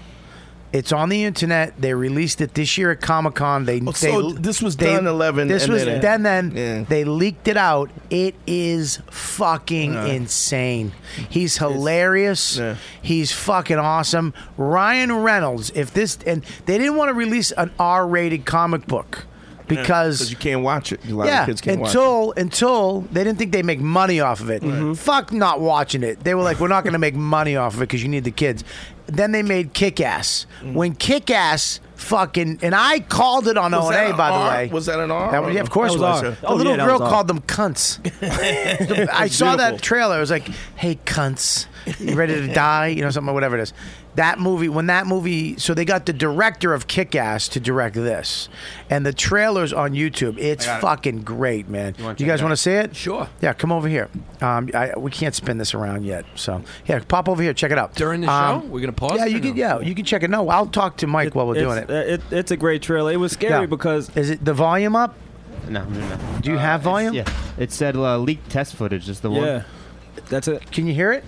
[SPEAKER 2] It's on the internet. They released it this year at Comic Con. They, they
[SPEAKER 6] Oh, so this was
[SPEAKER 2] they-
[SPEAKER 6] done 11
[SPEAKER 2] This
[SPEAKER 6] and
[SPEAKER 2] was
[SPEAKER 6] then-
[SPEAKER 2] done then. They leaked it out. It is fucking
[SPEAKER 6] Yeah.
[SPEAKER 2] insane. He's hilarious. He's fucking awesome. Ryan Reynolds. If this and they didn't want to release an R-rated comic book because
[SPEAKER 6] you can't watch it. A lot
[SPEAKER 2] yeah,
[SPEAKER 6] of kids can't watch it.
[SPEAKER 2] until until they didn't think they would make money off of it. Mm-hmm. Fuck not watching it. They were like, we're not going to make money off of it because you need the kids. Then they made Kick Ass.
[SPEAKER 6] Mm.
[SPEAKER 2] When Kick Ass fucking and I called it on
[SPEAKER 6] Was
[SPEAKER 2] O and
[SPEAKER 6] that
[SPEAKER 2] A
[SPEAKER 6] an
[SPEAKER 2] by the
[SPEAKER 6] R?
[SPEAKER 2] way.
[SPEAKER 6] Was that an R?
[SPEAKER 2] That was- yeah, of course
[SPEAKER 6] That
[SPEAKER 2] it
[SPEAKER 6] was
[SPEAKER 2] was.
[SPEAKER 6] R.
[SPEAKER 2] The
[SPEAKER 6] Oh,
[SPEAKER 2] little
[SPEAKER 6] yeah, that
[SPEAKER 2] girl
[SPEAKER 6] was R.
[SPEAKER 2] called them cunts. I
[SPEAKER 6] It's
[SPEAKER 2] saw
[SPEAKER 6] beautiful.
[SPEAKER 2] that trailer. I was like, "Hey, cunts, you ready to die?" You know, something, whatever it is. That movie, when that movie, so they got the director of Kick Ass to direct this, and the trailer's on YouTube. It's
[SPEAKER 8] I got it.
[SPEAKER 2] fucking great, man. You,
[SPEAKER 8] wanna check
[SPEAKER 2] guys
[SPEAKER 8] it
[SPEAKER 2] want to
[SPEAKER 8] out?
[SPEAKER 2] see it?
[SPEAKER 8] Sure.
[SPEAKER 2] Yeah, come over here. Um, I, we can't spin this around yet, so yeah, pop over here, check it out
[SPEAKER 8] During the
[SPEAKER 2] Um,
[SPEAKER 8] show, we're gonna pause.
[SPEAKER 2] Yeah,
[SPEAKER 8] or
[SPEAKER 2] you
[SPEAKER 8] no?
[SPEAKER 2] can. Yeah, you can check it. No, I'll talk to Mike while we're doing
[SPEAKER 7] It's-
[SPEAKER 2] it.
[SPEAKER 7] uh, it- It's a great trailer. It was scary
[SPEAKER 2] Yeah.
[SPEAKER 7] because
[SPEAKER 2] is it the volume up?
[SPEAKER 5] No, no, no.
[SPEAKER 2] Do you have volume?
[SPEAKER 5] Yeah, it said uh, leaked test footage. Is the one.
[SPEAKER 2] Oh, Yeah.
[SPEAKER 7] That's it.
[SPEAKER 2] Can you hear it?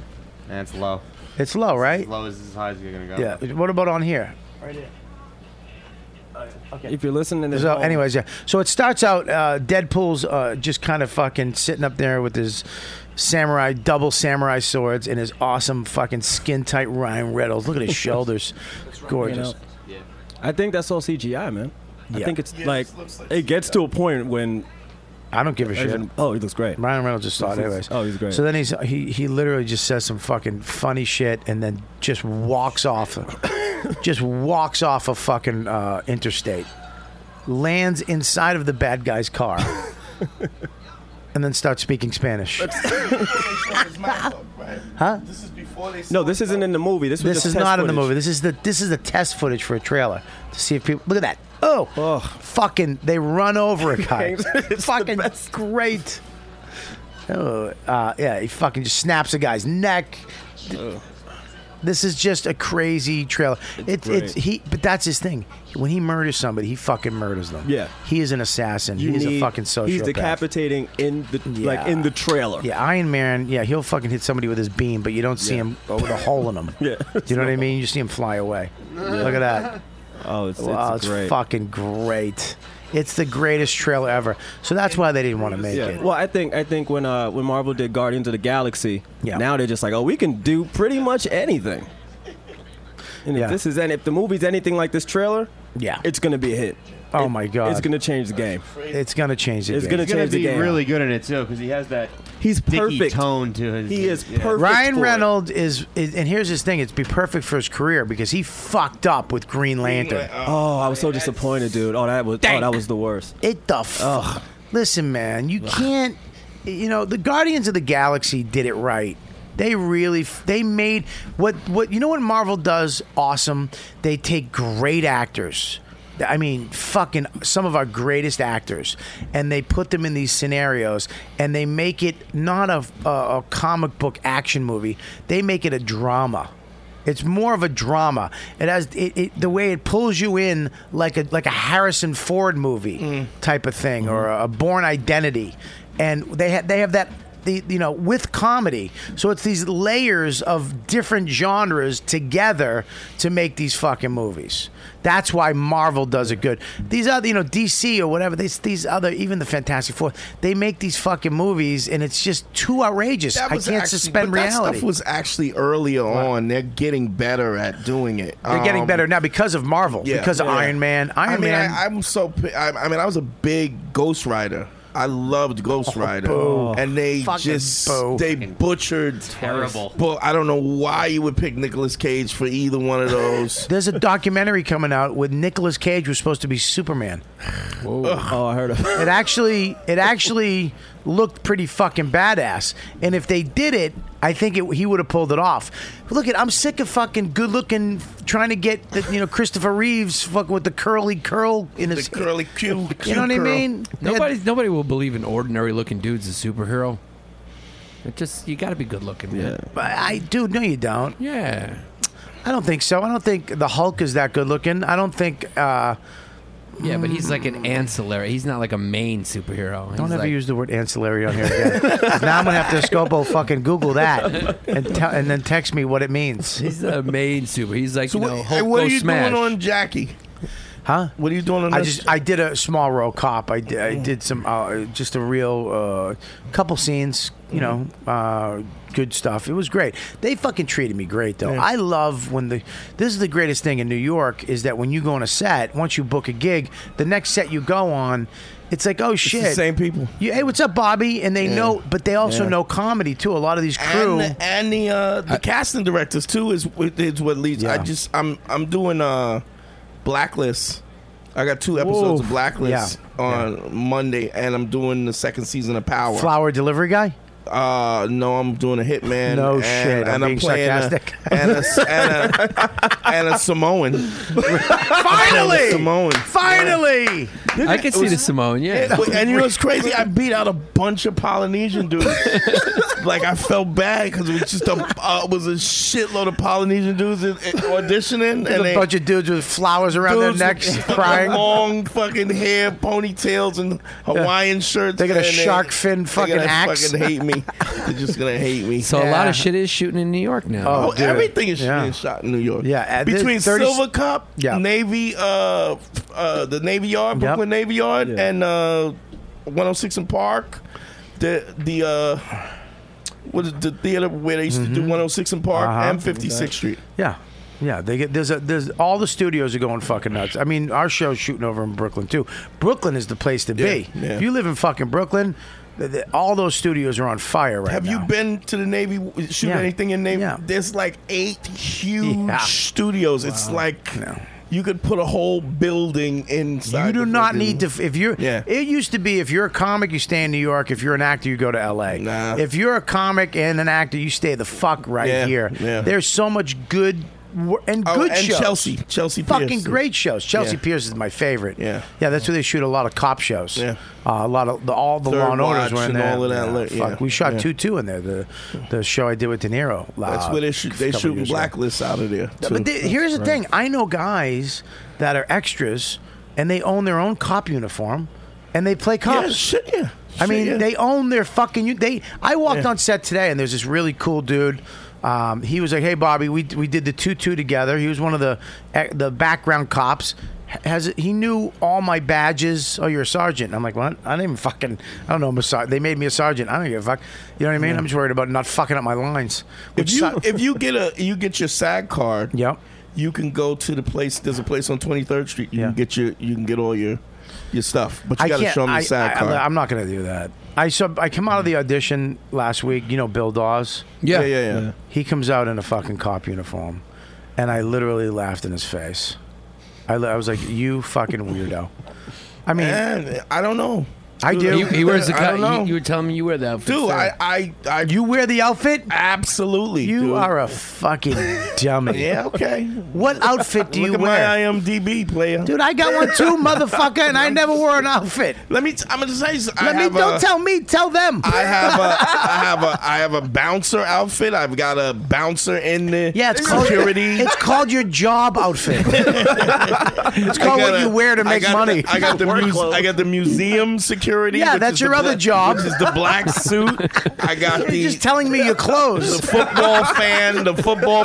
[SPEAKER 5] That's low.
[SPEAKER 2] It's low, right?
[SPEAKER 5] Low is as high as you're gonna go.
[SPEAKER 2] Yeah. What about on here? Right here.
[SPEAKER 7] If you're listening to
[SPEAKER 2] So, anyways, yeah. So it starts out. Uh, Deadpool's uh, just kind of fucking sitting up there with his samurai, double samurai swords, and his awesome fucking skin tight Ryan Reynolds. Look at his shoulders, gorgeous.
[SPEAKER 7] You know, I think that's all CGI, man. I
[SPEAKER 2] Yeah.
[SPEAKER 7] think it's
[SPEAKER 2] Yeah, it
[SPEAKER 7] like,
[SPEAKER 2] looks like
[SPEAKER 7] it gets to a point when
[SPEAKER 2] I don't give a shit.
[SPEAKER 7] Oh, he looks great.
[SPEAKER 2] Ryan Reynolds just saw it, anyways.
[SPEAKER 7] Oh, he's great.
[SPEAKER 2] So then he's he he literally just says some fucking funny shit and then just walks off, just walks off a fucking uh, interstate, lands inside of the bad guy's car, and then starts speaking Spanish. Huh?
[SPEAKER 6] This is before they.
[SPEAKER 7] no, this isn't in the movie. This was
[SPEAKER 2] This
[SPEAKER 7] just
[SPEAKER 2] is
[SPEAKER 7] test
[SPEAKER 2] not in the
[SPEAKER 7] footage.
[SPEAKER 2] movie. This is the this is the test footage for a trailer to see if people look at that. Oh, fucking! They run over a guy. fucking great. Oh, uh, yeah, he fucking just snaps a guy's neck. This is just a crazy trailer. It's, it's
[SPEAKER 7] great.
[SPEAKER 2] he, but that's his thing. When he murders somebody, he fucking murders them.
[SPEAKER 7] Yeah.
[SPEAKER 2] he is an assassin.
[SPEAKER 7] You
[SPEAKER 2] he is
[SPEAKER 7] need-
[SPEAKER 2] a fucking sociopath.
[SPEAKER 7] He's decapitating in the like in the trailer.
[SPEAKER 2] Yeah, Iron Man. Yeah, he'll fucking hit somebody with his beam, but you don't see
[SPEAKER 7] Yeah.
[SPEAKER 2] him with a hole in him.
[SPEAKER 7] Yeah.
[SPEAKER 2] do you know what I mean? You see him fly away. Look at that.
[SPEAKER 7] Oh, it's,
[SPEAKER 2] wow,
[SPEAKER 7] it's
[SPEAKER 2] it's,
[SPEAKER 7] great.
[SPEAKER 2] fucking great. It's the greatest trailer ever. So that's why they didn't want to make
[SPEAKER 7] Yeah.
[SPEAKER 2] it.
[SPEAKER 7] Well, I think I think when uh, when Marvel did Guardians of the Galaxy, now they're just like, oh, we can do pretty much anything. And if
[SPEAKER 2] Yeah.
[SPEAKER 7] this is and if the movie's anything like this trailer,
[SPEAKER 2] yeah,
[SPEAKER 7] it's gonna be a hit.
[SPEAKER 2] Oh my god,
[SPEAKER 7] it's gonna change the game.
[SPEAKER 2] It's gonna change the
[SPEAKER 7] It's
[SPEAKER 2] game.
[SPEAKER 7] gonna change the
[SPEAKER 5] be
[SPEAKER 7] game.
[SPEAKER 5] really good in it too because he has that
[SPEAKER 7] he's perfect.
[SPEAKER 5] tone to his.
[SPEAKER 7] He is perfect.
[SPEAKER 2] Ryan
[SPEAKER 7] for it.
[SPEAKER 2] Reynolds is, is, and here's his thing: it's be perfect for his career because he fucked up with Green Lantern.
[SPEAKER 7] Oh, I was so disappointed, dude. Oh, that was oh, that was the worst.
[SPEAKER 2] It the fuck. Listen, man, you can't. You know, the Guardians of the Galaxy did it right. They really f- they made what what you know what Marvel does awesome. They take great actors. I mean, fucking some of our greatest actors, and they put them in these scenarios, and they make it not a, a, a comic book action movie. They make it a drama. It's more of a drama. It has it, it, the way it pulls you in like a like a Harrison Ford movie
[SPEAKER 6] Mm.
[SPEAKER 2] type of thing
[SPEAKER 6] Mm-hmm.
[SPEAKER 2] or a, Born Identity, and they ha- they have that. The, you know, with comedy, so it's these layers of different genres together to make these fucking movies. That's why Marvel does it good. These other, you know, DC or whatever, these these other, even the Fantastic Four, they make these fucking movies, and it's just too outrageous. I
[SPEAKER 6] That was
[SPEAKER 2] can't
[SPEAKER 6] actually-
[SPEAKER 2] suspend
[SPEAKER 6] but
[SPEAKER 2] reality.
[SPEAKER 6] That stuff was actually earlier on. They're getting better at doing it.
[SPEAKER 2] They're getting
[SPEAKER 6] Um,
[SPEAKER 2] better now because of Marvel,
[SPEAKER 6] Yeah.
[SPEAKER 2] because of
[SPEAKER 6] Yeah.
[SPEAKER 2] Iron Man. Iron
[SPEAKER 6] I mean,
[SPEAKER 2] Man.
[SPEAKER 6] I, I'm so. pi- I, I mean, I was a big Ghost Rider. I loved Ghost Rider,
[SPEAKER 2] Oh, boo.
[SPEAKER 6] and they
[SPEAKER 2] Fucking
[SPEAKER 6] just
[SPEAKER 2] boo.
[SPEAKER 6] they butchered
[SPEAKER 2] terrible.
[SPEAKER 6] But I don't know why you would pick Nicolas Cage for either one of those.
[SPEAKER 2] There's a documentary coming out with Nicolas Cage was supposed to be Superman.
[SPEAKER 7] Oh, I heard of
[SPEAKER 2] It actually it actually looked pretty fucking badass. And if they did it, I think it, he would have pulled it off. Look at I'm sick of fucking good looking trying to get the, you know Christopher Reeves fucking with the curly curl in his
[SPEAKER 6] curly Q.
[SPEAKER 2] You know what I mean? They had-
[SPEAKER 8] Nobody, nobody will believe an ordinary looking dude's a superhero. It just you got to be good looking, man.
[SPEAKER 2] But I dude, no you don't.
[SPEAKER 8] Yeah.
[SPEAKER 2] I don't think so. I don't think the Hulk is that good looking. I don't think uh
[SPEAKER 8] Yeah, but he's like an ancillary. He's not like a main superhero. He's
[SPEAKER 2] Don't ever
[SPEAKER 8] like,
[SPEAKER 2] use the word ancillary on here again. 'Cause now I'm gonna have to Scopo fucking Google that and tell and then text me what it means.
[SPEAKER 8] He's a main super. He's like you know,
[SPEAKER 6] Hey,
[SPEAKER 8] Hulk
[SPEAKER 6] what
[SPEAKER 8] go
[SPEAKER 6] are you
[SPEAKER 8] smash.
[SPEAKER 6] doing on Jackie?
[SPEAKER 2] Huh?
[SPEAKER 6] What are you doing on?
[SPEAKER 2] I
[SPEAKER 6] this?
[SPEAKER 2] just I did a small role cop. I did, I did some uh, just a real uh, couple scenes. You know, uh, good stuff. It was great. They fucking treated me great though. I love when the this is the greatest thing in New York is that when you go on a set, once you book a gig, the next set you go on. It's like oh shit,
[SPEAKER 6] same people.
[SPEAKER 2] You, hey, what's up, Bobby? And they know, but they also
[SPEAKER 6] Yeah.
[SPEAKER 2] know comedy too. A lot of these crew,
[SPEAKER 6] and, and the uh, the casting directors too is what- is what leads. I just I'm I'm doing uh Blacklist. I got two episodes
[SPEAKER 2] Ooh.
[SPEAKER 6] of Blacklist on Monday, and I'm doing the second season of Power.
[SPEAKER 2] flower delivery guy.
[SPEAKER 6] Uh, no, I'm doing a Hitman.
[SPEAKER 2] No
[SPEAKER 6] and,
[SPEAKER 2] shit, I'm
[SPEAKER 6] and
[SPEAKER 2] being
[SPEAKER 6] playing a,
[SPEAKER 2] sarcastic.
[SPEAKER 6] and, a, and, a, and a Samoan.
[SPEAKER 2] Finally,
[SPEAKER 6] Samoan.
[SPEAKER 2] finally.
[SPEAKER 8] I can see the Simone. Yeah,
[SPEAKER 6] And you know what's crazy? I beat out a bunch of Polynesian dudes. like I felt bad because it was just a uh, it was a shitload of Polynesian dudes in, in auditioning,
[SPEAKER 2] There's
[SPEAKER 6] and
[SPEAKER 2] a
[SPEAKER 6] they,
[SPEAKER 2] bunch of dudes with flowers around
[SPEAKER 6] dudes
[SPEAKER 2] their necks,
[SPEAKER 6] with
[SPEAKER 2] crying.
[SPEAKER 6] long fucking hair, ponytails, and Hawaiian shirts.
[SPEAKER 2] They got a
[SPEAKER 6] and
[SPEAKER 2] shark fin
[SPEAKER 6] they
[SPEAKER 2] fucking
[SPEAKER 6] gotta
[SPEAKER 2] axe.
[SPEAKER 6] Fucking hate me. me. They're just gonna hate me.
[SPEAKER 8] So a lot of shit is shooting in New York now.
[SPEAKER 6] Oh, everything is being shot in New York.
[SPEAKER 8] Yeah, at this
[SPEAKER 6] between
[SPEAKER 8] 30
[SPEAKER 6] Silver Cup,
[SPEAKER 8] Yeah.
[SPEAKER 6] Navy, uh, f- uh, the Navy Yard, Brooklyn Navy Yard, and uh, 106 and Park, the the uh, what is the theater where they used to do 106 and Park
[SPEAKER 2] Mm-hmm. Uh-huh.
[SPEAKER 6] and 56th Street.
[SPEAKER 2] Yeah. Yeah, they get there's a there's all the studios are going fucking nuts. I mean, our show's shooting over in Brooklyn too. Brooklyn is the place to be.
[SPEAKER 6] Yeah, yeah.
[SPEAKER 2] If you live in fucking Brooklyn, th th all those studios are on fire right
[SPEAKER 6] Have
[SPEAKER 2] now.
[SPEAKER 6] you been to the Navy? Shoot
[SPEAKER 2] Yeah.
[SPEAKER 6] anything in Navy? There's like eight huge studios. It's like you could put a whole building inside.
[SPEAKER 2] You do
[SPEAKER 6] the
[SPEAKER 2] not
[SPEAKER 6] building.
[SPEAKER 2] need to. f- If you're,
[SPEAKER 6] Yeah.
[SPEAKER 2] it used to be if you're a comic, you stay in New York. If you're an actor, you go to L.A. If you're a comic and an actor, you stay the fuck right
[SPEAKER 6] Yeah,
[SPEAKER 2] here.
[SPEAKER 6] yeah.
[SPEAKER 2] There's so much good wor- and
[SPEAKER 6] Oh,
[SPEAKER 2] good
[SPEAKER 6] and
[SPEAKER 2] shows.
[SPEAKER 6] Chelsea. Chelsea
[SPEAKER 2] fucking
[SPEAKER 6] Pierce, too.
[SPEAKER 2] great shows. Chelsea
[SPEAKER 6] Yeah.
[SPEAKER 2] Pierce is my favorite.
[SPEAKER 6] Yeah,
[SPEAKER 2] yeah, that's where they shoot a lot of cop shows.
[SPEAKER 6] Yeah.
[SPEAKER 2] uh, a lot of the, all the
[SPEAKER 6] Third
[SPEAKER 2] Law and Orders
[SPEAKER 6] Watch
[SPEAKER 2] were in
[SPEAKER 6] and
[SPEAKER 2] there.
[SPEAKER 6] all of that, like,
[SPEAKER 2] fuck,
[SPEAKER 6] yeah,
[SPEAKER 2] we shot
[SPEAKER 6] yeah.
[SPEAKER 2] two two in there. The the show I did with De Niro.
[SPEAKER 6] That's
[SPEAKER 2] uh,
[SPEAKER 6] where they
[SPEAKER 2] a
[SPEAKER 6] shoot. They
[SPEAKER 2] couple
[SPEAKER 6] shooting
[SPEAKER 2] years ago.
[SPEAKER 6] blacklists out of there.
[SPEAKER 2] No, But
[SPEAKER 6] too.
[SPEAKER 2] they, here's the thing: I know guys that are extras, and they own their own cop uniform, and they play cops.
[SPEAKER 6] Yeah, shit, yeah.
[SPEAKER 2] I
[SPEAKER 6] Shit,
[SPEAKER 2] mean,
[SPEAKER 6] yeah.
[SPEAKER 2] they own their fucking. u- They. I walked
[SPEAKER 6] Yeah.
[SPEAKER 2] on set today, and there's this really cool dude. Um, he was like, "Hey, Bobby, we we did the two two together." He was one of the eh, the background cops. H- Has he knew all my badges? Oh, you're a sergeant. I'm like, what? I didn't even fucking. I don't know. I'm a ser- they made me a sergeant. I don't give a fuck. You know what I mean? I'm just worried about not fucking up my lines.
[SPEAKER 6] If
[SPEAKER 2] Which
[SPEAKER 6] you
[SPEAKER 2] suck-
[SPEAKER 6] if you get a you get your SAG card,
[SPEAKER 2] yep.
[SPEAKER 6] you can go to the place. There's a place on 23rd Street. You
[SPEAKER 2] Yeah.
[SPEAKER 6] can get your you can get all your your stuff, but you got to
[SPEAKER 2] can't-
[SPEAKER 6] show them
[SPEAKER 2] I-
[SPEAKER 6] the SAG
[SPEAKER 2] I-
[SPEAKER 6] card.
[SPEAKER 2] I'm not going to do that. I sub. I come out of the audition last week. You know Bill Dawes.
[SPEAKER 6] Yeah. Yeah, yeah, yeah.
[SPEAKER 2] He comes out in a fucking cop uniform, and I literally laughed in his face. I, li- I was like, "You fucking weirdo." I mean,
[SPEAKER 6] Man, I don't know.
[SPEAKER 2] I do.
[SPEAKER 8] He, he wears the.
[SPEAKER 2] I don't
[SPEAKER 8] cut-
[SPEAKER 2] know.
[SPEAKER 8] You, you were telling me you wear the outfit.
[SPEAKER 6] Dude,
[SPEAKER 8] too.
[SPEAKER 6] I, I, I,
[SPEAKER 2] uh, you wear the outfit?
[SPEAKER 6] Absolutely.
[SPEAKER 2] You
[SPEAKER 6] dude.
[SPEAKER 2] are a fucking dummy.
[SPEAKER 6] Yeah, okay.
[SPEAKER 2] What outfit do
[SPEAKER 6] Look
[SPEAKER 2] you
[SPEAKER 6] at
[SPEAKER 2] wear?
[SPEAKER 6] my IMDb player.
[SPEAKER 2] Dude, I got one too, motherfucker, and I never wore an outfit.
[SPEAKER 6] Let me. T- I'm gonna say. s- I
[SPEAKER 2] Let me.
[SPEAKER 6] have
[SPEAKER 2] Don't
[SPEAKER 6] a-
[SPEAKER 2] tell me. Tell them.
[SPEAKER 6] I have a, I have a, I have a bouncer outfit. I've got a bouncer in the
[SPEAKER 2] Yeah, it's called
[SPEAKER 6] security.
[SPEAKER 2] It's called your job outfit. it's called
[SPEAKER 6] I got
[SPEAKER 2] what
[SPEAKER 6] a-
[SPEAKER 2] you wear to
[SPEAKER 6] I
[SPEAKER 2] make
[SPEAKER 6] got
[SPEAKER 2] money.
[SPEAKER 6] The, I got the muse, I got the museum security.
[SPEAKER 2] Yeah,
[SPEAKER 6] which
[SPEAKER 2] that's
[SPEAKER 6] is
[SPEAKER 2] your
[SPEAKER 6] the
[SPEAKER 2] other
[SPEAKER 6] bla-
[SPEAKER 2] job.
[SPEAKER 6] Which is the black suit. I got
[SPEAKER 2] You're
[SPEAKER 6] the
[SPEAKER 2] just telling me your clothes.
[SPEAKER 6] the football fan, the football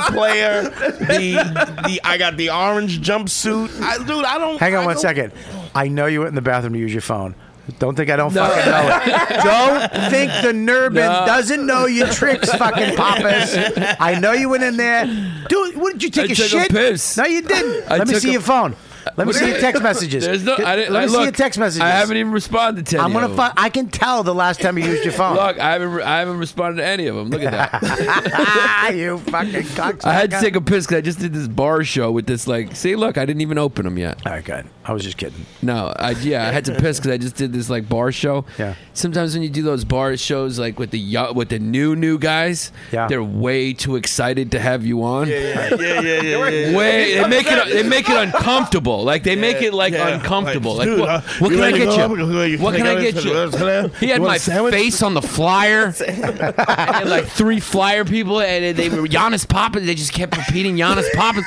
[SPEAKER 6] player. The the I got the orange jumpsuit. I, dude, I don't.
[SPEAKER 2] Hang on
[SPEAKER 6] I
[SPEAKER 2] one
[SPEAKER 6] don't-
[SPEAKER 2] second. I know you went in the bathroom to use your phone. Don't think I don't
[SPEAKER 8] No.
[SPEAKER 2] fucking know it. Don't think the Nurbin
[SPEAKER 8] No.
[SPEAKER 2] doesn't know your tricks, fucking Pappas. I know you went in there. Dude, what did you take
[SPEAKER 8] I
[SPEAKER 2] a
[SPEAKER 8] took a
[SPEAKER 2] shit?
[SPEAKER 8] piss.
[SPEAKER 2] No, you didn't.
[SPEAKER 8] I
[SPEAKER 2] Let me
[SPEAKER 8] took
[SPEAKER 2] see
[SPEAKER 8] a-
[SPEAKER 2] your phone. Let me see your text messages.
[SPEAKER 8] There's no. I
[SPEAKER 2] Let
[SPEAKER 8] didn't,
[SPEAKER 2] me
[SPEAKER 8] I,
[SPEAKER 2] see
[SPEAKER 8] look,
[SPEAKER 2] your text messages.
[SPEAKER 8] I haven't even responded to. Any
[SPEAKER 2] I'm gonna.
[SPEAKER 8] of them.
[SPEAKER 2] Fu- I can tell the last time you used your phone.
[SPEAKER 8] Look, I haven't. re- I haven't responded to any of them. Look at that.
[SPEAKER 2] Ah, you fucking cocksucker.
[SPEAKER 8] I had to take a piss because I just did this bar show with this like. See, look, I didn't even open them yet.
[SPEAKER 2] All right, good. I was just kidding.
[SPEAKER 8] No, I, yeah, I had to piss because I just did this like bar show.
[SPEAKER 2] Yeah.
[SPEAKER 8] Sometimes when you do those bar shows, like with the yo- with the new new guys,
[SPEAKER 2] Yeah.
[SPEAKER 8] they're way too excited to have you on.
[SPEAKER 6] Yeah, yeah, yeah, yeah. yeah.
[SPEAKER 8] Way they make it they make it uncomfortable. Like they make it like
[SPEAKER 6] yeah.
[SPEAKER 8] uncomfortable. Like,
[SPEAKER 6] Like, dude,
[SPEAKER 8] what,
[SPEAKER 6] uh,
[SPEAKER 8] what
[SPEAKER 6] you
[SPEAKER 8] can I
[SPEAKER 6] ready to
[SPEAKER 8] get
[SPEAKER 6] go up? You
[SPEAKER 8] you? What
[SPEAKER 6] wanna
[SPEAKER 8] can I
[SPEAKER 6] go
[SPEAKER 8] get
[SPEAKER 6] to the-
[SPEAKER 8] you? He had
[SPEAKER 6] You want
[SPEAKER 8] my
[SPEAKER 6] a sandwich?
[SPEAKER 8] face on the flyer. I had like three flyer people, and they were Giannis Papas. They just kept repeating Giannis Papas.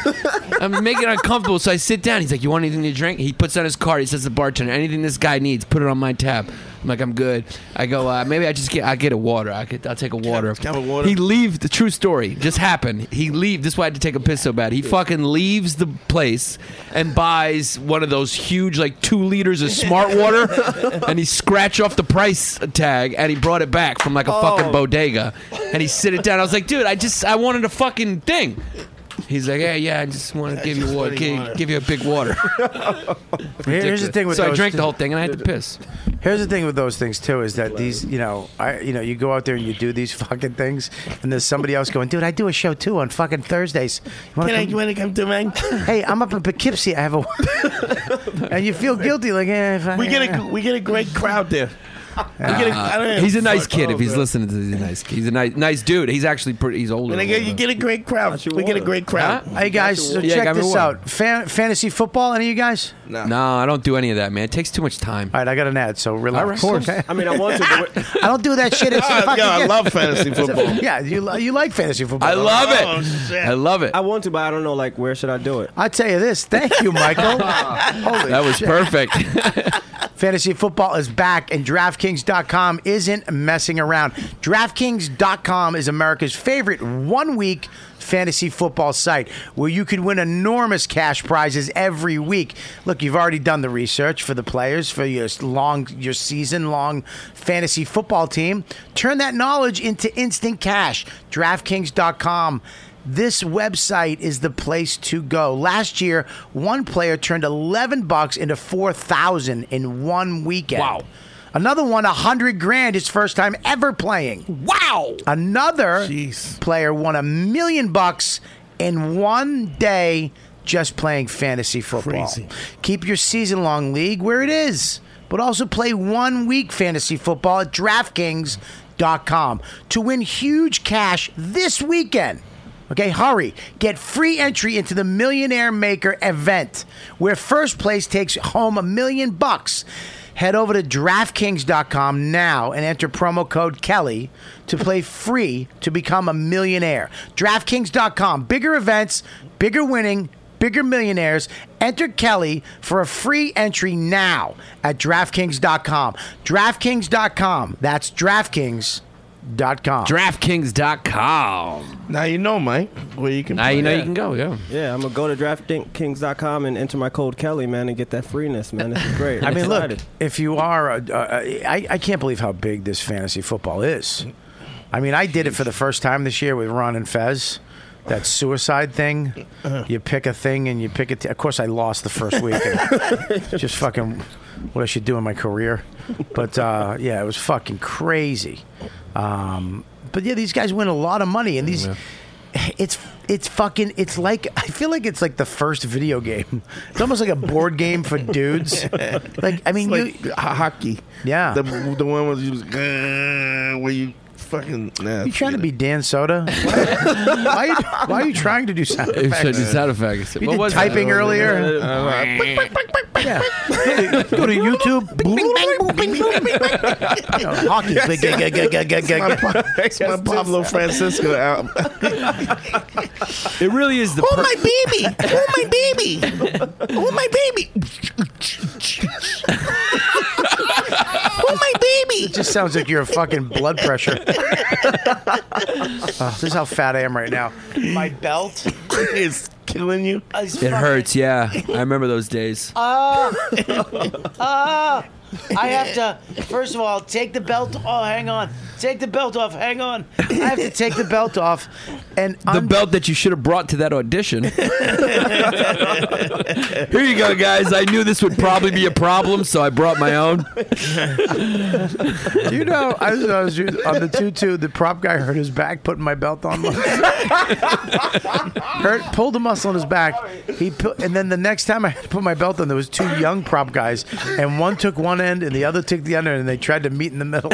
[SPEAKER 8] I'm making it uncomfortable, so I sit down. He's like, "You want anything to drink?" He puts on his card. He says, to "The bartender, anything this guy needs, put it on my tab." I'm like, "I'm good." I go, uh, "Maybe I just get I get a water. I could, I'll take a water."
[SPEAKER 6] have a water.
[SPEAKER 8] He leaves. The true story just happened. He leave. This is why I had to take a piss so bad. He fucking leaves the place and buys one of those huge, like two liters of smart water, and he scratch off the price tag and he brought it back from like a fucking bodega, and he sit it down. I was like, dude, I just I wanted a fucking thing. He's like, yeah, yeah, I just want to give you water, give, give you a big water.
[SPEAKER 2] Here's the thing with
[SPEAKER 8] so I
[SPEAKER 2] those
[SPEAKER 8] drank the
[SPEAKER 2] two-
[SPEAKER 8] whole thing and I had to piss.
[SPEAKER 2] Here's the thing with those things too is that these, you know, I, you know, you go out there and you do these fucking things, and there's somebody else going, dude, I do a show too on fucking Thursdays. You wanna
[SPEAKER 6] Can I,
[SPEAKER 2] come-
[SPEAKER 6] you want to come to mine?
[SPEAKER 2] Hey, I'm up in Poughkeepsie. I have a, and you feel guilty like, eh, if I-
[SPEAKER 6] We get a we get a great crowd there. We get a, I don't know.
[SPEAKER 8] Ah, He's a nice kid if he's
[SPEAKER 6] man.
[SPEAKER 8] listening to this. He's a nice. He's a nice, nice dude. He's actually pretty. He's older.
[SPEAKER 6] And I get- you get a great crowd. We get a great crowd.
[SPEAKER 8] Huh?
[SPEAKER 2] Hey guys, so
[SPEAKER 8] Yeah,
[SPEAKER 2] check
[SPEAKER 8] got me
[SPEAKER 2] this
[SPEAKER 8] one.
[SPEAKER 2] out. Fan, fantasy football. Any of you guys?
[SPEAKER 8] No, I don't do any of that, man. It takes too much time.
[SPEAKER 2] All right, I got an ad, so relax.
[SPEAKER 8] All right. Of course.
[SPEAKER 2] okay?
[SPEAKER 7] I mean, I want to. But
[SPEAKER 2] I don't do that shit. It's
[SPEAKER 6] Yeah,
[SPEAKER 2] fucking
[SPEAKER 6] I love fantasy
[SPEAKER 2] It's a-
[SPEAKER 6] football.
[SPEAKER 2] yeah, you li- you like fantasy football?
[SPEAKER 8] I love it.
[SPEAKER 6] Oh, shit.
[SPEAKER 8] I love it.
[SPEAKER 7] I want to, but I don't know. Like, where should I do it?
[SPEAKER 2] I tell you this. Thank you, Michael. Holy
[SPEAKER 8] That was
[SPEAKER 2] shit.
[SPEAKER 8] perfect.
[SPEAKER 2] Fantasy football is back, and DraftKings.com isn't messing around. DraftKings.com is America's favorite one week fantasy football site where you could win enormous cash prizes every week. Look, you've already done the research for the players for your long your season long fantasy football team. Turn that knowledge into instant cash. DraftKings.com this website is the place to go. Last year, one player turned 11 bucks into 4,000 in one weekend. Wow. Another one, 100 grand, his first time ever playing. Wow. Another player won a million bucks in one day just playing fantasy football.
[SPEAKER 6] Crazy.
[SPEAKER 2] Keep your season long league where it is, but also play one week fantasy football at DraftKings.com to win huge cash this weekend. Okay, hurry. Get free entry into the Millionaire Maker event where first place takes home a million bucks. Head over to DraftKings.com now and enter promo code Kelly to play free to become a millionaire. DraftKings.com, bigger events, bigger winning, bigger millionaires. Enter Kelly for a free entry now at DraftKings.com. DraftKings.com. That's DraftKings.com.
[SPEAKER 8] DraftKings.com.
[SPEAKER 6] Now you know, Mike, where you can.
[SPEAKER 8] Now Ah, you know you can go. Yeah.
[SPEAKER 7] Yeah, I'm gonna go to DraftKings.com and enter my code Kelly, man, and get that freeness, man. This is great.
[SPEAKER 2] I
[SPEAKER 7] I'm
[SPEAKER 2] mean, look,
[SPEAKER 7] excited.
[SPEAKER 2] if you are, a, a, I, I can't believe how big this fantasy football is. I mean, I did it for the first time this year with Ron and Fez. That suicide thing.
[SPEAKER 6] Uh-huh.
[SPEAKER 2] You pick a thing and you pick it. Of course, I lost the first week. and just fucking what I should do in my career. But uh, yeah, it was fucking crazy. Um, but yeah, these guys win a lot of money, and these. It's it's fucking it's like I feel like it's like the first video game. It's almost like a board game for dudes. Like I mean, you,
[SPEAKER 6] It's like hockey.
[SPEAKER 2] Yeah.
[SPEAKER 6] The, the one where you was, "Grrr," where you fucking. Nah,
[SPEAKER 2] You trying to be Dan Soda? why, why are you trying to do sound
[SPEAKER 8] It
[SPEAKER 2] effects?
[SPEAKER 8] should be sound effects.
[SPEAKER 2] You
[SPEAKER 8] What
[SPEAKER 2] did
[SPEAKER 8] was it?
[SPEAKER 2] typing earlier. yeah. Go to YouTube. You know, hockey.
[SPEAKER 6] It's my Pablo Francisco album.
[SPEAKER 8] It really is the.
[SPEAKER 6] Oh
[SPEAKER 8] per-
[SPEAKER 6] my baby! Oh my baby! Oh my baby! Oh my baby!
[SPEAKER 2] Just sounds like you're a fucking blood pressure. Oh, Uh, this is how fat I am right now. My belt
[SPEAKER 6] It's killing you.
[SPEAKER 2] is
[SPEAKER 8] it hurts. Yeah, I remember those days.
[SPEAKER 2] Ah, I have to. First of all, take the belt. Oh, hang on. Take the belt off. Hang on. I have to take the belt off, and
[SPEAKER 8] the
[SPEAKER 2] un-
[SPEAKER 8] belt that you should have brought to that audition. Here you go, guys. I knew this would probably be a problem, so I brought my own.
[SPEAKER 2] Do you know, I was, I was on the tutu. The prop guy hurt his back putting my belt on. hurt, pulled a muscle in his back. He pu- and then the next time I had to put my belt on, there was two young prop guys, and one took one end and the other took the other, end, and they tried to meet in the middle.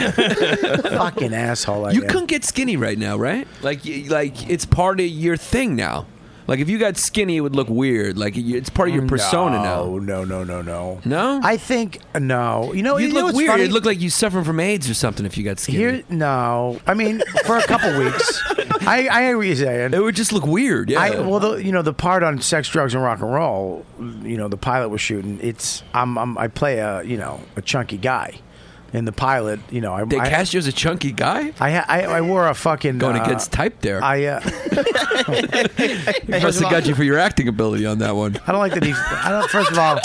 [SPEAKER 2] Fucking asshole! I
[SPEAKER 8] You
[SPEAKER 2] am.
[SPEAKER 8] couldn't get skinny right now, right? Like, you, like it's part of your thing now. Like, if you got skinny, it would look weird. Like, you- it's part of your persona now.
[SPEAKER 2] Mm, No, no, no, no, no.
[SPEAKER 8] No?
[SPEAKER 2] I think no. You know,
[SPEAKER 8] You'd
[SPEAKER 2] you know
[SPEAKER 8] look
[SPEAKER 2] what's
[SPEAKER 8] weird.
[SPEAKER 2] funny?
[SPEAKER 8] It'd look like you suffering from AIDS or something if you got skinny.
[SPEAKER 2] Here, no. I mean, for a couple weeks. I, I hear what you're saying.
[SPEAKER 8] it would just look weird. Yeah.
[SPEAKER 2] I, well, the, you know, the part on sex, drugs, and rock and roll, you know, the pilot was shooting. It's I'm, I'm I play a you know a chunky guy, in the pilot, you know, I
[SPEAKER 8] they
[SPEAKER 2] I,
[SPEAKER 8] cast you as a chunky guy.
[SPEAKER 2] I, ha- I I wore a fucking
[SPEAKER 8] Going
[SPEAKER 2] uh,
[SPEAKER 8] against type there.
[SPEAKER 2] I uh,
[SPEAKER 8] I must have got you for your acting ability on that one.
[SPEAKER 2] I don't like that he. I don't. First of all.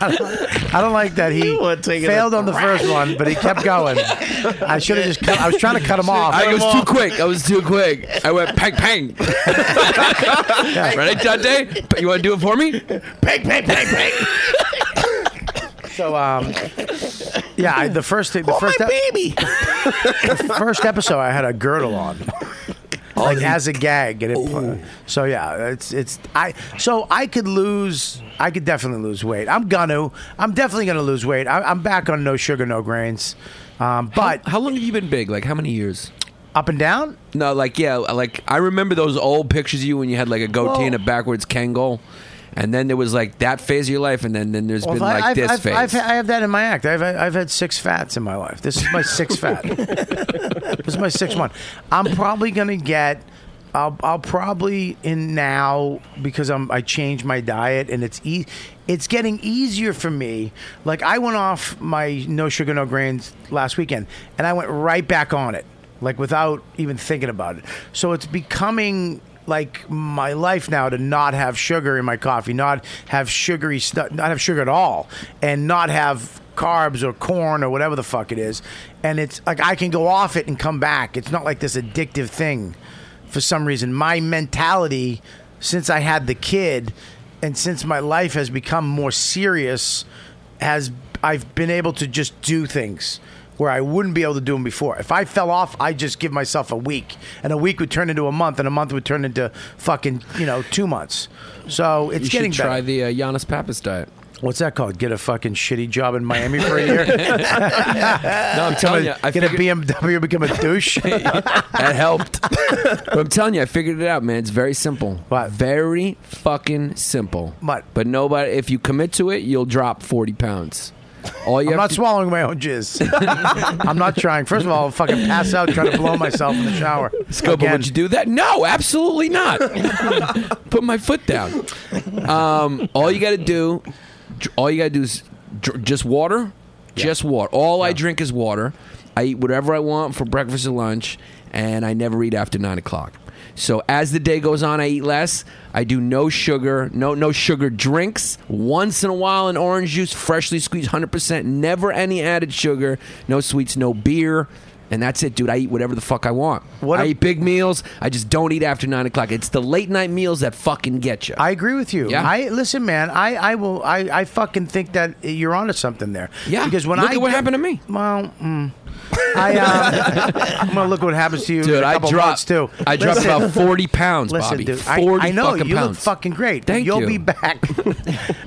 [SPEAKER 2] I don't, I don't like that he
[SPEAKER 6] You were taking
[SPEAKER 2] failed
[SPEAKER 6] a
[SPEAKER 2] on the first one, but he kept going. I should have just. Cut, I was trying to cut him off.
[SPEAKER 8] I was too quick. I was too quick. I went pang pang. Ready, Dante? You want to do it for me?
[SPEAKER 6] Peg, peg, peg, peg!
[SPEAKER 2] So um, yeah, I, the first thing, the
[SPEAKER 6] Oh
[SPEAKER 2] first
[SPEAKER 6] my
[SPEAKER 2] ep-
[SPEAKER 6] baby!
[SPEAKER 2] first episode, I had a girdle on, like as a gag, and it. put- So yeah, it's it's I. So I could lose. I could definitely lose weight. I'm gonna. I'm definitely gonna lose weight. I, I'm back on no sugar, no grains. Um, but
[SPEAKER 8] How long have you been big? Like how many years?
[SPEAKER 2] up and down.
[SPEAKER 8] No, like yeah, like I remember those old pictures of you when you had like a goatee and a backwards Kangol, and then there was like that phase of your life, and then then there's been
[SPEAKER 2] Well,
[SPEAKER 8] like
[SPEAKER 2] I, I've,
[SPEAKER 8] this
[SPEAKER 2] I've,
[SPEAKER 8] phase.
[SPEAKER 2] I've, I have that in my act. I've, I've had six fats in my life. This is my sixth fat. this is my sixth one. I'm probably going to get I'll I'll probably in now because I'm I changed my diet and it's e- it's getting easier for me. Like I went off my no sugar no grains last weekend and I went right back on it like without even thinking about it. So it's becoming like my life now to not have sugar in my coffee, not have sugary stuff, not have sugar at all, and not have carbs or corn or whatever the fuck it is. And it's like I can go off it and come back. It's not like this addictive thing for some reason. My mentality since I had the kid and since my life has become more serious has I've been able to just do things where I wouldn't be able to do them before. If I fell off, I just give myself a week, and a week would turn into a month, and a month would turn into fucking you know two months. So it's
[SPEAKER 8] You should
[SPEAKER 2] getting
[SPEAKER 8] try
[SPEAKER 2] better. the uh, Giannis Pappas diet. What's that called? Get a fucking shitty job in Miami for a year. no, Uh,
[SPEAKER 8] I'm telling you, I
[SPEAKER 2] get
[SPEAKER 8] figured-
[SPEAKER 2] a BMW, become a douche.
[SPEAKER 8] that helped. but I'm telling you, I figured it out, man. It's very simple. What? Very fucking simple.
[SPEAKER 2] What?
[SPEAKER 8] But nobody, if you commit to it, you'll drop 40 pounds. All you
[SPEAKER 2] I'm
[SPEAKER 8] have
[SPEAKER 2] not
[SPEAKER 8] to-
[SPEAKER 2] swallowing my own jizz. I'm not trying. First of all, I'll fucking pass out trying to blow myself in the shower.
[SPEAKER 8] Scopo,
[SPEAKER 2] Again.
[SPEAKER 8] would you do that? No, absolutely not. Put my foot down. Um, all you got to do, dr- all you got to do is dr- just water, just water. All I drink is water. I eat whatever I want for breakfast and lunch, and I never eat after nine o'clock. So as the day goes on, I eat less. I do no sugar, no no sugar drinks. Once in a while, an orange juice, freshly squeezed, hundred percent. Never any added sugar. No sweets, no beer, and that's it, dude. I eat whatever the fuck I want. What I eat big meals. I just don't eat after nine o'clock. It's the late night meals that fucking get you.
[SPEAKER 2] I agree with you.
[SPEAKER 8] Yeah.
[SPEAKER 2] I listen, man. I, I will. I, I fucking think that you're onto something there. Yeah. Because when
[SPEAKER 8] Look
[SPEAKER 2] I
[SPEAKER 8] at what
[SPEAKER 2] get-
[SPEAKER 8] happened to me.
[SPEAKER 2] Well, mm, I um, I'm gonna look what happens to you.
[SPEAKER 8] Dude,
[SPEAKER 2] in a
[SPEAKER 8] I
[SPEAKER 2] couple
[SPEAKER 8] dropped-
[SPEAKER 2] months, too.
[SPEAKER 8] I dropped
[SPEAKER 2] Listen-
[SPEAKER 8] about 40 pounds,
[SPEAKER 2] Listen,
[SPEAKER 8] Bobby.
[SPEAKER 2] dude. I-
[SPEAKER 8] 40
[SPEAKER 2] I, know
[SPEAKER 8] fucking
[SPEAKER 2] you look
[SPEAKER 8] pounds.
[SPEAKER 2] fucking great.
[SPEAKER 8] Thank
[SPEAKER 2] You'll
[SPEAKER 8] you.
[SPEAKER 2] be back.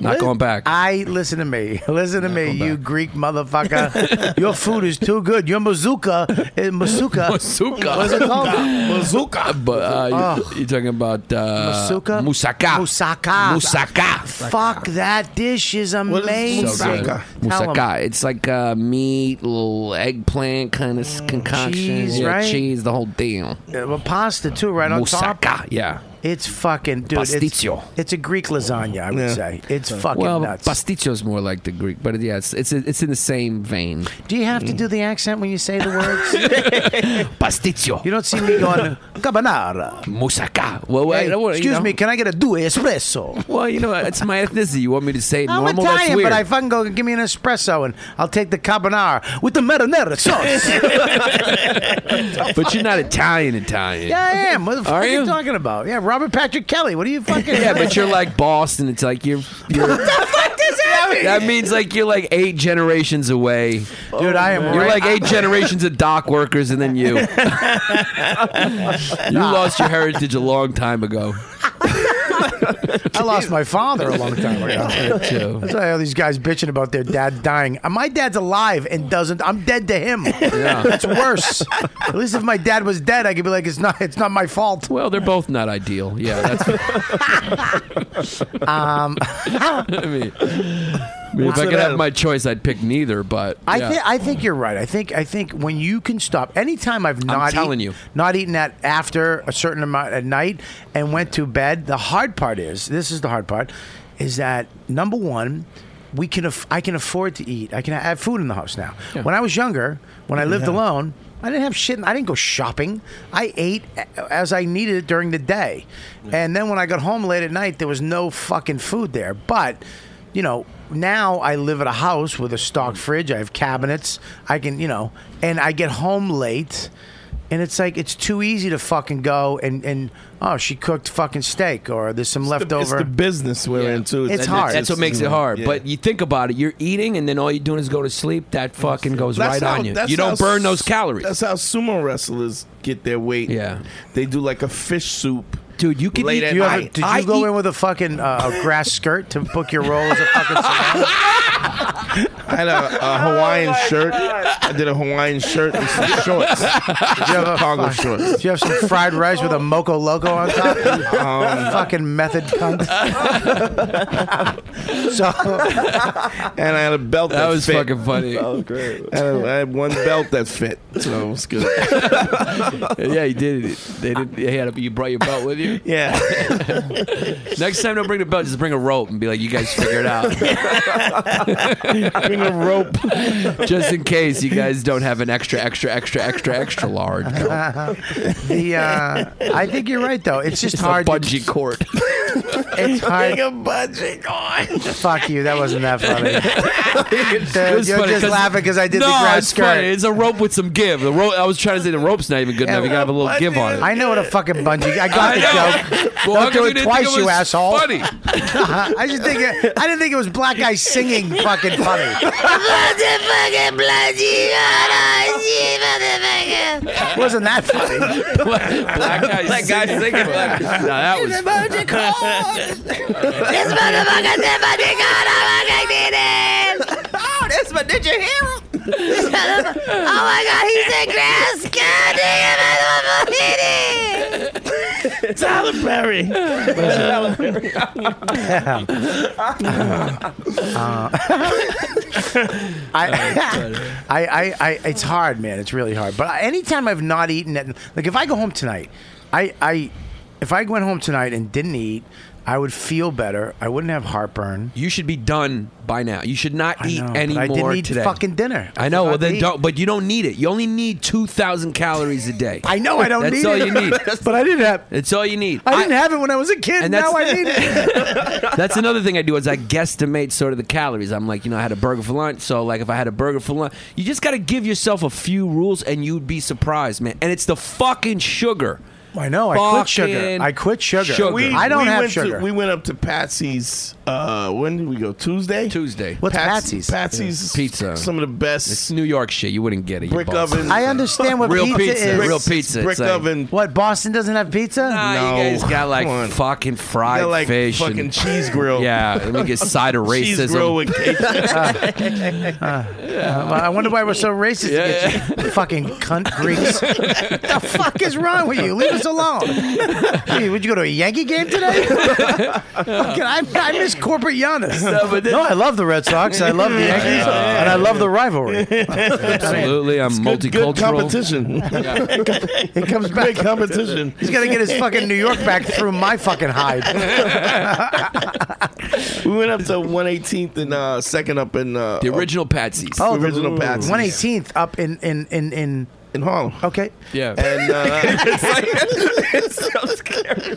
[SPEAKER 8] Not going back.
[SPEAKER 2] I listen to me. Listen to me, you Greek motherfucker. Your food is too good. Your mazooka, eh, mazooka,
[SPEAKER 8] Mazooka.
[SPEAKER 2] What's it called?
[SPEAKER 8] Mazooka. But uh, you- you're talking about uh,
[SPEAKER 2] Masuka?
[SPEAKER 8] Musaka.
[SPEAKER 2] Musaka.
[SPEAKER 8] Musaka.
[SPEAKER 2] Fuck that dish is amazing.
[SPEAKER 8] So good.
[SPEAKER 2] Tell 'em.
[SPEAKER 8] Moussaka. It's like uh, meat, little eggplant kind of concoction.
[SPEAKER 2] Mm, cheese,
[SPEAKER 8] yeah,
[SPEAKER 2] right?
[SPEAKER 8] cheese, the whole deal.
[SPEAKER 2] Uh, well, pasta too, right on top.
[SPEAKER 8] Moussaka, yeah.
[SPEAKER 2] It's fucking dude. It's,
[SPEAKER 8] Pasticcio.
[SPEAKER 2] it's a Greek lasagna, I would
[SPEAKER 8] Yeah.
[SPEAKER 2] say. It's fucking
[SPEAKER 8] well,
[SPEAKER 2] nuts.
[SPEAKER 8] pasticcio is more like the Greek, but yeah, it's it's, it's in the same vein.
[SPEAKER 2] do you have to do the accent when you say the words?
[SPEAKER 8] pasticcio.
[SPEAKER 2] You don't see me going cabanara.
[SPEAKER 8] Moussaka. Well, wait,
[SPEAKER 2] Hey,
[SPEAKER 8] I want- you
[SPEAKER 2] excuse
[SPEAKER 8] know.
[SPEAKER 2] me, can I get a due espresso?
[SPEAKER 8] Well, you know, it's my ethnicity. You want me to say it
[SPEAKER 2] I'm
[SPEAKER 8] normal? That's
[SPEAKER 2] Italian,
[SPEAKER 8] weird.
[SPEAKER 2] but I fucking go give me an espresso and I'll take the carbonara with the marinara sauce.
[SPEAKER 8] but you're not Italian, Italian.
[SPEAKER 2] yeah, I am. What the fuck
[SPEAKER 8] Are
[SPEAKER 2] are you
[SPEAKER 8] you?
[SPEAKER 2] talking about? Yeah, Robert Patrick Kelly. What are you fucking?
[SPEAKER 8] Yeah, but you're like Boston. It's like you're. you're
[SPEAKER 2] What the fuck does that mean?
[SPEAKER 8] that means like you're like eight generations away,
[SPEAKER 2] Dude, I am
[SPEAKER 8] You're
[SPEAKER 2] right-
[SPEAKER 8] like eight generations of dock workers, and then you. you lost your heritage a long time ago.
[SPEAKER 2] I lost my father a long time ago.
[SPEAKER 8] Me too.
[SPEAKER 2] That's why all these guys bitching about their dad dying. Uh, My dad's alive and doesn't. I'm dead to him.
[SPEAKER 8] Yeah.
[SPEAKER 2] That's worse. At least if my dad was dead, I could be like, it's not. It's not my fault.
[SPEAKER 8] Well, they're both not ideal. Yeah, that's.
[SPEAKER 2] Um,
[SPEAKER 8] I mean, I mean, if I could have my choice, I'd pick neither. But
[SPEAKER 2] I,
[SPEAKER 8] yeah.
[SPEAKER 2] thi- I think you're right. I think I think when you can stop, anytime I've not
[SPEAKER 8] telling
[SPEAKER 2] eat-
[SPEAKER 8] you.
[SPEAKER 2] not eaten that after a certain amount at night and went to bed. The hard part is this is the hard part is that number one, we can aff- I can afford to eat. I can have food in the house now. When I was younger, when I lived
[SPEAKER 12] Yeah.
[SPEAKER 2] alone. I didn't have shit. I didn't go shopping. I ate a- as I needed it during the day, and then when I got home late at night, there was no fucking food there. But you know, now I live at a house with a stock fridge. I have cabinets. I can, you know, and I get home late. And it's like it's too easy to fucking go and, and oh she cooked fucking steak or there's some leftover.
[SPEAKER 6] It's the business we're in too.
[SPEAKER 2] It's hard.
[SPEAKER 8] That's what makes it hard.
[SPEAKER 6] Yeah.
[SPEAKER 8] But you think about it, you're eating, and then all you're doing is go to sleep. That fucking goes right
[SPEAKER 6] how-
[SPEAKER 8] on you.
[SPEAKER 6] that's
[SPEAKER 8] You
[SPEAKER 6] how
[SPEAKER 8] don't burn those
[SPEAKER 6] s-
[SPEAKER 8] calories.
[SPEAKER 6] That's how sumo wrestlers get their weight. Yeah, they do like a fish soup.
[SPEAKER 8] Dude, you
[SPEAKER 6] can late at
[SPEAKER 2] you ever-
[SPEAKER 6] night.
[SPEAKER 2] did you go in with a fucking uh, a grass skirt to book your role as a fucking?
[SPEAKER 6] I had a, a Hawaiian shirt. I did a Hawaiian shirt and some shorts. Chicago shorts.
[SPEAKER 2] Do you have some fried rice with a moco loco on top?
[SPEAKER 6] Um,
[SPEAKER 2] fucking method cunt. so,
[SPEAKER 6] and I had a belt that,
[SPEAKER 8] That was
[SPEAKER 6] fit.
[SPEAKER 8] fucking funny. That was
[SPEAKER 6] great. I had, I had one belt that fit, so it was good.
[SPEAKER 8] yeah, he did it. They did. They had a, you brought your belt with you.
[SPEAKER 6] Yeah.
[SPEAKER 8] Next time, don't bring the belt. Just bring a rope and be like, "You guys figure it out."
[SPEAKER 6] bring a rope,
[SPEAKER 8] just in case you guys don't have an extra, extra, extra, extra, extra large.
[SPEAKER 2] the uh, I think you're right though. It's just
[SPEAKER 8] It's a
[SPEAKER 2] hard.
[SPEAKER 8] bungee cord.
[SPEAKER 2] It's hard.
[SPEAKER 6] a budget on.
[SPEAKER 2] Fuck you. That wasn't that funny. Dude,
[SPEAKER 8] It was
[SPEAKER 2] you're
[SPEAKER 8] funny
[SPEAKER 2] just laughing because I did
[SPEAKER 8] no,
[SPEAKER 2] the grab
[SPEAKER 8] it's
[SPEAKER 2] skirt.
[SPEAKER 8] Funny. It's a rope with some give. The rope. I was trying to say the rope's not even good enough. You gotta have a little give on it.
[SPEAKER 2] I know what a fucking bungee. I got
[SPEAKER 8] I
[SPEAKER 2] the
[SPEAKER 8] know.
[SPEAKER 2] joke.
[SPEAKER 8] Well, how
[SPEAKER 2] Don't
[SPEAKER 8] come
[SPEAKER 2] do
[SPEAKER 8] you
[SPEAKER 2] it
[SPEAKER 8] didn't
[SPEAKER 2] twice,
[SPEAKER 8] think it
[SPEAKER 2] you
[SPEAKER 8] was
[SPEAKER 2] asshole.
[SPEAKER 8] funny?
[SPEAKER 2] I just think it, I didn't think it was black guy singing fucking funny.
[SPEAKER 9] Motherfucking bloody hot shit, motherfucker.
[SPEAKER 2] Wasn't that funny?
[SPEAKER 8] black guy
[SPEAKER 11] Black guy
[SPEAKER 8] singing.
[SPEAKER 11] singing.
[SPEAKER 8] Black- no, that was.
[SPEAKER 9] This motherfucker's a bloody god, I'm fucking
[SPEAKER 11] Oh, that's my. Did you hear him?
[SPEAKER 9] This motherfucker, oh my god, he's a grass god, damn it, motherfucker.
[SPEAKER 6] Tyler Perry.
[SPEAKER 2] I, I, I, I, it's hard, man. It's really hard. But I- anytime I've not eaten, at, like if I go home tonight, I, I, if I went home tonight and didn't eat, I would feel better. I wouldn't have heartburn.
[SPEAKER 8] You should be done by now. You should not eat
[SPEAKER 2] know, but
[SPEAKER 8] anymore
[SPEAKER 2] I didn't eat
[SPEAKER 8] today.
[SPEAKER 2] fucking dinner. I
[SPEAKER 8] I know.
[SPEAKER 2] forgot
[SPEAKER 8] Well,
[SPEAKER 2] to
[SPEAKER 8] then
[SPEAKER 2] eat.
[SPEAKER 8] don't. But you don't need it. You only need two thousand calories a day.
[SPEAKER 2] I know I don't
[SPEAKER 8] That's
[SPEAKER 2] need
[SPEAKER 8] all
[SPEAKER 2] it,
[SPEAKER 8] you need.
[SPEAKER 2] but I didn't have.
[SPEAKER 8] That's all you need.
[SPEAKER 2] I didn't have it when I was a kid.
[SPEAKER 8] And
[SPEAKER 2] now I
[SPEAKER 8] that's-
[SPEAKER 2] need it.
[SPEAKER 8] That's another thing I do is I guesstimate sort of the calories. I'm like, you know, I had a burger for lunch, so like if I had a burger for lunch, you just got to give yourself a few rules, and you'd be surprised, man. And it's the fucking sugar.
[SPEAKER 2] I know. I quit sugar.
[SPEAKER 8] Fucking
[SPEAKER 2] I quit sugar.
[SPEAKER 8] sugar.
[SPEAKER 6] We,
[SPEAKER 2] I don't
[SPEAKER 6] we
[SPEAKER 2] have
[SPEAKER 6] went
[SPEAKER 2] sugar.
[SPEAKER 6] To, we went up to Patsy's. Uh, when did we go? Tuesday.
[SPEAKER 8] Tuesday
[SPEAKER 2] What's
[SPEAKER 6] Patsy's.
[SPEAKER 2] Patsy's?
[SPEAKER 6] Patsy's
[SPEAKER 8] pizza.
[SPEAKER 6] Some of the
[SPEAKER 8] It's
[SPEAKER 6] best
[SPEAKER 8] New York shit. You wouldn't get it. you
[SPEAKER 6] brick
[SPEAKER 8] bums.
[SPEAKER 6] oven.
[SPEAKER 2] I understand what
[SPEAKER 8] Real
[SPEAKER 2] pizza,
[SPEAKER 8] pizza.
[SPEAKER 2] is.
[SPEAKER 8] Real pizza.
[SPEAKER 6] Brick
[SPEAKER 8] it's like,
[SPEAKER 6] oven.
[SPEAKER 2] What Boston doesn't have pizza?
[SPEAKER 8] Nah,
[SPEAKER 6] No,
[SPEAKER 8] you guys got like
[SPEAKER 6] come on.
[SPEAKER 8] fucking fried
[SPEAKER 6] They're like
[SPEAKER 8] fish,
[SPEAKER 6] fucking
[SPEAKER 8] and,
[SPEAKER 6] cheese grill.
[SPEAKER 8] yeah, and we get side of racism.
[SPEAKER 6] Cheese grill with cake.
[SPEAKER 2] Well, I wonder why we're so racist against you. Fucking cunt Greeks. the fuck is wrong with you? Leave us alone. Hey, would you go to a Yankee game today? Fucking, I, I miss corporate Giannis. No, Oh, I love the Red Sox. I love the Yankees.
[SPEAKER 8] Uh,
[SPEAKER 2] and I love the rivalry.
[SPEAKER 8] Absolutely, I'm
[SPEAKER 6] Good, good
[SPEAKER 8] multicultural.
[SPEAKER 6] competition.
[SPEAKER 2] It comes back.
[SPEAKER 6] Good competition.
[SPEAKER 2] He's got to get his fucking New York back through my fucking hide.
[SPEAKER 6] We went up to 118th and uh, second up in uh,
[SPEAKER 8] The original Patsy's.
[SPEAKER 2] Oh,
[SPEAKER 6] Original Patsy's.
[SPEAKER 2] 118th up in, in, in, in,
[SPEAKER 6] in Harlem.
[SPEAKER 2] okay.
[SPEAKER 8] Yeah.
[SPEAKER 6] And, uh, it's like, it's so scary.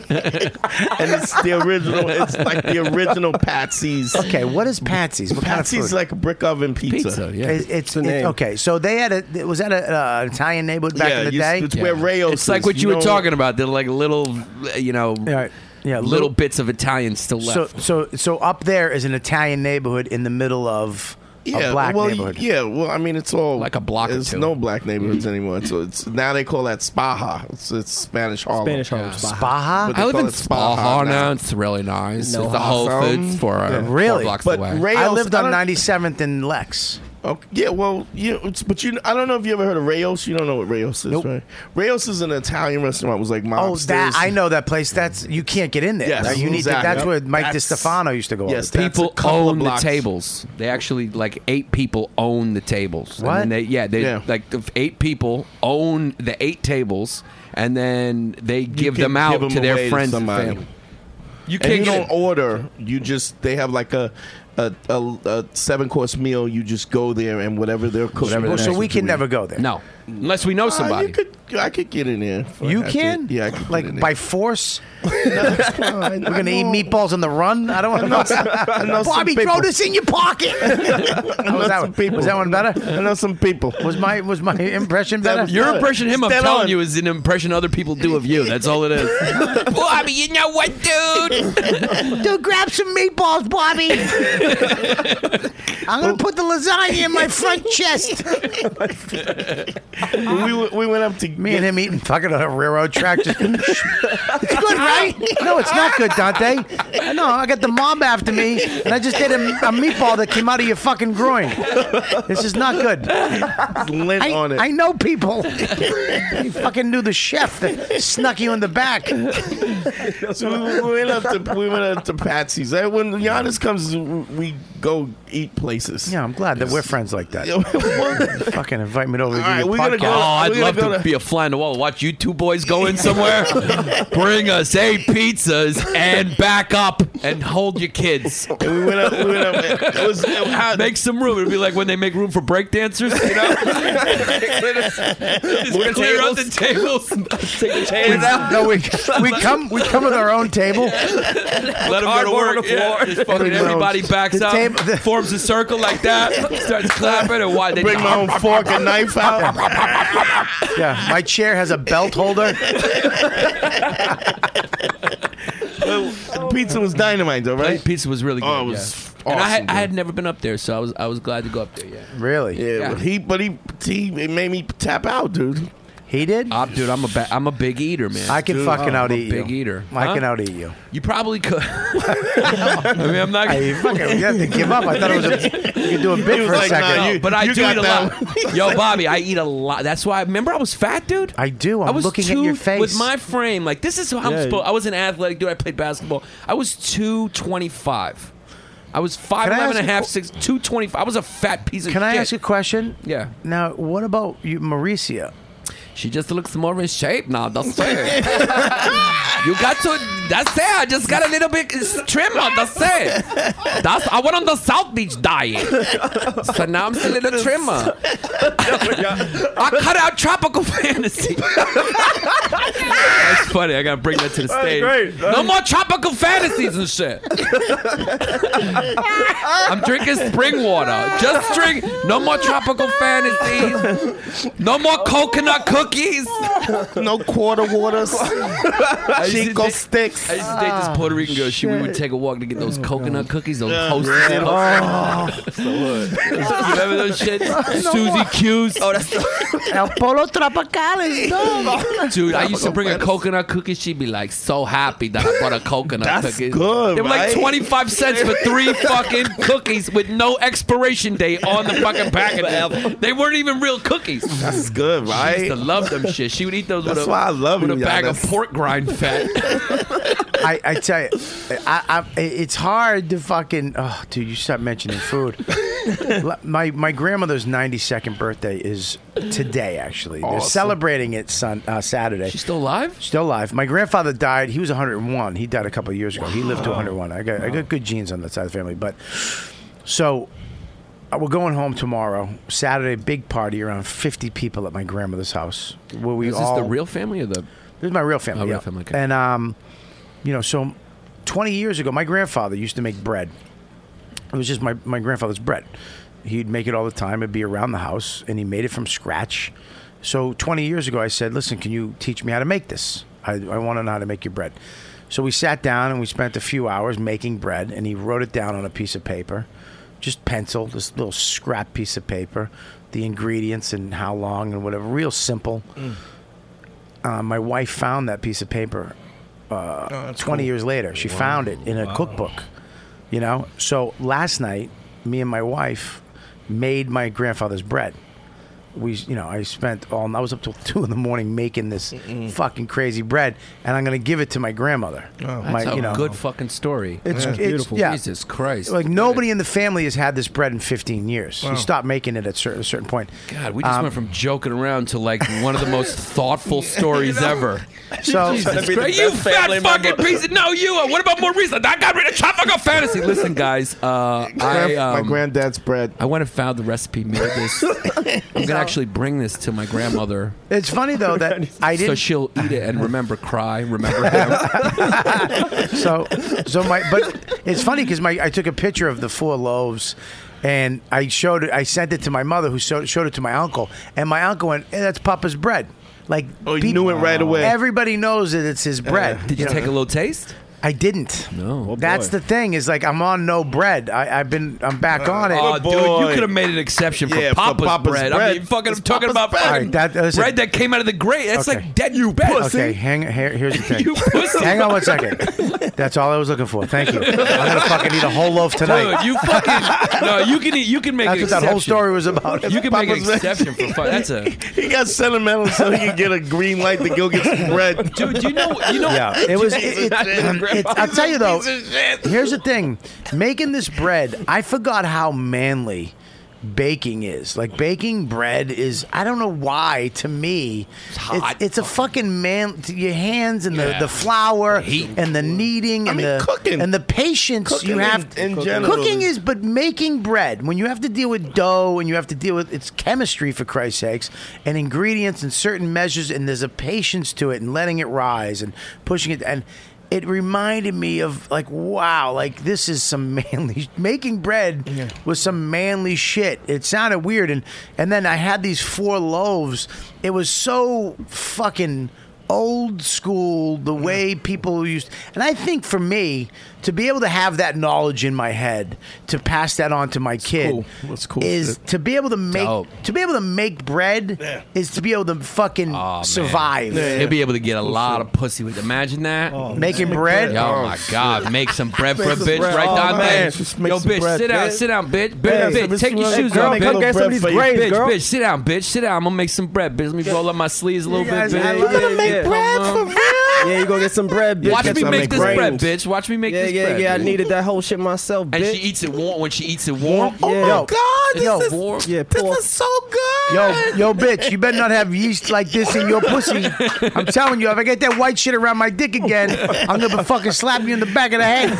[SPEAKER 6] and it's the original. It's like the original Patsy's.
[SPEAKER 2] Okay, what is Patsy's? What kind of
[SPEAKER 6] Patsy's
[SPEAKER 2] food?
[SPEAKER 6] like a brick oven pizza.
[SPEAKER 8] Pizza, yeah.
[SPEAKER 2] It's, it's,
[SPEAKER 6] the
[SPEAKER 2] it's-
[SPEAKER 6] name.
[SPEAKER 2] okay. So they had a it was that a, uh, an Italian neighborhood back
[SPEAKER 6] yeah,
[SPEAKER 2] in the
[SPEAKER 6] you-
[SPEAKER 2] day.
[SPEAKER 6] It's where Rayos.
[SPEAKER 8] It's like what you were talking about. They're like little, you know,
[SPEAKER 2] Yeah, right. Yeah,
[SPEAKER 8] little,
[SPEAKER 2] little-
[SPEAKER 8] bits of Italian still
[SPEAKER 2] so
[SPEAKER 8] left.
[SPEAKER 2] so so up there is an Italian neighborhood in the middle of
[SPEAKER 6] Yeah,
[SPEAKER 2] a black
[SPEAKER 6] well,
[SPEAKER 2] neighborhood.
[SPEAKER 6] yeah. Well, I mean, it's all
[SPEAKER 8] Like a block or
[SPEAKER 6] There's
[SPEAKER 8] two. Mm-hmm.
[SPEAKER 6] no black neighborhoods anymore. So it's now they call that Spaha. It's, it's Spanish Harlem.
[SPEAKER 7] Spanish Harlem.
[SPEAKER 2] Baja.
[SPEAKER 6] But they
[SPEAKER 8] I live
[SPEAKER 6] call
[SPEAKER 8] in
[SPEAKER 6] it Spaha
[SPEAKER 8] Spaha
[SPEAKER 6] now.
[SPEAKER 8] now. It's really nice.
[SPEAKER 7] No
[SPEAKER 8] it's the Whole
[SPEAKER 6] awesome.
[SPEAKER 8] Foods for uh,
[SPEAKER 2] Really?
[SPEAKER 8] four blocks
[SPEAKER 6] But
[SPEAKER 8] away.
[SPEAKER 6] Ray-
[SPEAKER 2] I
[SPEAKER 6] Rails,
[SPEAKER 2] lived
[SPEAKER 6] I
[SPEAKER 2] on
[SPEAKER 6] don't-
[SPEAKER 2] 97th and Lex.
[SPEAKER 6] Okay, yeah, well, you it's, but you I don't know if you ever heard of Rayos. You don't know what Rayos is, right? Rayos is an Italian restaurant. It was like
[SPEAKER 2] Oh,
[SPEAKER 6] mobsters.
[SPEAKER 2] that I know that place. That's you can't get in there.
[SPEAKER 6] Yes,
[SPEAKER 2] right? you need to,
[SPEAKER 6] exactly.
[SPEAKER 2] that's where
[SPEAKER 6] Yep.
[SPEAKER 2] Mike
[SPEAKER 6] That's-
[SPEAKER 2] DiStefano used to go.
[SPEAKER 6] Yes,
[SPEAKER 2] over.
[SPEAKER 6] that's a
[SPEAKER 8] people
[SPEAKER 6] couple of
[SPEAKER 8] own the
[SPEAKER 6] blocks.
[SPEAKER 8] tables. They actually like eight people own the tables.
[SPEAKER 2] What?
[SPEAKER 8] And then they, yeah, they
[SPEAKER 6] Yeah.
[SPEAKER 8] like the f- eight people own the eight tables, and then they give
[SPEAKER 6] can
[SPEAKER 8] them out
[SPEAKER 6] give them
[SPEAKER 8] to their
[SPEAKER 6] away to
[SPEAKER 8] friends and
[SPEAKER 6] somebody.
[SPEAKER 8] family. You
[SPEAKER 6] And you
[SPEAKER 8] get
[SPEAKER 6] don't
[SPEAKER 8] it.
[SPEAKER 6] order. You just they have like a a, a, a seven course meal. You just go there and whatever they're cooking.
[SPEAKER 8] Whatever
[SPEAKER 2] Well,
[SPEAKER 8] they're
[SPEAKER 2] so
[SPEAKER 8] That's
[SPEAKER 2] we can never go there.
[SPEAKER 8] no unless we know
[SPEAKER 6] Uh,
[SPEAKER 8] somebody.
[SPEAKER 6] you could, I could get in there. if I
[SPEAKER 2] You
[SPEAKER 6] had to.
[SPEAKER 2] can?
[SPEAKER 6] Yeah, I could get in
[SPEAKER 2] Like
[SPEAKER 6] there.
[SPEAKER 2] by force?
[SPEAKER 6] We're
[SPEAKER 2] We're gonna eat meatballs on the run? I don't want to
[SPEAKER 6] know
[SPEAKER 2] know.
[SPEAKER 6] some
[SPEAKER 2] Bobby,
[SPEAKER 6] people.
[SPEAKER 2] throw this in your pocket.
[SPEAKER 6] I know
[SPEAKER 2] was that
[SPEAKER 6] some
[SPEAKER 2] one-
[SPEAKER 6] people.
[SPEAKER 2] was that one better?
[SPEAKER 6] I know some people.
[SPEAKER 2] Was my was my impression better?
[SPEAKER 6] was
[SPEAKER 8] Your
[SPEAKER 6] Got it.
[SPEAKER 8] impression of him, I'm
[SPEAKER 6] Dead
[SPEAKER 8] telling
[SPEAKER 6] on.
[SPEAKER 8] you, is an impression other people do of you. That's all it is. Bobby, you know what, dude?
[SPEAKER 9] Dude, grab some meatballs, Bobby.
[SPEAKER 2] I'm gonna put the lasagna in my front chest.
[SPEAKER 6] we, we went up to
[SPEAKER 2] Me and him eating fucking on a railroad track. Just, it's good, right? No, it's not good, Dante. No, I got the mob after me, and I just did a, a meatball that came out of your fucking groin. This is not good.
[SPEAKER 6] Lint
[SPEAKER 2] I,
[SPEAKER 6] on it.
[SPEAKER 2] I know people. you fucking knew the chef that snuck you in the back.
[SPEAKER 6] so we went up to we went up to Patsy's. That when Giannis comes, we go eat places.
[SPEAKER 2] Yeah, I'm glad that we're friends like that. fucking invite me over to
[SPEAKER 6] All right,
[SPEAKER 2] your
[SPEAKER 6] we're gonna
[SPEAKER 2] podcast.
[SPEAKER 6] go-
[SPEAKER 8] Oh, I'd
[SPEAKER 6] we're gonna
[SPEAKER 8] love
[SPEAKER 6] go
[SPEAKER 8] to,
[SPEAKER 6] to-
[SPEAKER 8] be a fly on the wall. Watch you two boys go in somewhere, bring us eight pizzas, and back up and hold your kids.
[SPEAKER 6] we went up. We went up. It was, it, how,
[SPEAKER 8] make some room. It'd be like when they make room for break dancers. You know,
[SPEAKER 6] Just
[SPEAKER 8] clear out the tables. Take the chairs out.
[SPEAKER 2] No, we, we come we come with our own table.
[SPEAKER 8] Let them go to work. Yeah, just fucking
[SPEAKER 2] Everybody
[SPEAKER 8] everybody
[SPEAKER 2] knows.
[SPEAKER 8] backs
[SPEAKER 2] The
[SPEAKER 8] up,
[SPEAKER 2] tab- the-
[SPEAKER 8] forms a circle like that, starts clapping, and why they
[SPEAKER 6] Bring my own fork and knife out.
[SPEAKER 2] Yeah, my chair has a belt holder.
[SPEAKER 6] The pizza was dynamite, though, right?
[SPEAKER 8] Pizza was really good.
[SPEAKER 6] Oh, it was
[SPEAKER 8] yeah. And I
[SPEAKER 6] awesome,
[SPEAKER 8] had,
[SPEAKER 6] dude.
[SPEAKER 8] I had never been up there, so I was I was glad to go up there. Yeah.
[SPEAKER 2] Really?
[SPEAKER 6] Yeah, but he but he he it made me tap out, dude.
[SPEAKER 2] He did?
[SPEAKER 8] Ah, dude, I'm a ba- I'm a big eater, man.
[SPEAKER 2] I can
[SPEAKER 8] Dude,
[SPEAKER 2] fucking
[SPEAKER 8] I'm
[SPEAKER 2] out
[SPEAKER 8] a
[SPEAKER 2] eat you.
[SPEAKER 8] Big eater.
[SPEAKER 2] I can
[SPEAKER 8] Huh?
[SPEAKER 2] out eat you.
[SPEAKER 8] You probably could. I mean, I'm not.
[SPEAKER 2] Hey, you fucking, you have to give up. I thought it was a, you could do a
[SPEAKER 6] He
[SPEAKER 2] bit
[SPEAKER 6] was
[SPEAKER 2] for a
[SPEAKER 6] like,
[SPEAKER 2] second.
[SPEAKER 6] nah,
[SPEAKER 8] No,
[SPEAKER 6] you-
[SPEAKER 8] but I do
[SPEAKER 6] got
[SPEAKER 8] eat a
[SPEAKER 6] that
[SPEAKER 8] lot. Yo, Bobby, I eat a lot. That's why. Remember, I was fat, dude.
[SPEAKER 2] I do. I'm
[SPEAKER 8] was
[SPEAKER 2] looking
[SPEAKER 8] two,
[SPEAKER 2] at your face.
[SPEAKER 8] with my frame. Like this is how I'm
[SPEAKER 7] Yeah.
[SPEAKER 8] supposed. I was an athletic dude. I played basketball. I was two twenty five. I was five
[SPEAKER 2] Can I
[SPEAKER 8] eleven
[SPEAKER 2] ask
[SPEAKER 8] and a
[SPEAKER 2] you-
[SPEAKER 8] half, six, two twenty five. I was a fat piece of
[SPEAKER 2] Can I
[SPEAKER 8] shit.
[SPEAKER 2] ask you a question?
[SPEAKER 8] Yeah.
[SPEAKER 2] Now, what about you, Mauricia?
[SPEAKER 8] She just looks more in shape now. That's it. you got to. That's it. I just got a little bit trimmer. That's it. That's. I went on the South Beach diet, so now I'm still a little trimmer. I cut out tropical fantasy. That's funny. I gotta bring that to the stage.
[SPEAKER 7] great.
[SPEAKER 8] No more tropical fantasies and shit. I'm drinking spring water. Just drink. No more tropical fantasies. No more coconut cookies.
[SPEAKER 6] No quarter waters,
[SPEAKER 8] I used to
[SPEAKER 6] Chico
[SPEAKER 8] date-
[SPEAKER 6] sticks.
[SPEAKER 8] I used to date this Puerto Rican girl. She we would take a walk to get
[SPEAKER 6] Oh,
[SPEAKER 8] those coconut cookies, those toasted. you remember those shit? Susie Q's. Oh, that's
[SPEAKER 2] El Polo Tropicalis. No.
[SPEAKER 8] Dude, I used to bring a coconut cookie. She'd be like so happy that I bought a coconut
[SPEAKER 6] That's
[SPEAKER 8] cookie.
[SPEAKER 6] good,
[SPEAKER 8] They were like
[SPEAKER 6] right?
[SPEAKER 8] 25 cents for three fucking cookies with no expiration date on the fucking package. They weren't even real cookies.
[SPEAKER 6] That's good,
[SPEAKER 8] I used to
[SPEAKER 6] right?
[SPEAKER 8] love them shit. She would eat those with
[SPEAKER 6] That's
[SPEAKER 8] a,
[SPEAKER 6] why I love
[SPEAKER 8] with
[SPEAKER 6] you,
[SPEAKER 8] a bag
[SPEAKER 6] Giannis.
[SPEAKER 8] of pork grind fat.
[SPEAKER 2] I, I tell you, I, I, it's hard to fucking. Oh, dude, you stop mentioning food. L- my my grandmother's 92nd birthday is today. Actually, they're
[SPEAKER 6] Awesome.
[SPEAKER 2] celebrating it sun, uh, Saturday.
[SPEAKER 8] She's still alive?
[SPEAKER 2] Still alive. My grandfather died. He was 101. He died a couple of years ago. He lived to 101. I got I got good genes on that side of the family. But so uh, we're going home tomorrow. Saturday, big party around 50 people at my grandmother's house. Where we
[SPEAKER 8] Is this
[SPEAKER 2] all
[SPEAKER 8] the real family or the?
[SPEAKER 2] This is my real family.
[SPEAKER 8] Oh, real
[SPEAKER 2] yeah.
[SPEAKER 8] family, okay.
[SPEAKER 2] And um, you know, so 20 years ago, my grandfather used to make bread. It was just my, my grandfather's bread. He'd make it all the time. It'd be around the house, and he made it from scratch. So 20 years ago, I said, "Listen, can you teach me how to make this? I, I want to know how to make your bread." So we sat down and we spent a few hours making bread, and he wrote it down on a piece of paper, just pencil, this little scrap piece of paper, the ingredients and how long and whatever, real simple uh, my wife found that piece of paper
[SPEAKER 8] Oh,
[SPEAKER 2] uh, 20 years later. She found it in a cookbook, you know? So last night, me and my wife made my grandfather's bread. We, you know, I spent all, I was up till two in the morning making this fucking crazy bread, and I'm gonna give it to my grandmother.
[SPEAKER 8] Oh, That's
[SPEAKER 2] my,
[SPEAKER 8] a
[SPEAKER 2] you know,
[SPEAKER 8] good fucking story.
[SPEAKER 2] It's- it's- Beautiful. yeah.
[SPEAKER 8] Jesus Christ.
[SPEAKER 2] like nobody in the family has had this bread in 15 years. She stopped making it at cer- a certain point.
[SPEAKER 8] God, we just
[SPEAKER 2] um,
[SPEAKER 8] went from joking around to like one of the most thoughtful stories ever.
[SPEAKER 2] So,
[SPEAKER 8] That's great. You fat fucking piece of no, you are. What about Maurice? I got rid of tropical fantasy. Listen, guys, uh, I
[SPEAKER 6] my
[SPEAKER 8] um,
[SPEAKER 6] granddad's bread.
[SPEAKER 8] I went and found the recipe. Made this. I'm gonna actually bring this to my grandmother,
[SPEAKER 2] it's funny though that I
[SPEAKER 8] so
[SPEAKER 2] didn't.
[SPEAKER 8] she'll eat it and remember, cry, remember him.
[SPEAKER 2] so so my but it's funny because my I took a picture of the four loaves. And I showed it. I sent it to my mother, who showed, showed it to my uncle. And my uncle went, eh, "That's Papa's bread." Like,
[SPEAKER 6] Oh, he knew it right away.
[SPEAKER 2] Everybody knows that it's his bread.
[SPEAKER 8] Did you take a little taste?
[SPEAKER 2] I didn't.
[SPEAKER 8] Oh,
[SPEAKER 2] No. That's the thing is like I'm on no bread. I, I've been I'm back on it.
[SPEAKER 8] Oh, dude, you could have made an exception for,
[SPEAKER 2] Yeah, for
[SPEAKER 8] Papa's,
[SPEAKER 2] Papa's
[SPEAKER 8] bread. I
[SPEAKER 2] bread.
[SPEAKER 8] mean, fucking,
[SPEAKER 2] It's
[SPEAKER 8] I'm talking
[SPEAKER 2] Papa's
[SPEAKER 8] about
[SPEAKER 2] bread.
[SPEAKER 8] fucking
[SPEAKER 2] All right, that- listen.
[SPEAKER 8] bread that came out of the grate. That's
[SPEAKER 2] Okay.
[SPEAKER 8] like dead you bed.
[SPEAKER 2] Okay, hang here, here's the thing.
[SPEAKER 8] You pussy.
[SPEAKER 2] Hang on one second. That's all I was looking for. Thank you. I'm gonna fucking eat a whole loaf tonight.
[SPEAKER 8] Dude, you fucking no. You can eat- you can make.
[SPEAKER 2] That's
[SPEAKER 8] an
[SPEAKER 2] what that whole
[SPEAKER 8] exception.
[SPEAKER 2] story was about.
[SPEAKER 8] You can make an
[SPEAKER 6] Papa's bread.
[SPEAKER 8] exception for fuck. That's a
[SPEAKER 6] He got sentimental so he could get a green light to go get some bread.
[SPEAKER 8] Dude, you know, you know.
[SPEAKER 2] Yeah, it was. It, it, it- I'll tell you though. Here's the thing: making this bread, I forgot how manly baking is. Like baking bread is. I don't know why. To me, it's It's, a fucking man. to Your hands and
[SPEAKER 6] Yeah.
[SPEAKER 2] the the flour and the kneading and
[SPEAKER 6] mean,
[SPEAKER 2] the
[SPEAKER 6] cooking.
[SPEAKER 2] and the patience
[SPEAKER 6] Cooking
[SPEAKER 2] you
[SPEAKER 6] in-
[SPEAKER 2] have.
[SPEAKER 6] in
[SPEAKER 2] cooking
[SPEAKER 6] general
[SPEAKER 2] cooking
[SPEAKER 6] is-
[SPEAKER 2] is, but making bread when you have to deal with dough and you have to deal with it's chemistry for Christ's sakes and ingredients and certain measures and there's a patience to it and letting it rise and pushing it and it reminded me of like wow like this is some manly making bread was some manly shit it sounded weird and and then I had these four loaves it was so fucking old school the way people used and i think for me to be able to have that knowledge in my head to pass that on to my kid
[SPEAKER 6] cool. That's cool
[SPEAKER 2] is
[SPEAKER 6] shit.
[SPEAKER 2] to be able to make
[SPEAKER 8] Dope.
[SPEAKER 2] to be able to make bread is to be able to fucking
[SPEAKER 8] Oh, man.
[SPEAKER 2] survive
[SPEAKER 8] He'll be able to get a lot of pussy with. Imagine that.
[SPEAKER 2] Making bread?
[SPEAKER 8] Oh my God! Make some bread for a
[SPEAKER 2] Make some
[SPEAKER 8] bitch
[SPEAKER 2] bread.
[SPEAKER 8] right
[SPEAKER 2] Oh,
[SPEAKER 8] down there.
[SPEAKER 2] man. Just make
[SPEAKER 8] Yo,
[SPEAKER 2] some
[SPEAKER 8] bitch,
[SPEAKER 2] bread,
[SPEAKER 8] sit down,
[SPEAKER 2] bitch.
[SPEAKER 8] sit down, bitch,
[SPEAKER 2] Hey,
[SPEAKER 8] bitch, bitch.
[SPEAKER 2] some-
[SPEAKER 8] Take your
[SPEAKER 2] some-
[SPEAKER 8] shoes
[SPEAKER 2] girl,
[SPEAKER 8] off,
[SPEAKER 2] make
[SPEAKER 8] bitch.
[SPEAKER 2] a little Get some of bread these for you. grains,
[SPEAKER 8] bitch,
[SPEAKER 2] girl.
[SPEAKER 8] bitch, sit down, bitch, sit down. I'm gonna make some bread, bitch. Let me roll up my sleeves a little
[SPEAKER 2] guys-
[SPEAKER 8] bit,
[SPEAKER 2] I
[SPEAKER 8] bitch.
[SPEAKER 2] love
[SPEAKER 8] Yeah,
[SPEAKER 2] it. Make
[SPEAKER 8] yeah.
[SPEAKER 2] bread
[SPEAKER 8] Uh-huh.
[SPEAKER 2] for
[SPEAKER 7] Yeah, you go get some bread, bitch.
[SPEAKER 8] Watch
[SPEAKER 7] Get
[SPEAKER 8] me
[SPEAKER 7] some
[SPEAKER 8] make this
[SPEAKER 7] grains.
[SPEAKER 8] bread, bitch. Watch me make
[SPEAKER 7] yeah,
[SPEAKER 8] this
[SPEAKER 7] yeah,
[SPEAKER 8] bread.
[SPEAKER 7] Yeah, I
[SPEAKER 8] bitch.
[SPEAKER 7] needed that whole shit myself,
[SPEAKER 8] And
[SPEAKER 7] bitch.
[SPEAKER 8] she eats it warm. When she eats it warm,
[SPEAKER 7] Oh my Yo.
[SPEAKER 6] God,
[SPEAKER 8] Yo,
[SPEAKER 6] this is-
[SPEAKER 8] warm.
[SPEAKER 7] Yeah, poor.
[SPEAKER 6] so good.
[SPEAKER 2] Yo, yo, bitch! You better not have yeast like this in your pussy. I'm telling you, if I get that white shit around my dick again, I'm gonna fucking slap you in the back of the head.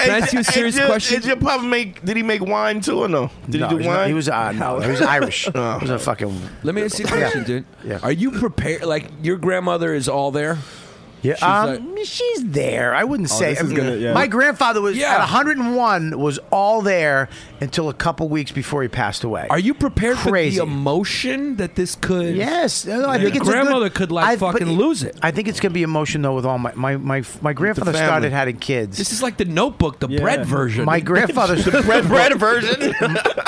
[SPEAKER 6] Hey,
[SPEAKER 8] ask you a
[SPEAKER 6] hey,
[SPEAKER 8] serious
[SPEAKER 6] did-
[SPEAKER 8] question?
[SPEAKER 6] Did your papa make? Did he make wine too or no? Did
[SPEAKER 2] No,
[SPEAKER 6] he do
[SPEAKER 2] he's
[SPEAKER 6] wine?
[SPEAKER 2] not- he Oh. was uh, no, he was Irish. He was a fucking
[SPEAKER 8] Let me ask you a question, dude.
[SPEAKER 2] Yeah.
[SPEAKER 8] Are you prepared? Like your grandmother is all there.
[SPEAKER 2] Yeah,
[SPEAKER 8] She's
[SPEAKER 2] um, she's there. I wouldn't
[SPEAKER 8] Oh,
[SPEAKER 2] say.
[SPEAKER 8] this
[SPEAKER 2] I
[SPEAKER 8] is
[SPEAKER 2] mean,
[SPEAKER 8] gonna- yeah.
[SPEAKER 2] My grandfather was
[SPEAKER 8] Yeah.
[SPEAKER 2] at 101 was all there until a couple weeks before he passed away.
[SPEAKER 8] Are you prepared
[SPEAKER 2] Crazy.
[SPEAKER 8] for the emotion that this could?
[SPEAKER 2] Yes, no, I
[SPEAKER 8] Your
[SPEAKER 2] think it's a
[SPEAKER 8] grandmother
[SPEAKER 2] good,
[SPEAKER 8] could like
[SPEAKER 2] I- but
[SPEAKER 8] fucking lose it.
[SPEAKER 2] I think it's gonna be emotional with all my my my, my grandfather
[SPEAKER 8] family.
[SPEAKER 2] started having kids.
[SPEAKER 8] This is like the Notebook, the bread version.
[SPEAKER 2] My grandfather's
[SPEAKER 8] the bread, bread version.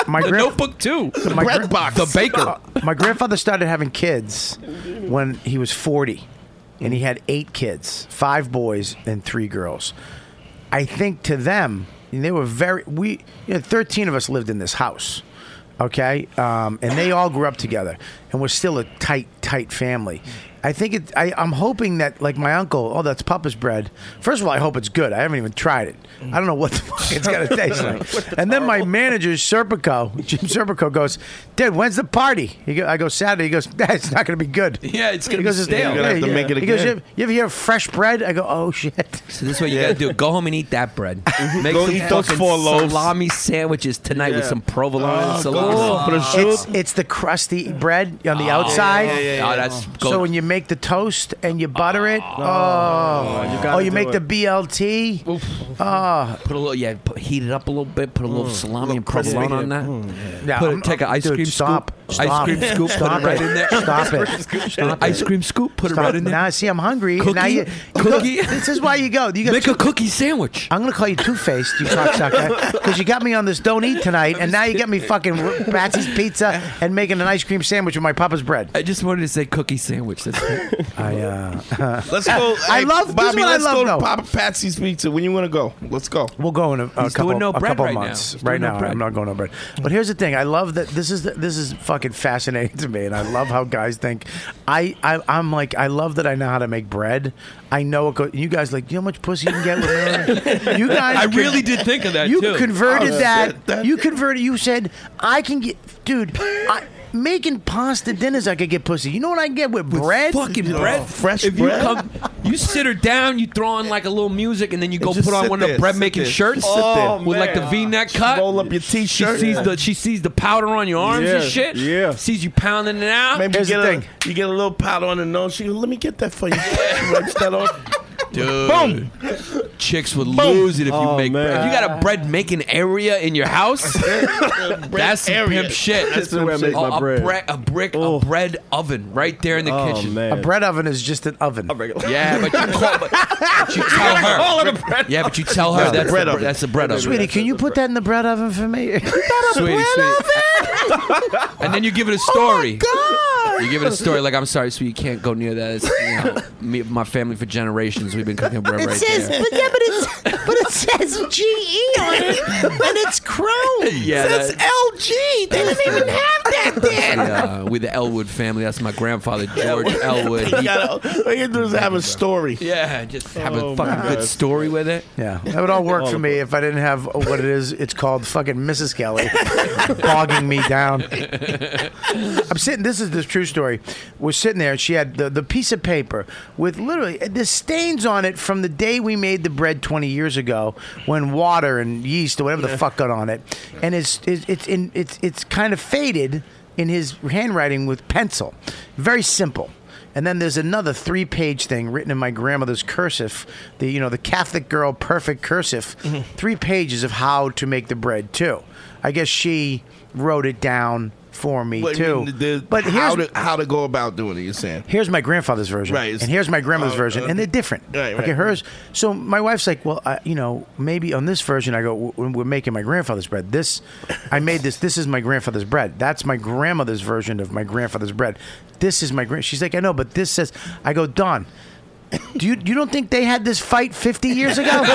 [SPEAKER 2] my
[SPEAKER 8] the
[SPEAKER 2] grand-
[SPEAKER 8] Notebook too. The
[SPEAKER 2] gra-
[SPEAKER 8] The baker.
[SPEAKER 2] My grandfather started having kids when he was 40, and he had eight kids five boys and three girls. I think to them, and they were very, we, you know, 13 of us lived in this house, okay? Um, and they all grew up together, and we're still a tight, tight family. I think it, I, I'm hoping that, like my uncle, oh, that's Papa's bread. First of all, I hope it's good. I haven't even tried it. I don't know what the fuck it's going to taste like. And then my manager, Serpico, Jim Serpico, goes, Dad, when's the party? He go, I go, Saturday. He goes, "Nah, it's not going to be good.
[SPEAKER 8] Yeah, it's
[SPEAKER 2] He
[SPEAKER 8] gonna
[SPEAKER 2] goes,
[SPEAKER 8] be
[SPEAKER 2] "It's-
[SPEAKER 8] stale.
[SPEAKER 6] You're gonna have to make it
[SPEAKER 2] He goes, you
[SPEAKER 6] again.
[SPEAKER 2] ever, you ever hear of fresh bread? I go, oh, shit.
[SPEAKER 8] So this is what you gotta do: go home and eat that bread. Make
[SPEAKER 6] Go
[SPEAKER 8] some
[SPEAKER 6] eat those
[SPEAKER 8] fucking
[SPEAKER 6] four loaves.
[SPEAKER 8] salami sandwiches tonight with
[SPEAKER 6] Yeah.
[SPEAKER 8] some provolone and
[SPEAKER 6] Oh,
[SPEAKER 8] salami.
[SPEAKER 6] God.
[SPEAKER 2] It's, it's the crusty bread on the outside.
[SPEAKER 8] Oh, that's
[SPEAKER 2] So
[SPEAKER 8] go-
[SPEAKER 2] when you make the toast and you butter it, oh,
[SPEAKER 7] gotta
[SPEAKER 2] oh, you
[SPEAKER 7] do
[SPEAKER 2] make
[SPEAKER 7] it.
[SPEAKER 2] the BLT. Oh,
[SPEAKER 8] Put a little, yeah, put, heat it up a little bit. Put a
[SPEAKER 6] Mm.
[SPEAKER 8] little salami and provolone on that.
[SPEAKER 2] yeah,
[SPEAKER 8] put
[SPEAKER 2] I'm-
[SPEAKER 8] it, take an ice
[SPEAKER 2] dude,
[SPEAKER 8] cream
[SPEAKER 2] stop,
[SPEAKER 8] scoop.
[SPEAKER 2] Stop.
[SPEAKER 8] Ice cream scoop.
[SPEAKER 2] Stop
[SPEAKER 8] put it right
[SPEAKER 2] it.
[SPEAKER 8] in there.
[SPEAKER 2] Stop it. Stop
[SPEAKER 8] Ice
[SPEAKER 2] it.
[SPEAKER 8] cream scoop. Put it
[SPEAKER 2] Stop.
[SPEAKER 8] right in there.
[SPEAKER 2] Now, see, I'm hungry. and Now
[SPEAKER 8] Cookie?
[SPEAKER 2] you, you
[SPEAKER 8] Cookie?
[SPEAKER 2] Go, this is why you go. You got
[SPEAKER 8] Make a cookie sandwich.
[SPEAKER 2] I'm gonna call you Two Faced, you cocksucker, because you got me on this don't eat tonight, and now you got me fucking Batsy's pizza and making an ice cream sandwich with my papa's bread.
[SPEAKER 8] I just wanted to say cookie sandwich. That's it.
[SPEAKER 2] I uh,
[SPEAKER 6] Let's go.
[SPEAKER 2] I
[SPEAKER 6] Hey,
[SPEAKER 2] love- this is
[SPEAKER 6] Bobby.
[SPEAKER 2] what I
[SPEAKER 6] let's
[SPEAKER 2] love,
[SPEAKER 6] go
[SPEAKER 2] though.
[SPEAKER 6] to Papa Patsy's Pizza. When you want to go? Let's go.
[SPEAKER 2] we'll go in a, a
[SPEAKER 8] He's
[SPEAKER 2] couple,
[SPEAKER 8] doing no
[SPEAKER 2] a
[SPEAKER 8] bread
[SPEAKER 2] couple
[SPEAKER 8] right now.
[SPEAKER 2] months.
[SPEAKER 8] He's
[SPEAKER 2] Right
[SPEAKER 8] doing no
[SPEAKER 2] now,
[SPEAKER 8] bread.
[SPEAKER 2] I'm not going no bread. But here's the thing: I love that this is the, this is fucking fascinating to me, and I love how guys think. I, I I'm like I love that I know how to make bread. I know it. Go, you guys like you know how much pussy you can get with me. You guys,
[SPEAKER 8] I
[SPEAKER 2] can-
[SPEAKER 8] really did think of that
[SPEAKER 2] You
[SPEAKER 8] too.
[SPEAKER 2] converted
[SPEAKER 6] Oh,
[SPEAKER 2] that,
[SPEAKER 6] shit, that-
[SPEAKER 2] You converted. You said I can get, dude. I, making pasta dinners, I could get pussy. You know what I can get with, bread?
[SPEAKER 8] Fucking bread.
[SPEAKER 6] fresh
[SPEAKER 8] if
[SPEAKER 6] bread?
[SPEAKER 8] You, come, you sit her down, you throw on like a little music, and then you go
[SPEAKER 6] just
[SPEAKER 8] put on
[SPEAKER 6] sit
[SPEAKER 8] one of the
[SPEAKER 6] there,
[SPEAKER 8] bread
[SPEAKER 6] sit
[SPEAKER 8] making
[SPEAKER 6] there,
[SPEAKER 8] shirts
[SPEAKER 6] just sit there.
[SPEAKER 8] with like the
[SPEAKER 6] Oh, Man.
[SPEAKER 8] V neck cut.
[SPEAKER 6] Roll up your
[SPEAKER 8] She
[SPEAKER 6] t-shirt.
[SPEAKER 8] sees the she sees the powder on your arms and
[SPEAKER 7] Yeah,
[SPEAKER 8] shit.
[SPEAKER 7] yeah.
[SPEAKER 8] Sees you pounding it out.
[SPEAKER 6] Maybe you
[SPEAKER 2] Here's the
[SPEAKER 6] get,
[SPEAKER 2] thing.
[SPEAKER 6] a, you get a little powder on the nose. She goes, "Let me get that for you." She wipes that off.
[SPEAKER 8] Dude. Boom. Chicks would lose it if
[SPEAKER 2] Oh,
[SPEAKER 8] you make bread. If you got a bread making area in your house, that's some pimp shit.
[SPEAKER 2] That's where I make
[SPEAKER 8] a,
[SPEAKER 2] my
[SPEAKER 8] a
[SPEAKER 2] bread. Oh.
[SPEAKER 8] bre- a brick, a bread oven right there in the
[SPEAKER 7] Oh,
[SPEAKER 8] kitchen.
[SPEAKER 2] A bread oven is just an oven.
[SPEAKER 8] Yeah, but you call, but, but you tell her. Yeah, but you tell her
[SPEAKER 2] That's the
[SPEAKER 8] that's
[SPEAKER 2] bread
[SPEAKER 8] the,
[SPEAKER 2] oven.
[SPEAKER 8] bread that's the bread oven.
[SPEAKER 2] Sweetie, can you put that in the bread oven for me? you got
[SPEAKER 8] Sweetie, And then you give it a story. You give it a story like, "I'm sorry, sweetie, you can't go near that. It's, you know, me, my family for generations. We've been cooking bread
[SPEAKER 9] It
[SPEAKER 8] right
[SPEAKER 9] says,
[SPEAKER 8] there."
[SPEAKER 9] but yeah, but it's but it says GE on it, and it's Chrome.
[SPEAKER 8] Yeah,
[SPEAKER 9] that's
[SPEAKER 8] that-
[SPEAKER 9] LG. They didn't even have that there.
[SPEAKER 8] Yeah, we the Elwood family. That's my grandfather, George Elwood.
[SPEAKER 6] You
[SPEAKER 8] He-
[SPEAKER 6] gotta- All you gotta do is have a story.
[SPEAKER 8] Yeah, just have a
[SPEAKER 6] Oh,
[SPEAKER 8] fucking
[SPEAKER 6] man.
[SPEAKER 8] good story with it.
[SPEAKER 2] Yeah, that would all work for me if I didn't have uh, what it is. It's called fucking Mrs. Kelly bogging me down. I'm sitting. This is the true story. We're sitting there, and she had the, the piece of paper with literally uh, the stains on it from the day we made the bread 20 years ago, when water and yeast or whatever the fuck got on it, and it's it's it's in, it's it's kind of faded in his handwriting with pencil. Very simple. And then there's another three-page thing written in my grandmother's cursive, the you know the Catholic girl perfect cursive, three pages of how to make the bread too. I guess she wrote it down for me
[SPEAKER 6] But I
[SPEAKER 2] too.
[SPEAKER 6] mean, the-
[SPEAKER 2] but
[SPEAKER 6] how
[SPEAKER 2] here's
[SPEAKER 6] to how to go about doing it? You're saying
[SPEAKER 2] here's my grandfather's version,
[SPEAKER 6] Right, it's-
[SPEAKER 2] And here's my grandmother's
[SPEAKER 6] Oh,
[SPEAKER 2] version,
[SPEAKER 6] okay.
[SPEAKER 2] and they're different.
[SPEAKER 6] Right, right,
[SPEAKER 2] okay, hers. So my wife's like, well, I, you know, maybe on this version, I go, "W- w- we're making my grandfather's bread. This, I made this. This is my grandfather's bread. That's my grandmother's version of my grandfather's bread. This is my grand. She's like, I know, but this says, I go, Don. Do you you don't think they had this fight 50 years ago? it's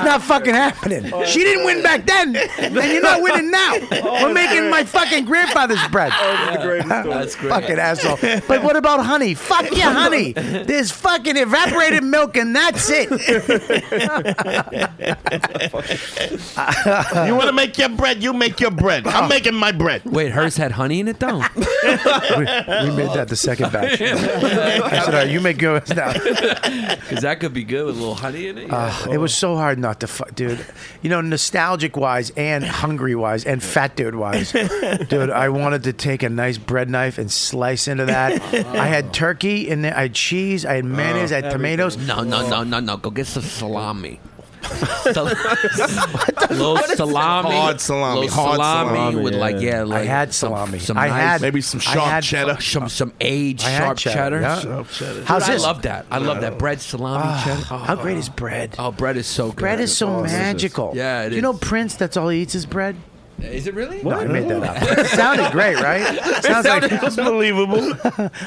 [SPEAKER 2] not fucking happening.
[SPEAKER 6] Oh.
[SPEAKER 2] She didn't win back then, and you're not winning now. We're making my fucking grandfather's bread.
[SPEAKER 6] Oh,
[SPEAKER 8] That's great.
[SPEAKER 2] Fucking asshole. But what about honey? Fuck your honey. There's fucking evaporated milk, and that's it.
[SPEAKER 6] you want to make your bread, you make your bread. I'm making my bread.
[SPEAKER 8] Wait, hers had honey in it, though.
[SPEAKER 2] we, we made that the second batch. I said, "All right, you make yours now.
[SPEAKER 8] Because that could be good with a little honey in it. yeah.
[SPEAKER 2] Ah, it was so hard not to fuck, dude. You know, nostalgic wise and hungry wise and fat dude wise, dude. I wanted to take a nice bread knife and slice into that. I had turkey in there. I had cheese. I had
[SPEAKER 8] Oh,
[SPEAKER 2] mayonnaise. I had tomatoes.
[SPEAKER 8] No, no, no, no, no. Go get some salami. Sal- little salami,
[SPEAKER 6] Hard salami,
[SPEAKER 8] little
[SPEAKER 6] hard
[SPEAKER 8] salami,
[SPEAKER 6] salami,
[SPEAKER 8] with like
[SPEAKER 6] yeah.
[SPEAKER 8] yeah, like
[SPEAKER 2] I had
[SPEAKER 8] some-
[SPEAKER 2] salami.
[SPEAKER 8] some
[SPEAKER 2] I
[SPEAKER 8] nice-
[SPEAKER 2] had
[SPEAKER 6] Maybe some
[SPEAKER 2] I
[SPEAKER 6] sharp
[SPEAKER 2] had-
[SPEAKER 6] cheddar.
[SPEAKER 8] some some aged
[SPEAKER 2] I had
[SPEAKER 8] sharp
[SPEAKER 2] cheddar,
[SPEAKER 8] cheddar.
[SPEAKER 2] yeah.
[SPEAKER 6] Sharp cheddar.
[SPEAKER 8] Dude,
[SPEAKER 2] How's
[SPEAKER 8] I
[SPEAKER 2] this? Uh,
[SPEAKER 8] love that. I love that bread salami cheddar. Oh,
[SPEAKER 2] How great is bread?
[SPEAKER 8] oh, bread is so good.
[SPEAKER 2] Bread is so magical.
[SPEAKER 8] Yeah, it
[SPEAKER 2] Do you know
[SPEAKER 8] is.
[SPEAKER 2] Prince? That's all he eats is bread.
[SPEAKER 8] Is it really?
[SPEAKER 2] No, I made that up. It sounded great, right? Sounds like
[SPEAKER 6] That's believable.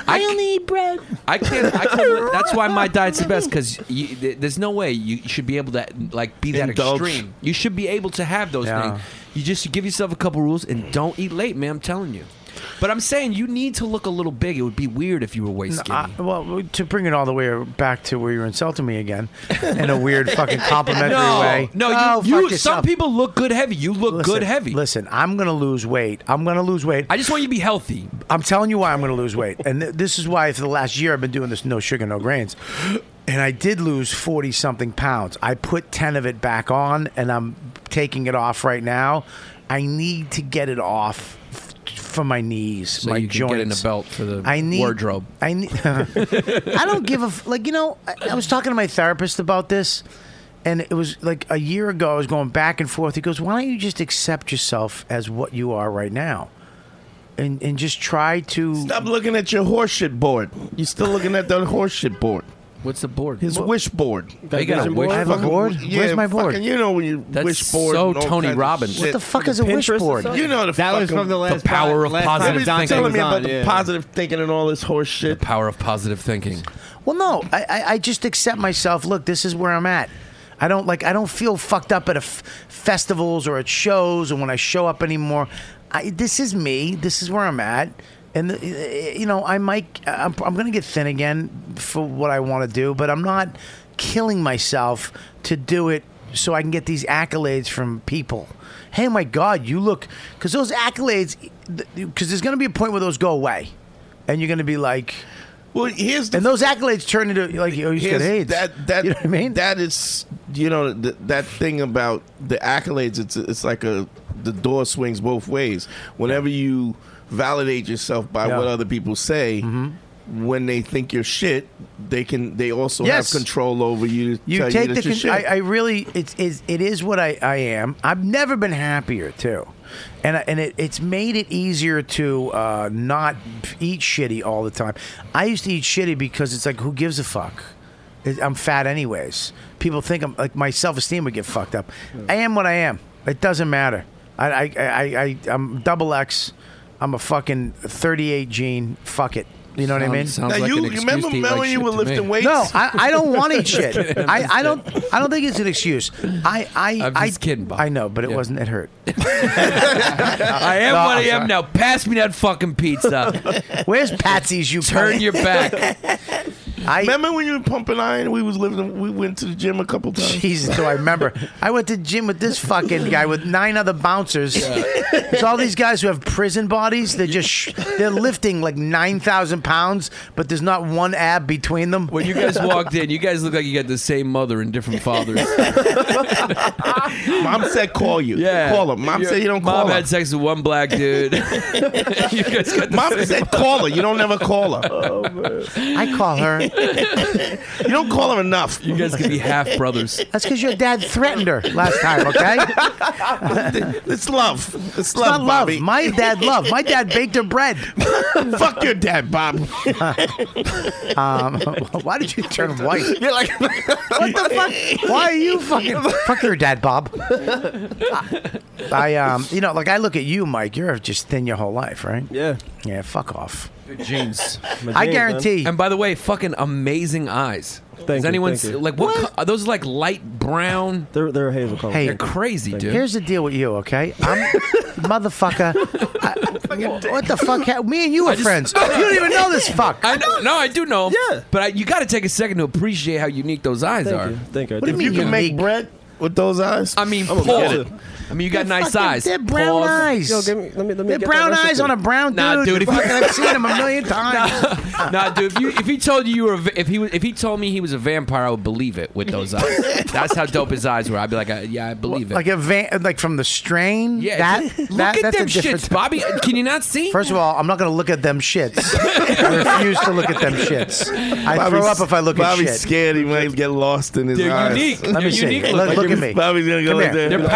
[SPEAKER 9] I only eat bread.
[SPEAKER 8] I can't. I can't that's why my diet's the best because there's no way you should be able to like be that
[SPEAKER 6] Indulge.
[SPEAKER 8] extreme. You should be able to have those
[SPEAKER 2] Yeah.
[SPEAKER 8] things. You just give yourself a couple rules and don't eat late, man. I'm telling you. But I'm saying you need to look a little big. It would be weird if you were waist skinny.
[SPEAKER 2] I, well, to bring it all the way back to where you're insulting me again in a weird fucking complimentary
[SPEAKER 8] no,
[SPEAKER 2] way.
[SPEAKER 8] no. You,
[SPEAKER 2] Oh,
[SPEAKER 8] you-
[SPEAKER 2] fuck
[SPEAKER 8] some
[SPEAKER 2] yourself.
[SPEAKER 8] people look good heavy. You look
[SPEAKER 2] Listen,
[SPEAKER 8] good heavy.
[SPEAKER 2] Listen, I'm gonna lose weight. I'm gonna lose weight.
[SPEAKER 8] I just want you to be healthy.
[SPEAKER 2] I'm telling you why I'm going to lose weight. And th- this is why for the last year I've been doing this no sugar, no grains. And I did lose 40 something pounds. I put 10 of it back on and I'm taking it off right now. I need to get it off f- for my knees,
[SPEAKER 8] So
[SPEAKER 2] my
[SPEAKER 8] you can
[SPEAKER 2] joints.
[SPEAKER 8] get in a belt for the
[SPEAKER 2] I need,
[SPEAKER 8] wardrobe.
[SPEAKER 2] I need, I don't give a f- like. You know, I, I was talking to my therapist about this, and it was like a year ago. I was going back and forth. He goes, "Why don't you just accept yourself as what you are right now, and and just try to
[SPEAKER 6] Stop looking at your horseshit board. You're still looking at that horseshit board.
[SPEAKER 8] What's the board?
[SPEAKER 6] His wish board.
[SPEAKER 8] They got a wish
[SPEAKER 2] I have a
[SPEAKER 8] board?
[SPEAKER 2] board. Where's my board?
[SPEAKER 6] Fucking, you know when you
[SPEAKER 8] That's
[SPEAKER 6] wish board.
[SPEAKER 8] so
[SPEAKER 6] and all
[SPEAKER 8] Tony
[SPEAKER 6] kinds of
[SPEAKER 8] Robbins.
[SPEAKER 6] shit.
[SPEAKER 2] What the fuck is a wish
[SPEAKER 7] Pinterest or
[SPEAKER 2] board?
[SPEAKER 7] something?
[SPEAKER 6] You know the
[SPEAKER 5] That
[SPEAKER 6] fucking,
[SPEAKER 5] was from the last
[SPEAKER 8] power of
[SPEAKER 5] last
[SPEAKER 8] positive
[SPEAKER 5] time
[SPEAKER 6] You're
[SPEAKER 5] it
[SPEAKER 8] thinking.
[SPEAKER 6] telling
[SPEAKER 5] was
[SPEAKER 6] me
[SPEAKER 5] on,
[SPEAKER 6] about the
[SPEAKER 5] yeah.
[SPEAKER 6] positive thinking and all this horse shit.
[SPEAKER 8] Power of positive thinking.
[SPEAKER 2] Well, no, I, I, I just accept myself. Look, this is where I'm at. I don't like. I don't feel fucked up at a f- festivals or at shows, or when I show up anymore. I, this is me. This is where I'm at. And the, you know, I might. I'm, I'm going to get thin again for what I want to do, but I'm not killing myself to do it so I can get these accolades from people. Hey, my God, you look because those accolades. Because there's going to be a point where those go away, and you're going to be like.
[SPEAKER 6] Well, here's the
[SPEAKER 2] And those accolades turn into like oh, he's got
[SPEAKER 6] Yes,
[SPEAKER 2] AIDS.
[SPEAKER 6] That that
[SPEAKER 2] you know what I mean?
[SPEAKER 6] that is you know th- that thing about the accolades. It's it's like a the door swings both ways. Whenever you validate yourself by
[SPEAKER 2] Yeah. Mm-hmm.
[SPEAKER 6] what other people say. when they think you're shit, they can they also
[SPEAKER 2] Yes.
[SPEAKER 6] have control over you. to
[SPEAKER 2] You
[SPEAKER 6] tell
[SPEAKER 2] take
[SPEAKER 6] you
[SPEAKER 2] the.
[SPEAKER 6] that you're
[SPEAKER 2] Con-
[SPEAKER 6] shit.
[SPEAKER 2] I, I really. It's is. It is what I, I am. I've never been happier too, and I, and it, it's made it easier to uh, not eat shitty all the time. I used to eat shitty because it's like who gives a fuck. It- I'm fat anyways. People think I'm like my self esteem would get fucked up. I am what I am. It doesn't matter. I I I, I I'm double X. I'm a fucking 38 gene. Fuck it. You know what I
[SPEAKER 6] Sounds-
[SPEAKER 2] mean?
[SPEAKER 6] sounds Now, like an you- you excuse remember to eat like when you shit were to me. lifting weights?
[SPEAKER 2] No, I, I don't want to eat shit.
[SPEAKER 6] Just kidding.
[SPEAKER 2] I, I don't I don't think it's an excuse. I I
[SPEAKER 8] I'm
[SPEAKER 2] I,
[SPEAKER 8] just kidding, Bob.
[SPEAKER 2] I know, but it wasn't. It hurt.
[SPEAKER 8] I am
[SPEAKER 2] No,
[SPEAKER 8] what
[SPEAKER 2] I'm
[SPEAKER 8] I am
[SPEAKER 2] sorry.
[SPEAKER 8] now. Pass me that fucking pizza.
[SPEAKER 2] Where's Patsy's? You
[SPEAKER 8] turn
[SPEAKER 6] cunt?
[SPEAKER 8] your back.
[SPEAKER 2] I
[SPEAKER 6] remember when you were pumping iron. We was living. We went to the gym a couple times.
[SPEAKER 2] Jesus, do I remember? I went to the gym with this fucking guy with nine other bouncers. It's all these guys who have prison bodies. They're just sh- they're lifting like nine thousand pounds, but there's not one ab between them.
[SPEAKER 8] When you guys walked in, you guys look like you got the same mother and different fathers.
[SPEAKER 6] Mom said, "Call you.
[SPEAKER 8] Yeah.
[SPEAKER 6] Call her." Mom
[SPEAKER 8] Your
[SPEAKER 6] said, "You don't
[SPEAKER 8] mom
[SPEAKER 6] call her."
[SPEAKER 8] had sex with one black dude. you guys got the
[SPEAKER 6] Mom
[SPEAKER 8] same
[SPEAKER 6] said, "Call her. You don't ever call her.
[SPEAKER 2] I call her.
[SPEAKER 6] you don't call her enough.
[SPEAKER 8] You guys could be half brothers.
[SPEAKER 2] That's because your dad threatened her last time. Okay,
[SPEAKER 6] it's love. It's,
[SPEAKER 2] love, not love. My dad loved. My dad baked her bread.
[SPEAKER 6] Fuck your dad, Bob.
[SPEAKER 2] um, why did you turn white?
[SPEAKER 6] You're like,
[SPEAKER 2] what the fuck? Why are you fucking fuck your dad, Bob? I um, you know, like I look at you, Mike. You're just thin your whole life, right?
[SPEAKER 7] Yeah.
[SPEAKER 2] Yeah. Fuck off.
[SPEAKER 8] jeans.
[SPEAKER 2] My I jeans, guarantee- man.
[SPEAKER 8] And by the way, fucking amazing eyes. Does
[SPEAKER 7] you,
[SPEAKER 8] anyone
[SPEAKER 7] thank
[SPEAKER 8] see-
[SPEAKER 7] you.
[SPEAKER 8] like what? co- are those like light brown?
[SPEAKER 7] They're they're hazel color.
[SPEAKER 8] They're crazy, dude.
[SPEAKER 2] Here's the deal with you, okay? I'm motherfucker. I, what the fuck? ha- Me and you were
[SPEAKER 8] I just-
[SPEAKER 2] friends. You don't even know this fuck.
[SPEAKER 8] I know. No, I do know. 'em,
[SPEAKER 7] Yeah.
[SPEAKER 8] But I, you got to take a second to appreciate how unique those eyes
[SPEAKER 7] Thank
[SPEAKER 8] are.
[SPEAKER 7] you. Thank you. I
[SPEAKER 2] What do you
[SPEAKER 7] do.
[SPEAKER 2] mean you make
[SPEAKER 6] bread with those eyes?
[SPEAKER 8] I mean,
[SPEAKER 7] I'm gonna get
[SPEAKER 8] pause.
[SPEAKER 7] it.
[SPEAKER 8] I mean, you got nice
[SPEAKER 2] fucking-
[SPEAKER 8] eyes.
[SPEAKER 2] They're brown
[SPEAKER 8] Pause.
[SPEAKER 2] eyes.
[SPEAKER 7] Yo, give me, let me, let me
[SPEAKER 2] they're brown eyes on a brown dude.
[SPEAKER 8] Nah, dude, if you-
[SPEAKER 2] fucking, I've seen them a million times.
[SPEAKER 8] Nah, dude. If, you, if he told you you were, a va- if he was- if he told me he was a vampire, I would believe it with those eyes. That's how dope his eyes were. I'd be like, I, yeah, I believe it.
[SPEAKER 2] Like a van, like from the strain.
[SPEAKER 8] yeah,
[SPEAKER 2] that,
[SPEAKER 8] just- look
[SPEAKER 2] that-
[SPEAKER 8] at
[SPEAKER 2] that's
[SPEAKER 8] them
[SPEAKER 2] a different
[SPEAKER 8] shits, Bobby. uh, Can you not see?
[SPEAKER 2] First of all, I'm not going to look at them shits. I refuse to look at them shits. I throw up if I look
[SPEAKER 6] Bobby's
[SPEAKER 2] at shit.
[SPEAKER 6] scared he might get lost in his
[SPEAKER 8] They're
[SPEAKER 6] eyes.
[SPEAKER 8] unique.
[SPEAKER 2] Let
[SPEAKER 8] They're
[SPEAKER 2] me see.
[SPEAKER 8] unique
[SPEAKER 2] Look,
[SPEAKER 8] looking.
[SPEAKER 2] look at me.
[SPEAKER 6] Bobby's gonna go
[SPEAKER 2] Come
[SPEAKER 6] like
[SPEAKER 2] here.
[SPEAKER 6] that.
[SPEAKER 8] They're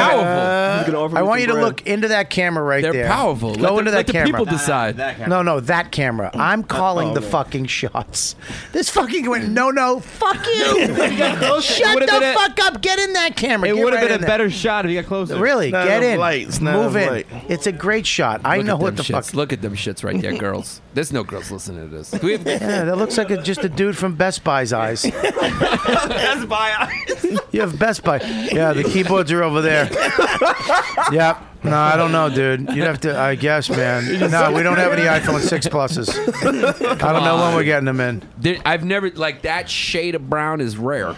[SPEAKER 8] powerful.
[SPEAKER 2] I want you to look into that camera right
[SPEAKER 8] They're
[SPEAKER 2] there.
[SPEAKER 8] powerful.
[SPEAKER 2] Go
[SPEAKER 8] Let the-
[SPEAKER 2] into
[SPEAKER 8] let
[SPEAKER 2] that
[SPEAKER 8] the
[SPEAKER 2] camera.
[SPEAKER 8] people decide.
[SPEAKER 2] No, no, that camera. I'm calling
[SPEAKER 6] oh,
[SPEAKER 2] the
[SPEAKER 6] okay.
[SPEAKER 2] fucking shots. This fucking went, no, no, fuck you. Shut
[SPEAKER 5] would've been
[SPEAKER 2] the
[SPEAKER 5] a-
[SPEAKER 2] fuck up. Get in that camera.
[SPEAKER 5] It
[SPEAKER 2] Get
[SPEAKER 5] would have
[SPEAKER 2] right
[SPEAKER 5] been
[SPEAKER 2] in there.
[SPEAKER 5] a better shot if he got closer.
[SPEAKER 2] Really,
[SPEAKER 6] Not
[SPEAKER 2] get
[SPEAKER 6] enough
[SPEAKER 2] in.
[SPEAKER 6] light. It's not
[SPEAKER 2] Move
[SPEAKER 6] enough
[SPEAKER 2] in.
[SPEAKER 6] light.
[SPEAKER 2] It's a great shot. I
[SPEAKER 8] Look
[SPEAKER 2] know
[SPEAKER 8] at
[SPEAKER 2] what the
[SPEAKER 8] them shits.
[SPEAKER 2] fuck.
[SPEAKER 8] Look at them shits right there, girls. There's no girls listening to this. Can we have-
[SPEAKER 2] Yeah, that looks like a, just a dude from Best Buy's eyes.
[SPEAKER 5] That's my
[SPEAKER 2] You have Best Buy. Yeah, the keyboards are over there. Yep. No, I don't know, dude. You'd have to, I guess, man. No, we don't have any iPhone 6 Pluses. I don't know when we're getting them in.
[SPEAKER 8] There- I've never like that shade of brown is rare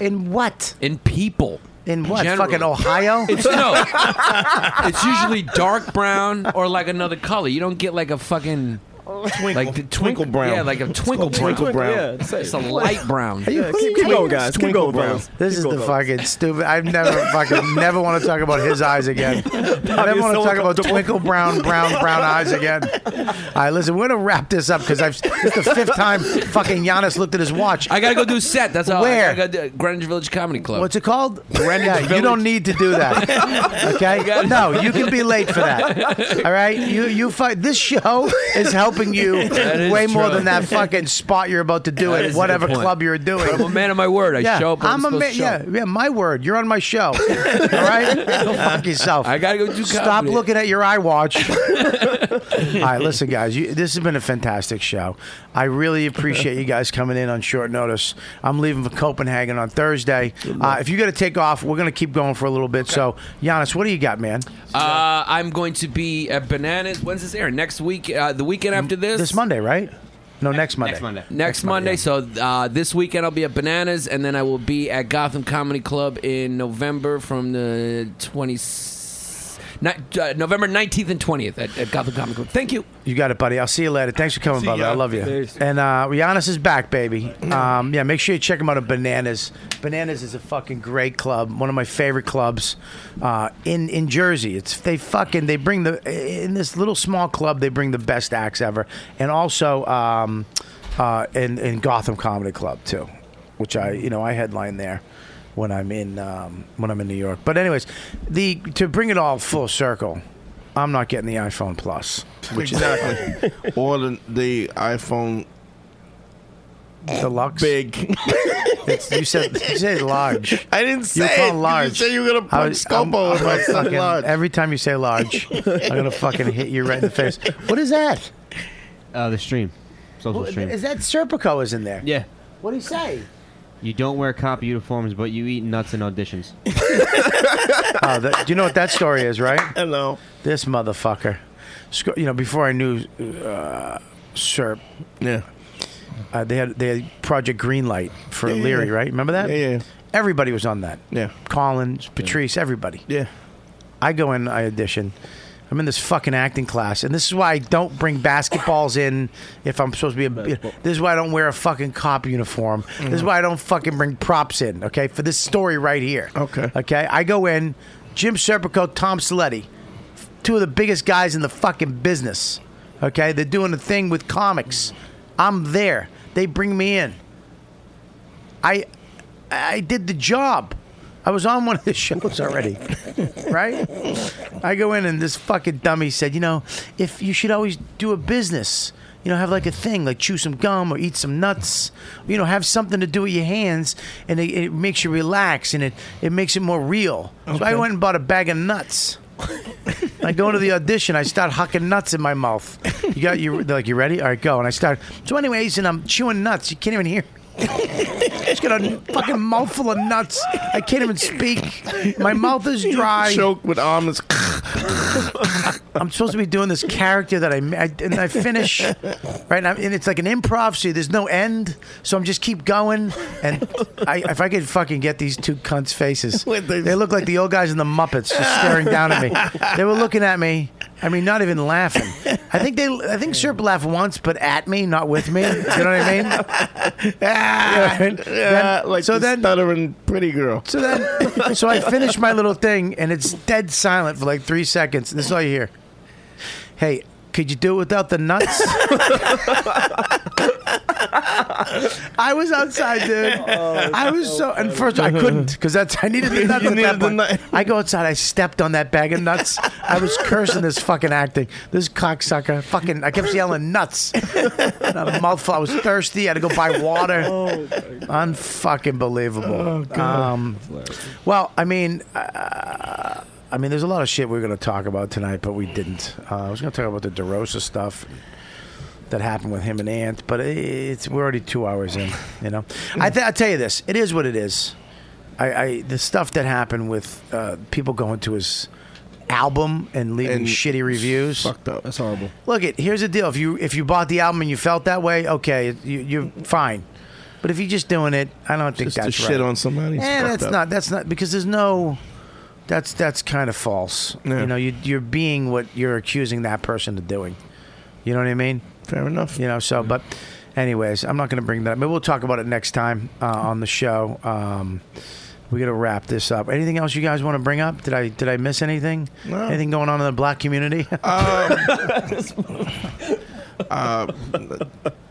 [SPEAKER 2] In what?
[SPEAKER 8] in people.
[SPEAKER 2] In what?
[SPEAKER 8] Generally.
[SPEAKER 2] Fucking Ohio?
[SPEAKER 8] It's no. it's usually dark brown or like another color. You don't get like a fucking
[SPEAKER 6] Twinkle,
[SPEAKER 8] like the twink-
[SPEAKER 6] twinkle brown.
[SPEAKER 8] Yeah, like a twinkle brown.
[SPEAKER 6] twinkle brown.
[SPEAKER 7] Yeah, it's
[SPEAKER 8] It's a light brown.
[SPEAKER 7] yeah, keep, keep going, guys. Keep
[SPEAKER 6] Twinkle
[SPEAKER 7] going,
[SPEAKER 6] brown.
[SPEAKER 7] fellas.
[SPEAKER 2] This
[SPEAKER 7] Keep
[SPEAKER 2] is
[SPEAKER 7] going,
[SPEAKER 2] the
[SPEAKER 7] fellas.
[SPEAKER 2] fucking stupid. I've never fucking never want to talk about his eyes again. I never want to talk about twinkle brown, brown, brown eyes again. All right, listen, we're gonna wrap this up because I've it's the fifth time fucking Giannis looked at his watch.
[SPEAKER 8] I gotta go do set. That's all.
[SPEAKER 2] Where?
[SPEAKER 8] I gotta go do Greenwich Village Comedy Club.
[SPEAKER 2] What's it called? Yeah, you don't need to do that. Okay?
[SPEAKER 8] gotta-
[SPEAKER 2] No, you can be late for that. All right? You you fight this show is helping you
[SPEAKER 8] is
[SPEAKER 2] way more
[SPEAKER 8] true.
[SPEAKER 2] than that fucking spot you're about to do
[SPEAKER 8] That
[SPEAKER 2] at
[SPEAKER 8] is a
[SPEAKER 2] whatever
[SPEAKER 8] good point.
[SPEAKER 2] club you're doing.
[SPEAKER 8] I'm a man of my word. I show up. when
[SPEAKER 2] I'm a
[SPEAKER 8] supposed
[SPEAKER 2] man.
[SPEAKER 8] to show
[SPEAKER 2] Yeah,
[SPEAKER 8] up.
[SPEAKER 2] yeah. My word, you're on my show. All right, go fuck yourself.
[SPEAKER 8] I gotta go do.
[SPEAKER 2] Stop
[SPEAKER 8] comedy.
[SPEAKER 2] looking at your eye watch. All right, listen, guys. You, this has been a fantastic show. I really appreciate you guys coming in on short notice. I'm leaving for Copenhagen on Thursday. Uh, if you got to take off, we're gonna keep going for a little bit. So, Giannis, what do you got, man?
[SPEAKER 8] Uh, I'm going to be at Bananas. When's this air? Next week? Uh, the weekend after this?
[SPEAKER 2] Mm, This Monday, right? No, next Monday.
[SPEAKER 5] Next Monday.
[SPEAKER 8] Next, Monday. So uh, this weekend I'll be at Bananas, and then I will be at Gotham Comedy Club in November from the 20. Not, uh, November 19th and 20th at, at Gotham Comedy Club. Thank you.
[SPEAKER 2] You got it, buddy. I'll see you later. Thanks for coming, brother.
[SPEAKER 6] ya.
[SPEAKER 2] I love you.
[SPEAKER 7] Peace.
[SPEAKER 2] And uh, Giannis is back, baby. Um, yeah, make sure you check him out at Bananas. Bananas is a fucking great club, one of my favorite clubs uh, in in Jersey. It's they fucking they bring the in this little small club they bring the best acts ever, and also. Um, uh, and and Gotham Comedy Club too, which I you know I headline there when I'm in um, when I'm in New York. But anyways, the to bring it all full circle, I'm not getting the iPhone Plus, which
[SPEAKER 6] exactly, or the, the iPhone
[SPEAKER 2] deluxe
[SPEAKER 6] big.
[SPEAKER 2] It's, you said you said large.
[SPEAKER 6] I didn't
[SPEAKER 2] you
[SPEAKER 6] say
[SPEAKER 2] were calling
[SPEAKER 6] it. You
[SPEAKER 2] large.
[SPEAKER 6] said you were gonna
[SPEAKER 2] I
[SPEAKER 6] put Scopo
[SPEAKER 2] I'm-
[SPEAKER 6] if I said
[SPEAKER 2] fucking-
[SPEAKER 6] large.
[SPEAKER 2] Every time you say large, I'm gonna fucking hit you right in the face. What is that?
[SPEAKER 5] Uh, the stream, social
[SPEAKER 2] Well,
[SPEAKER 5] stream.
[SPEAKER 2] Is that Serpico is in there?
[SPEAKER 5] Yeah.
[SPEAKER 2] What do you say?
[SPEAKER 5] You don't wear cop uniforms, but you eat nuts in auditions.
[SPEAKER 2] Oh, that, do you know what that story is, right?
[SPEAKER 6] Hello.
[SPEAKER 2] This motherfucker. Sc- You know, before I knew uh, Serp.
[SPEAKER 6] Yeah.
[SPEAKER 2] Uh, they had they had Project Greenlight for
[SPEAKER 6] Yeah, yeah,
[SPEAKER 2] Leary,
[SPEAKER 6] yeah.
[SPEAKER 2] right? Remember that?
[SPEAKER 6] Yeah, yeah.
[SPEAKER 2] Everybody was on that.
[SPEAKER 6] Yeah.
[SPEAKER 2] Collins, Patrice, everybody.
[SPEAKER 6] Yeah.
[SPEAKER 2] I go in, I audition. I'm in this fucking acting class, and this is why I don't bring basketballs in if I'm supposed to be a. This is why I don't wear a fucking cop uniform. This is why I don't fucking bring props in. Okay, for this story right here. Okay. Okay, I go in. Jim Serpico, Tom Saletti, two of the biggest guys in the fucking business. Okay, they're doing a thing with comics. I'm there. They bring me in. I I did the job. I was on one of the shows already, right? I go in and this fucking dummy said, you know, if you should always do a business, you know, have like a thing, like chew some gum or eat some nuts, you know, have something to do with your hands, and it, it makes you relax and it, it makes it more real. So I
[SPEAKER 12] Okay.
[SPEAKER 2] went and bought a bag of nuts. I go into the audition. I start hucking nuts in my mouth. You got you they're like you ready? All right, go. And I start. So, anyways, and I'm chewing nuts. You can't even hear. Just got a fucking mouthful of nuts. I can't even speak. My mouth is dry.
[SPEAKER 6] Choke with almonds.
[SPEAKER 2] I'm supposed to be doing this character that I, I and I finish right, and, I'm, and it's like an improv. So there's no end. So I'm just keep going, and I, if I could fucking get these two cunts' faces, they look like the old guys in the Muppets just staring down at me. They were looking at me. I mean, not even laughing. I think they, I think Serp laughed once, but at me, not with me. You know what I mean? Yeah, and
[SPEAKER 6] Yeah,
[SPEAKER 2] then-
[SPEAKER 6] like so the then, stuttering pretty girl.
[SPEAKER 2] So then, so I finish my little thing, and it's dead silent for like three seconds. This is all you hear. Hey, could you do it without the nuts? I was outside, dude. I was so, and first I couldn't because that's I needed the nuts.
[SPEAKER 6] You
[SPEAKER 2] at
[SPEAKER 6] needed
[SPEAKER 2] that point. I go outside. I stepped on that bag of nuts. I was cursing this fucking acting. This cocksucker, fucking. I kept yelling nuts. And a mouthful. I was thirsty. I had to go buy water. Unfucking believable.
[SPEAKER 12] Oh,
[SPEAKER 2] Um,
[SPEAKER 12] God.
[SPEAKER 2] well, I mean. Uh, I mean, there's a lot of shit we are going to talk about tonight, but we didn't. Uh, I was going to talk about the DeRosa stuff that happened with him and Ant, but it's we're already two hours in. You know, I th- I tell you this, it is what it is. I, I the stuff that happened with uh, people going to his album and leaving shitty reviews. Fucked
[SPEAKER 6] up.
[SPEAKER 2] That's horrible. Look, it here's the deal. If you if you bought the album and you felt that way, okay, you, you're fine. But if you're just doing it, I don't think
[SPEAKER 6] Just to
[SPEAKER 2] that's
[SPEAKER 6] shit
[SPEAKER 2] right.
[SPEAKER 6] on somebody, it's
[SPEAKER 2] Eh,
[SPEAKER 6] fucked
[SPEAKER 2] that's
[SPEAKER 6] up.
[SPEAKER 2] not. That's not because there's no. That's that's kind of false. You know, you, you're being what you're accusing that person of doing. You know what I mean?
[SPEAKER 6] Fair enough.
[SPEAKER 2] You know. So, but, anyways, I'm not going to bring that. up. Maybe we'll talk about it next time uh, on the show. Um, we got to wrap this up. Anything else you guys want to bring up? Did I did I miss anything?
[SPEAKER 6] No.
[SPEAKER 2] Anything going on in the black community?
[SPEAKER 6] Uh,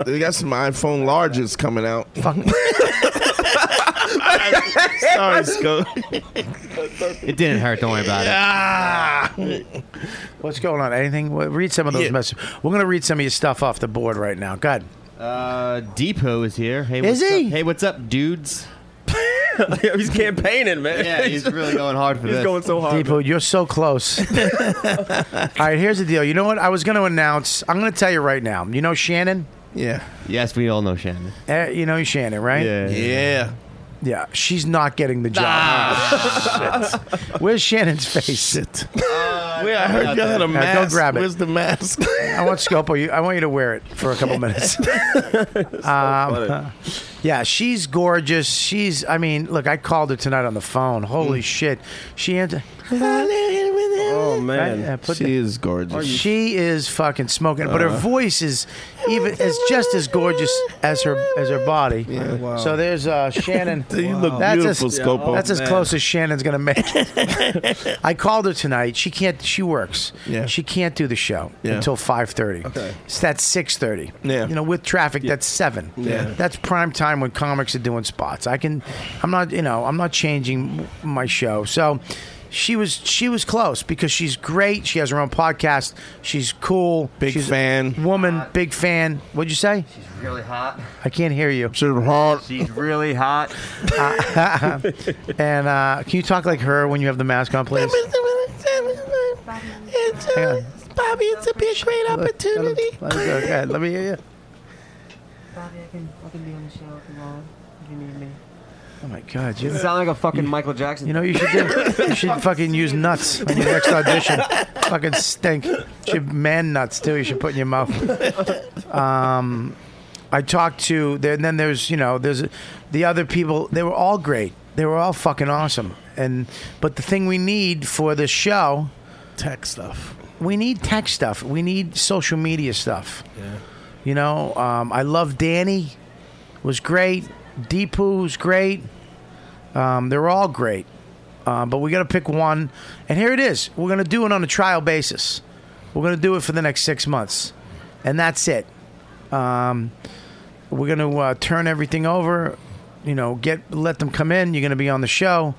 [SPEAKER 6] they got some iPhone larges coming out. Sorry, Scope.
[SPEAKER 5] It didn't hurt. Don't worry about it.
[SPEAKER 2] What's going on? Anything? Well, Read some of those messages. We're going to read some of your stuff off the board right now. Go ahead.
[SPEAKER 5] Uh, Depot is here. Hey,
[SPEAKER 2] Is
[SPEAKER 5] what's
[SPEAKER 2] he?
[SPEAKER 5] Up? Hey, what's up, dudes?
[SPEAKER 7] he's campaigning, man.
[SPEAKER 5] Yeah, he's really going hard for
[SPEAKER 7] He's
[SPEAKER 5] this.
[SPEAKER 7] going so hard.
[SPEAKER 2] Deepu, you're so close. All right, here's the deal. You know what? I was going to announce. I'm going to tell you right now. You know Shannon.
[SPEAKER 6] Yeah.
[SPEAKER 5] Yes, we all know Shannon.
[SPEAKER 2] Eh, you know Shannon, right?
[SPEAKER 5] Yeah.
[SPEAKER 6] Yeah.
[SPEAKER 2] Yeah, she's not getting the job. Shit. Where's Shannon's face? Shit.
[SPEAKER 6] Wait, Uh, I heard you had a mask.
[SPEAKER 2] Go grab it.
[SPEAKER 6] Where's the mask?
[SPEAKER 2] I want Scopo. You, I want you to wear it for a couple minutes. um, yeah, she's gorgeous. She's.
[SPEAKER 6] Hmm.
[SPEAKER 2] I mean, look, I called her tonight on the phone. Holy shit, she answered.
[SPEAKER 7] Oh man,
[SPEAKER 2] Right? Yeah, put
[SPEAKER 6] she
[SPEAKER 2] the-
[SPEAKER 6] is gorgeous.
[SPEAKER 2] She is fucking smoking, but her
[SPEAKER 6] Uh.
[SPEAKER 2] voice is even is just as gorgeous as her as her body.
[SPEAKER 6] wow.
[SPEAKER 2] So there's uh, Shannon.
[SPEAKER 6] You look beautiful,
[SPEAKER 2] as,
[SPEAKER 6] Scopo.
[SPEAKER 2] That's as
[SPEAKER 6] Yeah, oh,
[SPEAKER 2] close
[SPEAKER 6] man.
[SPEAKER 2] as Shannon's gonna make. it. I called her tonight. She can't. She works.
[SPEAKER 6] Yeah.
[SPEAKER 2] She can't do the show
[SPEAKER 6] Yeah.
[SPEAKER 2] until five thirty.
[SPEAKER 6] Okay.
[SPEAKER 2] So that's six thirty.
[SPEAKER 6] Yeah.
[SPEAKER 2] You know, with traffic, that's seven.
[SPEAKER 6] Yeah.
[SPEAKER 2] That's prime time when comics are doing spots. I can, I'm not, you know, I'm not changing my show. So she was, she was close because she's great. She has her own podcast. She's cool. Big fan. Woman, big fan. What'd you say?
[SPEAKER 12] Really hot.
[SPEAKER 2] I can't hear you. She's hot.
[SPEAKER 12] She's really hot.
[SPEAKER 2] and uh, can you talk like her when you have the mask on, please? Hang on.
[SPEAKER 6] Bobby, it's a big great opportunity.
[SPEAKER 2] Let me go. Go ahead. Let me hear you.
[SPEAKER 12] Bobby, I can, I can be on the show if you want, if you need me.
[SPEAKER 2] Oh my God! You
[SPEAKER 12] You sound like a fucking Michael Jackson.
[SPEAKER 2] You know, what you should do. You should fucking use nuts on your next audition. fucking stink. You should man nuts too. You should put in your mouth. Um, I talked to there, and then there's you know there's the other people. They were all great. They were all fucking awesome. And but the thing we need for this show,
[SPEAKER 6] tech stuff.
[SPEAKER 2] We need tech stuff. We need social media stuff. You know, um, I love Danny. Was great. Deepu was great. Um, they're all great. Um, but we got to pick one. And here it is. We're going to do it on a trial basis. We're going to do it for the next six months. And that's it. Um, we're going to uh, turn everything over, you know, get let them come in. You're going to be on the show.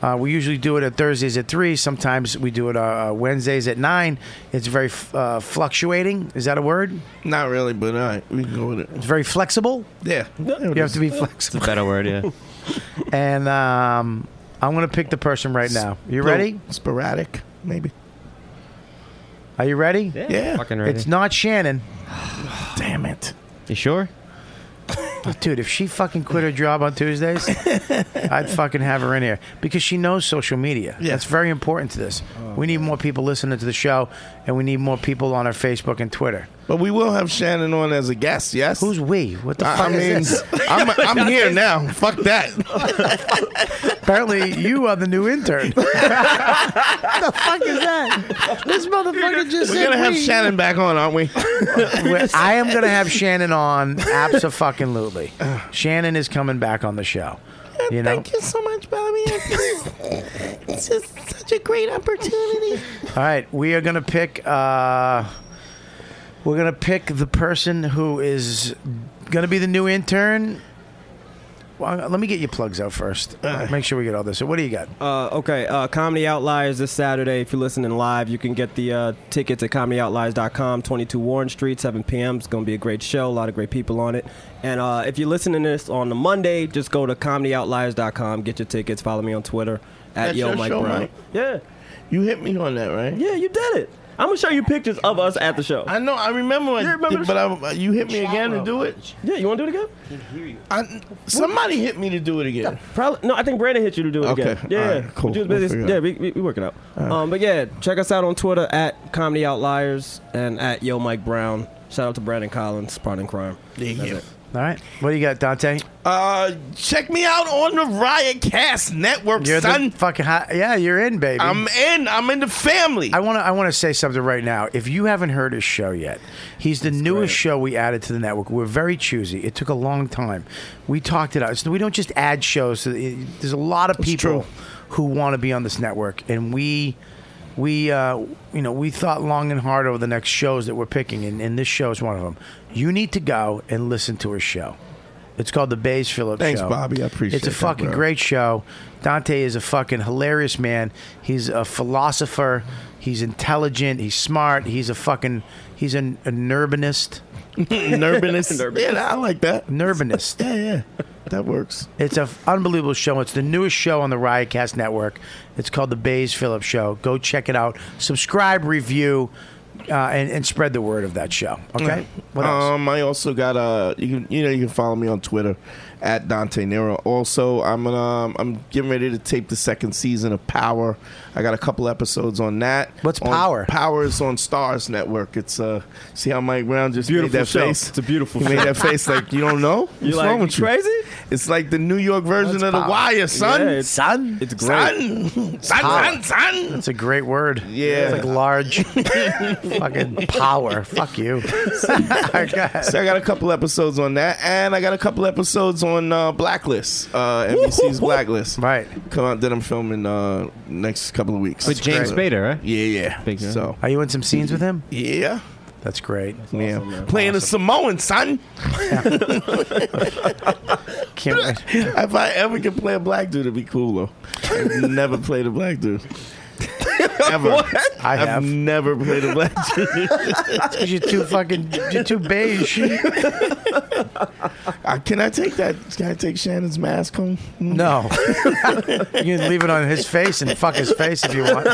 [SPEAKER 2] Uh, we usually do it at Thursdays at three. Sometimes we do it uh, Wednesdays at nine. It's very f- uh, fluctuating. Is that a word?
[SPEAKER 6] Not really, but all right, we can go with it.
[SPEAKER 2] It's very flexible.
[SPEAKER 6] Yeah,
[SPEAKER 2] You have to be flexible.
[SPEAKER 5] It's a better word, yeah.
[SPEAKER 2] and um, I'm going to pick the person right now. You
[SPEAKER 6] Spor-
[SPEAKER 2] ready?
[SPEAKER 6] Sporadic, maybe.
[SPEAKER 2] Are you ready?
[SPEAKER 6] Yeah. Yeah. Fucking ready.
[SPEAKER 2] It's not Shannon.
[SPEAKER 6] Damn it.
[SPEAKER 5] You sure?
[SPEAKER 2] Dude, if she fucking quit her job on Tuesdays, I'd fucking have her in here because she knows social media. That's very important to this. we need more people listening to the show, and we need more people on our Facebook and Twitter.
[SPEAKER 6] But we will have Shannon on as a guest. Yes. Who's
[SPEAKER 2] we? What the
[SPEAKER 6] I,
[SPEAKER 2] fuck
[SPEAKER 6] I mean,
[SPEAKER 2] is this?
[SPEAKER 6] I'm, I'm here now. Fuck that.
[SPEAKER 2] Apparently, you are the new intern. the fuck is that? This motherfucker just
[SPEAKER 6] We're
[SPEAKER 2] said
[SPEAKER 6] gonna have
[SPEAKER 2] we.
[SPEAKER 6] Shannon back on, aren't we?
[SPEAKER 2] Well, I am going to have Shannon on absolutely. Shannon is coming back on the show. You know,
[SPEAKER 6] Uh, Thank you so much, Bobby. it's just such a great opportunity.
[SPEAKER 2] All right, we are gonna pick. Uh, we're gonna pick the person who is gonna be the new intern. Well, let me get your plugs out first.
[SPEAKER 6] Uh.
[SPEAKER 2] Make sure we get all this. So, what do you got?
[SPEAKER 7] Uh, okay, uh, Comedy Outliers this Saturday. If you're listening live, you can get the uh, tickets at comedyoutliers.com. 22 Warren Street, 7 p.m. It's going to be a great show. A lot of great people on it. And uh, if you're listening to this on the Monday, just go to comedyoutliers.com. Get your tickets. Follow me on Twitter at
[SPEAKER 6] That's
[SPEAKER 7] Yo
[SPEAKER 6] your
[SPEAKER 7] Mike
[SPEAKER 6] show,
[SPEAKER 7] Brown.
[SPEAKER 6] right?
[SPEAKER 7] Yeah,
[SPEAKER 6] you hit me on that, right?
[SPEAKER 7] Yeah, you did it. I'm gonna show you pictures of us at the show.
[SPEAKER 6] I know. I remember. I
[SPEAKER 7] You remember
[SPEAKER 6] did,
[SPEAKER 7] the
[SPEAKER 6] but
[SPEAKER 7] show?
[SPEAKER 6] I, you hit me again to do it.
[SPEAKER 7] Yeah, you want to do it again?
[SPEAKER 6] I, somebody hit me to do it again.
[SPEAKER 7] Probably no. I think Brandon hit you to do it
[SPEAKER 6] Okay,
[SPEAKER 7] again. Yeah,
[SPEAKER 6] all
[SPEAKER 7] yeah.
[SPEAKER 6] right, cool.
[SPEAKER 7] But you was
[SPEAKER 6] We'll
[SPEAKER 7] busy.
[SPEAKER 6] figure it
[SPEAKER 7] yeah,
[SPEAKER 6] out.
[SPEAKER 7] we, we, we work it out. Um, but yeah, check us out on Twitter at Comedy Outliers and at Yo Mike Brown. Shout out to Brandon Collins, Part in Crime. That's it.
[SPEAKER 2] All right, what do you got, Dante?
[SPEAKER 6] Uh, check me out on the Riotcast Network,
[SPEAKER 2] You're
[SPEAKER 6] son.
[SPEAKER 2] the fucking hot. Yeah, you're in, baby.
[SPEAKER 6] I'm in. I'm in the family.
[SPEAKER 2] I want to. I want to say something right now. If you haven't heard his show yet, he's the newest show we added to the network. We're very choosy. It took a long time. We talked it out. So we don't just add shows. So it- There's a lot of people who want to be on this network, and we. We, uh, you know, we thought long and hard over the next shows that we're picking, and, and this show is one of them. You need to go and listen to his show. It's called the Bays Phillips
[SPEAKER 6] Thanks,
[SPEAKER 2] Show.
[SPEAKER 6] Bobby. I appreciate
[SPEAKER 2] It's a
[SPEAKER 6] that,
[SPEAKER 2] fucking
[SPEAKER 6] bro.
[SPEAKER 2] great great show. Dante is a fucking hilarious man. He's a philosopher. He's intelligent. He's smart. He's a fucking. He's an, an urbanist.
[SPEAKER 6] Nurbanist. Yeah, I like that.
[SPEAKER 2] Nurbanist.
[SPEAKER 6] yeah, yeah. That works.
[SPEAKER 2] It's an unbelievable show. It's the newest show on the Riotcast Network. It's called The Bays Phillips Show. Go check it out. Subscribe, review, uh, and, and spread the word of that show. Okay. What else?
[SPEAKER 6] Um, I also got uh, you can you know you can follow me on Twitter at Dante Nero. Also, I'm gonna um, I'm getting ready to tape the second season of Power. I got a couple episodes on that. What's
[SPEAKER 2] Power?
[SPEAKER 6] Power is on Stars Network. It's uh, see how Mike Brown just
[SPEAKER 7] Beautiful
[SPEAKER 6] made that
[SPEAKER 7] show.
[SPEAKER 6] face.
[SPEAKER 7] It's a beautiful
[SPEAKER 6] He made
[SPEAKER 7] show.
[SPEAKER 6] that face like you don't know.
[SPEAKER 7] You
[SPEAKER 6] What's
[SPEAKER 7] like,
[SPEAKER 6] wrong with
[SPEAKER 7] you
[SPEAKER 6] you?
[SPEAKER 7] crazy?
[SPEAKER 6] It's like the New York version
[SPEAKER 2] That's
[SPEAKER 6] of The
[SPEAKER 2] Power.
[SPEAKER 6] Wire, son.
[SPEAKER 2] Yeah, it's-
[SPEAKER 6] son,
[SPEAKER 7] it's
[SPEAKER 2] great.
[SPEAKER 6] Son, son,
[SPEAKER 2] Power.
[SPEAKER 6] son, son.
[SPEAKER 2] That's a great word.
[SPEAKER 6] Yeah.
[SPEAKER 2] It's like large. fucking power. Fuck you.
[SPEAKER 6] So I got a couple episodes on that, and I got a couple episodes on uh, Blacklist, uh, NBC's Blacklist.
[SPEAKER 2] Right.
[SPEAKER 6] Come out that I'm filming uh, next couple of weeks.
[SPEAKER 5] With
[SPEAKER 6] That's
[SPEAKER 5] James
[SPEAKER 6] great.
[SPEAKER 5] Spader, eh? right?
[SPEAKER 6] Yeah, yeah.
[SPEAKER 5] Big time.
[SPEAKER 6] So
[SPEAKER 2] Are you in some scenes with him?
[SPEAKER 6] yeah,
[SPEAKER 2] That's great.
[SPEAKER 6] yeah. Playing a Samoan son.
[SPEAKER 2] Can't wait.
[SPEAKER 6] if I ever could play a black dude, it'd be cool though. I've never played a black dude. Ever.
[SPEAKER 2] I
[SPEAKER 6] I've
[SPEAKER 2] have.
[SPEAKER 6] never played a black dude.
[SPEAKER 2] Because you're too fucking, you're too beige.
[SPEAKER 6] Uh, can I take that? Can I take Shannon's mask home?
[SPEAKER 2] No. you can leave it on his face and fuck his face if you want.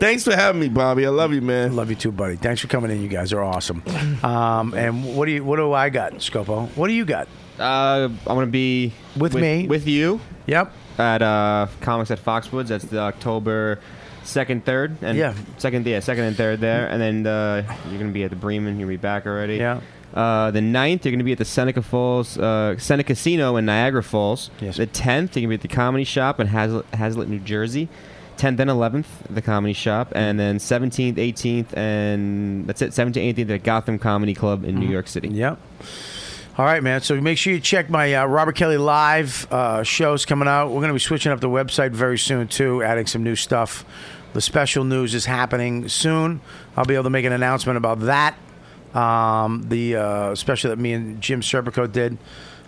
[SPEAKER 6] Thanks for having me, Bobby. I love you, man.
[SPEAKER 2] Love you too, buddy. Thanks for coming in. You guys are awesome. Um, and what do you? What do I got, Scopo? What do you got?
[SPEAKER 5] Uh, I'm gonna be
[SPEAKER 2] With me.
[SPEAKER 5] with you.
[SPEAKER 2] Yep.
[SPEAKER 5] At uh, comics at Foxwoods. That's the October second, third, and
[SPEAKER 2] Yeah.
[SPEAKER 5] second, yeah, second and third there. And then uh, you're gonna be at the Bremen. You'll be back already.
[SPEAKER 2] Yeah.
[SPEAKER 5] Uh, the 9th, you're going to be at the Seneca Falls, uh, Seneca Casino in Niagara Falls.
[SPEAKER 2] Yes.
[SPEAKER 5] The 10th, you're going to be at the Comedy Shop in Hazlet, Hazlet, New Jersey. 10th and 11th, the Comedy Shop. And then 17th, 18th, and that's it, 17th, 18th at Gotham Comedy Club in
[SPEAKER 2] Mm-hmm.
[SPEAKER 5] New York City.
[SPEAKER 2] Yep. All right, man. So make sure you check my uh, Robert Kelly Live uh, shows coming out. We're going to be switching up the website very soon, too, adding some new stuff. The special news is happening soon. I'll be able to make an announcement about that. Um, the uh, special that me and Jim Serpico did.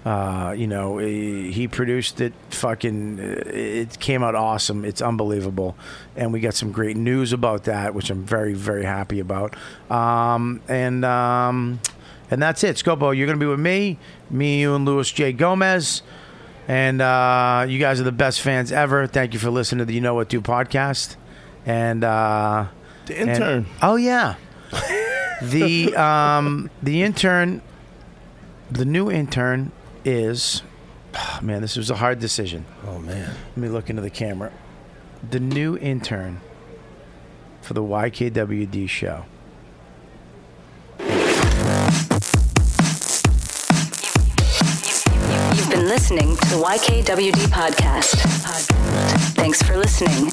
[SPEAKER 2] Uh, you know, he, he produced it. Fucking, uh, it came out awesome. It's unbelievable, and we got some great news about that, which I'm very, very happy about. Um, and um, and that's it. Scopo, you're going to be with me, me, you, and Luis J. Gomez. And uh, you guys are the best fans ever. Thank you for listening to the You Know What Do podcast. And uh,
[SPEAKER 6] The intern.
[SPEAKER 2] and- oh yeah, the um, the intern, the new intern is, oh, man, this was a hard decision.
[SPEAKER 7] Oh man.
[SPEAKER 2] Let me look into the camera. The new intern for the YKWd show.
[SPEAKER 13] You've been listening to the YKWD podcast. Thanks for listening.